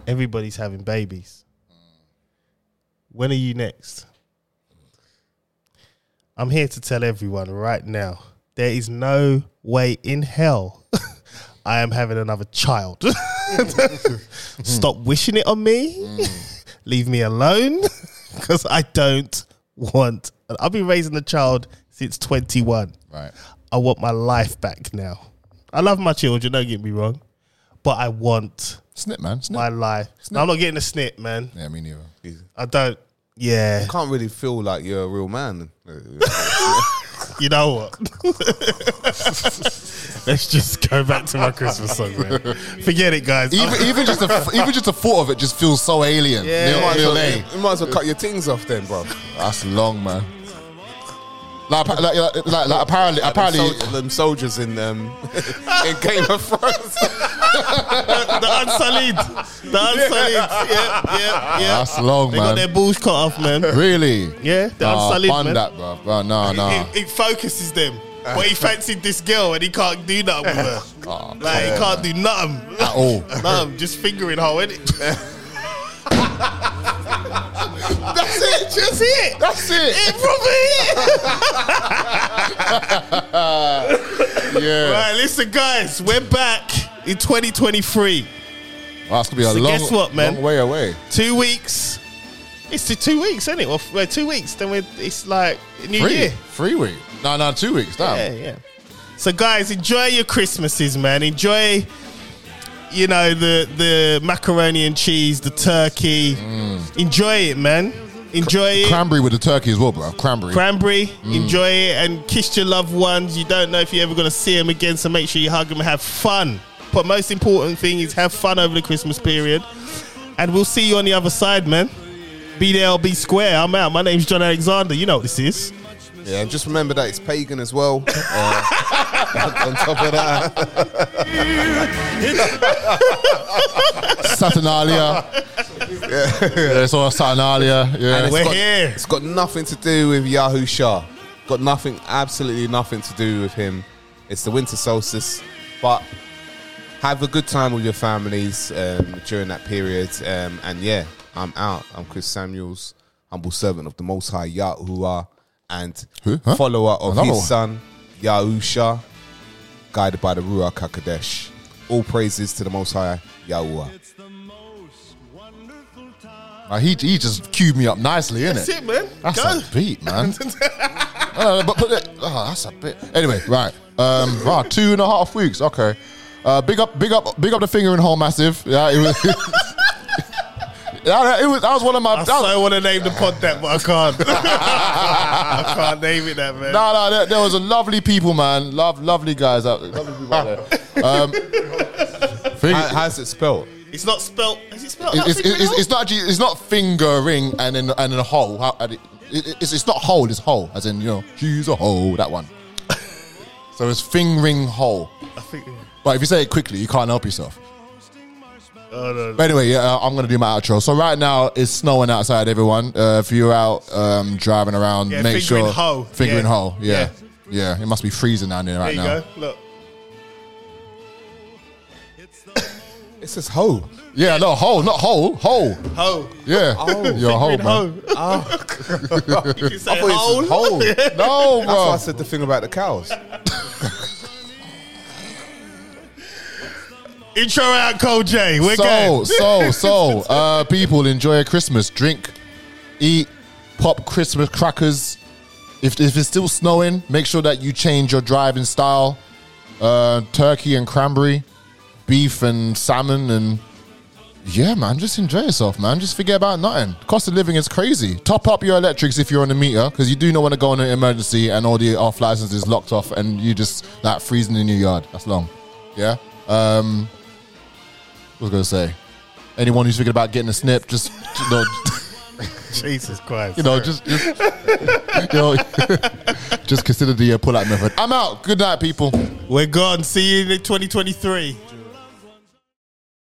Everybody's having babies. When are you next? I'm here to tell everyone right now, there is no way in hell I am having another child. Stop wishing it on me. Mm. Leave me alone because I don't want. I've been raising a child since 21. Right. I want my life back now. I love my children, don't get me wrong, but I want Snip, man. Snip. my life. No, I'm not getting a snip, man. yeah, me neither. I don't. Yeah, Can't really feel like you're a real man. you know what? Let's just go back to my Christmas song, man. Forget it, guys. Even, even just the even just the thought of it just feels so alien. Oh. Yeah. Lil- you, might as Lil well, A. you might as well cut your things off then, bro. That's long, man. Like, appa- like, like, like, like apparently, apparently, Them, sol- them soldiers in um, in Game of Thrones. the unsullied, the unsullied. Yeah, yeah, yeah. that's long, They got man. their balls cut off, man. really? Yeah, the Nah, unsullied, bun man. that, bro. bro no, no. It, it focuses them. But he fancied this girl and he can't do nothing with her. like, he can't do nothing. At all. Nothing, just fingering her, innit? That's it, just it. That's it. It probably it. Yeah. Right, listen, guys, we're back in 2023. Wow, that's gonna be a So long, guess what, man? long way away. Two weeks. It's the two weeks, isn't it? Well, we're two weeks. Then we're it's like New Three, Year. three weeks. No, no, two weeks. Damn. Yeah, yeah. So guys, enjoy your Christmases, man. Enjoy, you know, the the macaroni and cheese, the turkey. Enjoy it, man. Enjoy it. Cranberry with the turkey as well, bro. Cranberry. Cranberry, enjoy it and kiss your loved ones. You don't know if you're ever going to see them again, so make sure you hug them and have fun. But most important thing is have fun over the Christmas period. And we'll see you on the other side, man. Be there or be square. I'm out. My name's John Alexander. You know what this is. Yeah, and just remember that it's pagan as well. Uh, on top of that, Saturnalia. yeah, it's all Saturnalia. Yeah. We're got, here. It's got nothing to do with Yahoo Shah. Got nothing, absolutely nothing to do with him. It's the winter solstice, but have a good time with your families um, during that period. Um, and yeah, I'm out. I'm Chris Samuels, humble servant of the Most High Yahuwah, and Who? Huh? follower of Another his one. son Yahusha, guided by the Ruach Hakodesh. All praises to the Most High Yahuwah. Like, he, he just queued me up nicely, innit? That's it, man. That's Go. a beat, man. Uh, but, but, uh, oh, that's a bit. Anyway, right. Um, right, two and a half weeks. Okay. Uh, big up, big up, big up the finger and hole, massive. Yeah, it was. Yeah, it was. That was one of my. I That was, so want to name the pod that, but I can't. I can't name it that, man. No, no, there, there was a lovely people, man. Love, lovely guys out, lovely people out there. Um, fing- How, how's it spelled? It's not spelt. Is it spelt? it's, it's, it's, it's not actually, it's not fingering and then and then a hole. How, and it, it, it's, it's not hole, it's hole, as in you know, she's a hole. That one. so it's fingering hole. I think. But if you say it quickly, you can't help yourself. Oh no. But anyway, yeah, uh, I'm gonna do my outro. So right now it's snowing outside, everyone. Uh, if you're out um, driving around, Yeah, make fingering sure hole. fingering Yeah. hole. Yeah. Yeah. yeah, It must be freezing down there There right you now. go. Look. It says ho. Yeah, no hole, not hole, hole. Ho. Yeah, you're a hole, Fingering man. ho. you can say I thought hole. it said hole. That's No, why I bro. said the thing about the cows. Intro out, Cole J. We're so, going. so, so, uh, people enjoy Christmas. Drink, eat, pop Christmas crackers. If, if it's still snowing, make sure that you change your driving style. Uh, turkey and cranberry, beef and salmon, and yeah, man, just enjoy yourself, man. Just forget about nothing. Cost of living is crazy. Top up your electrics if you're on the meter because you do not want to go on an emergency and all the off license is locked off and you just like freezing in your yard. That's long. Yeah. Um, what was I gonna say? Anyone who's thinking about getting a snip, just you know, Jesus Christ. you know, just, just you know, just consider the uh, pull-out method. I'm out. Good night, people. We're gone. See you in 2023.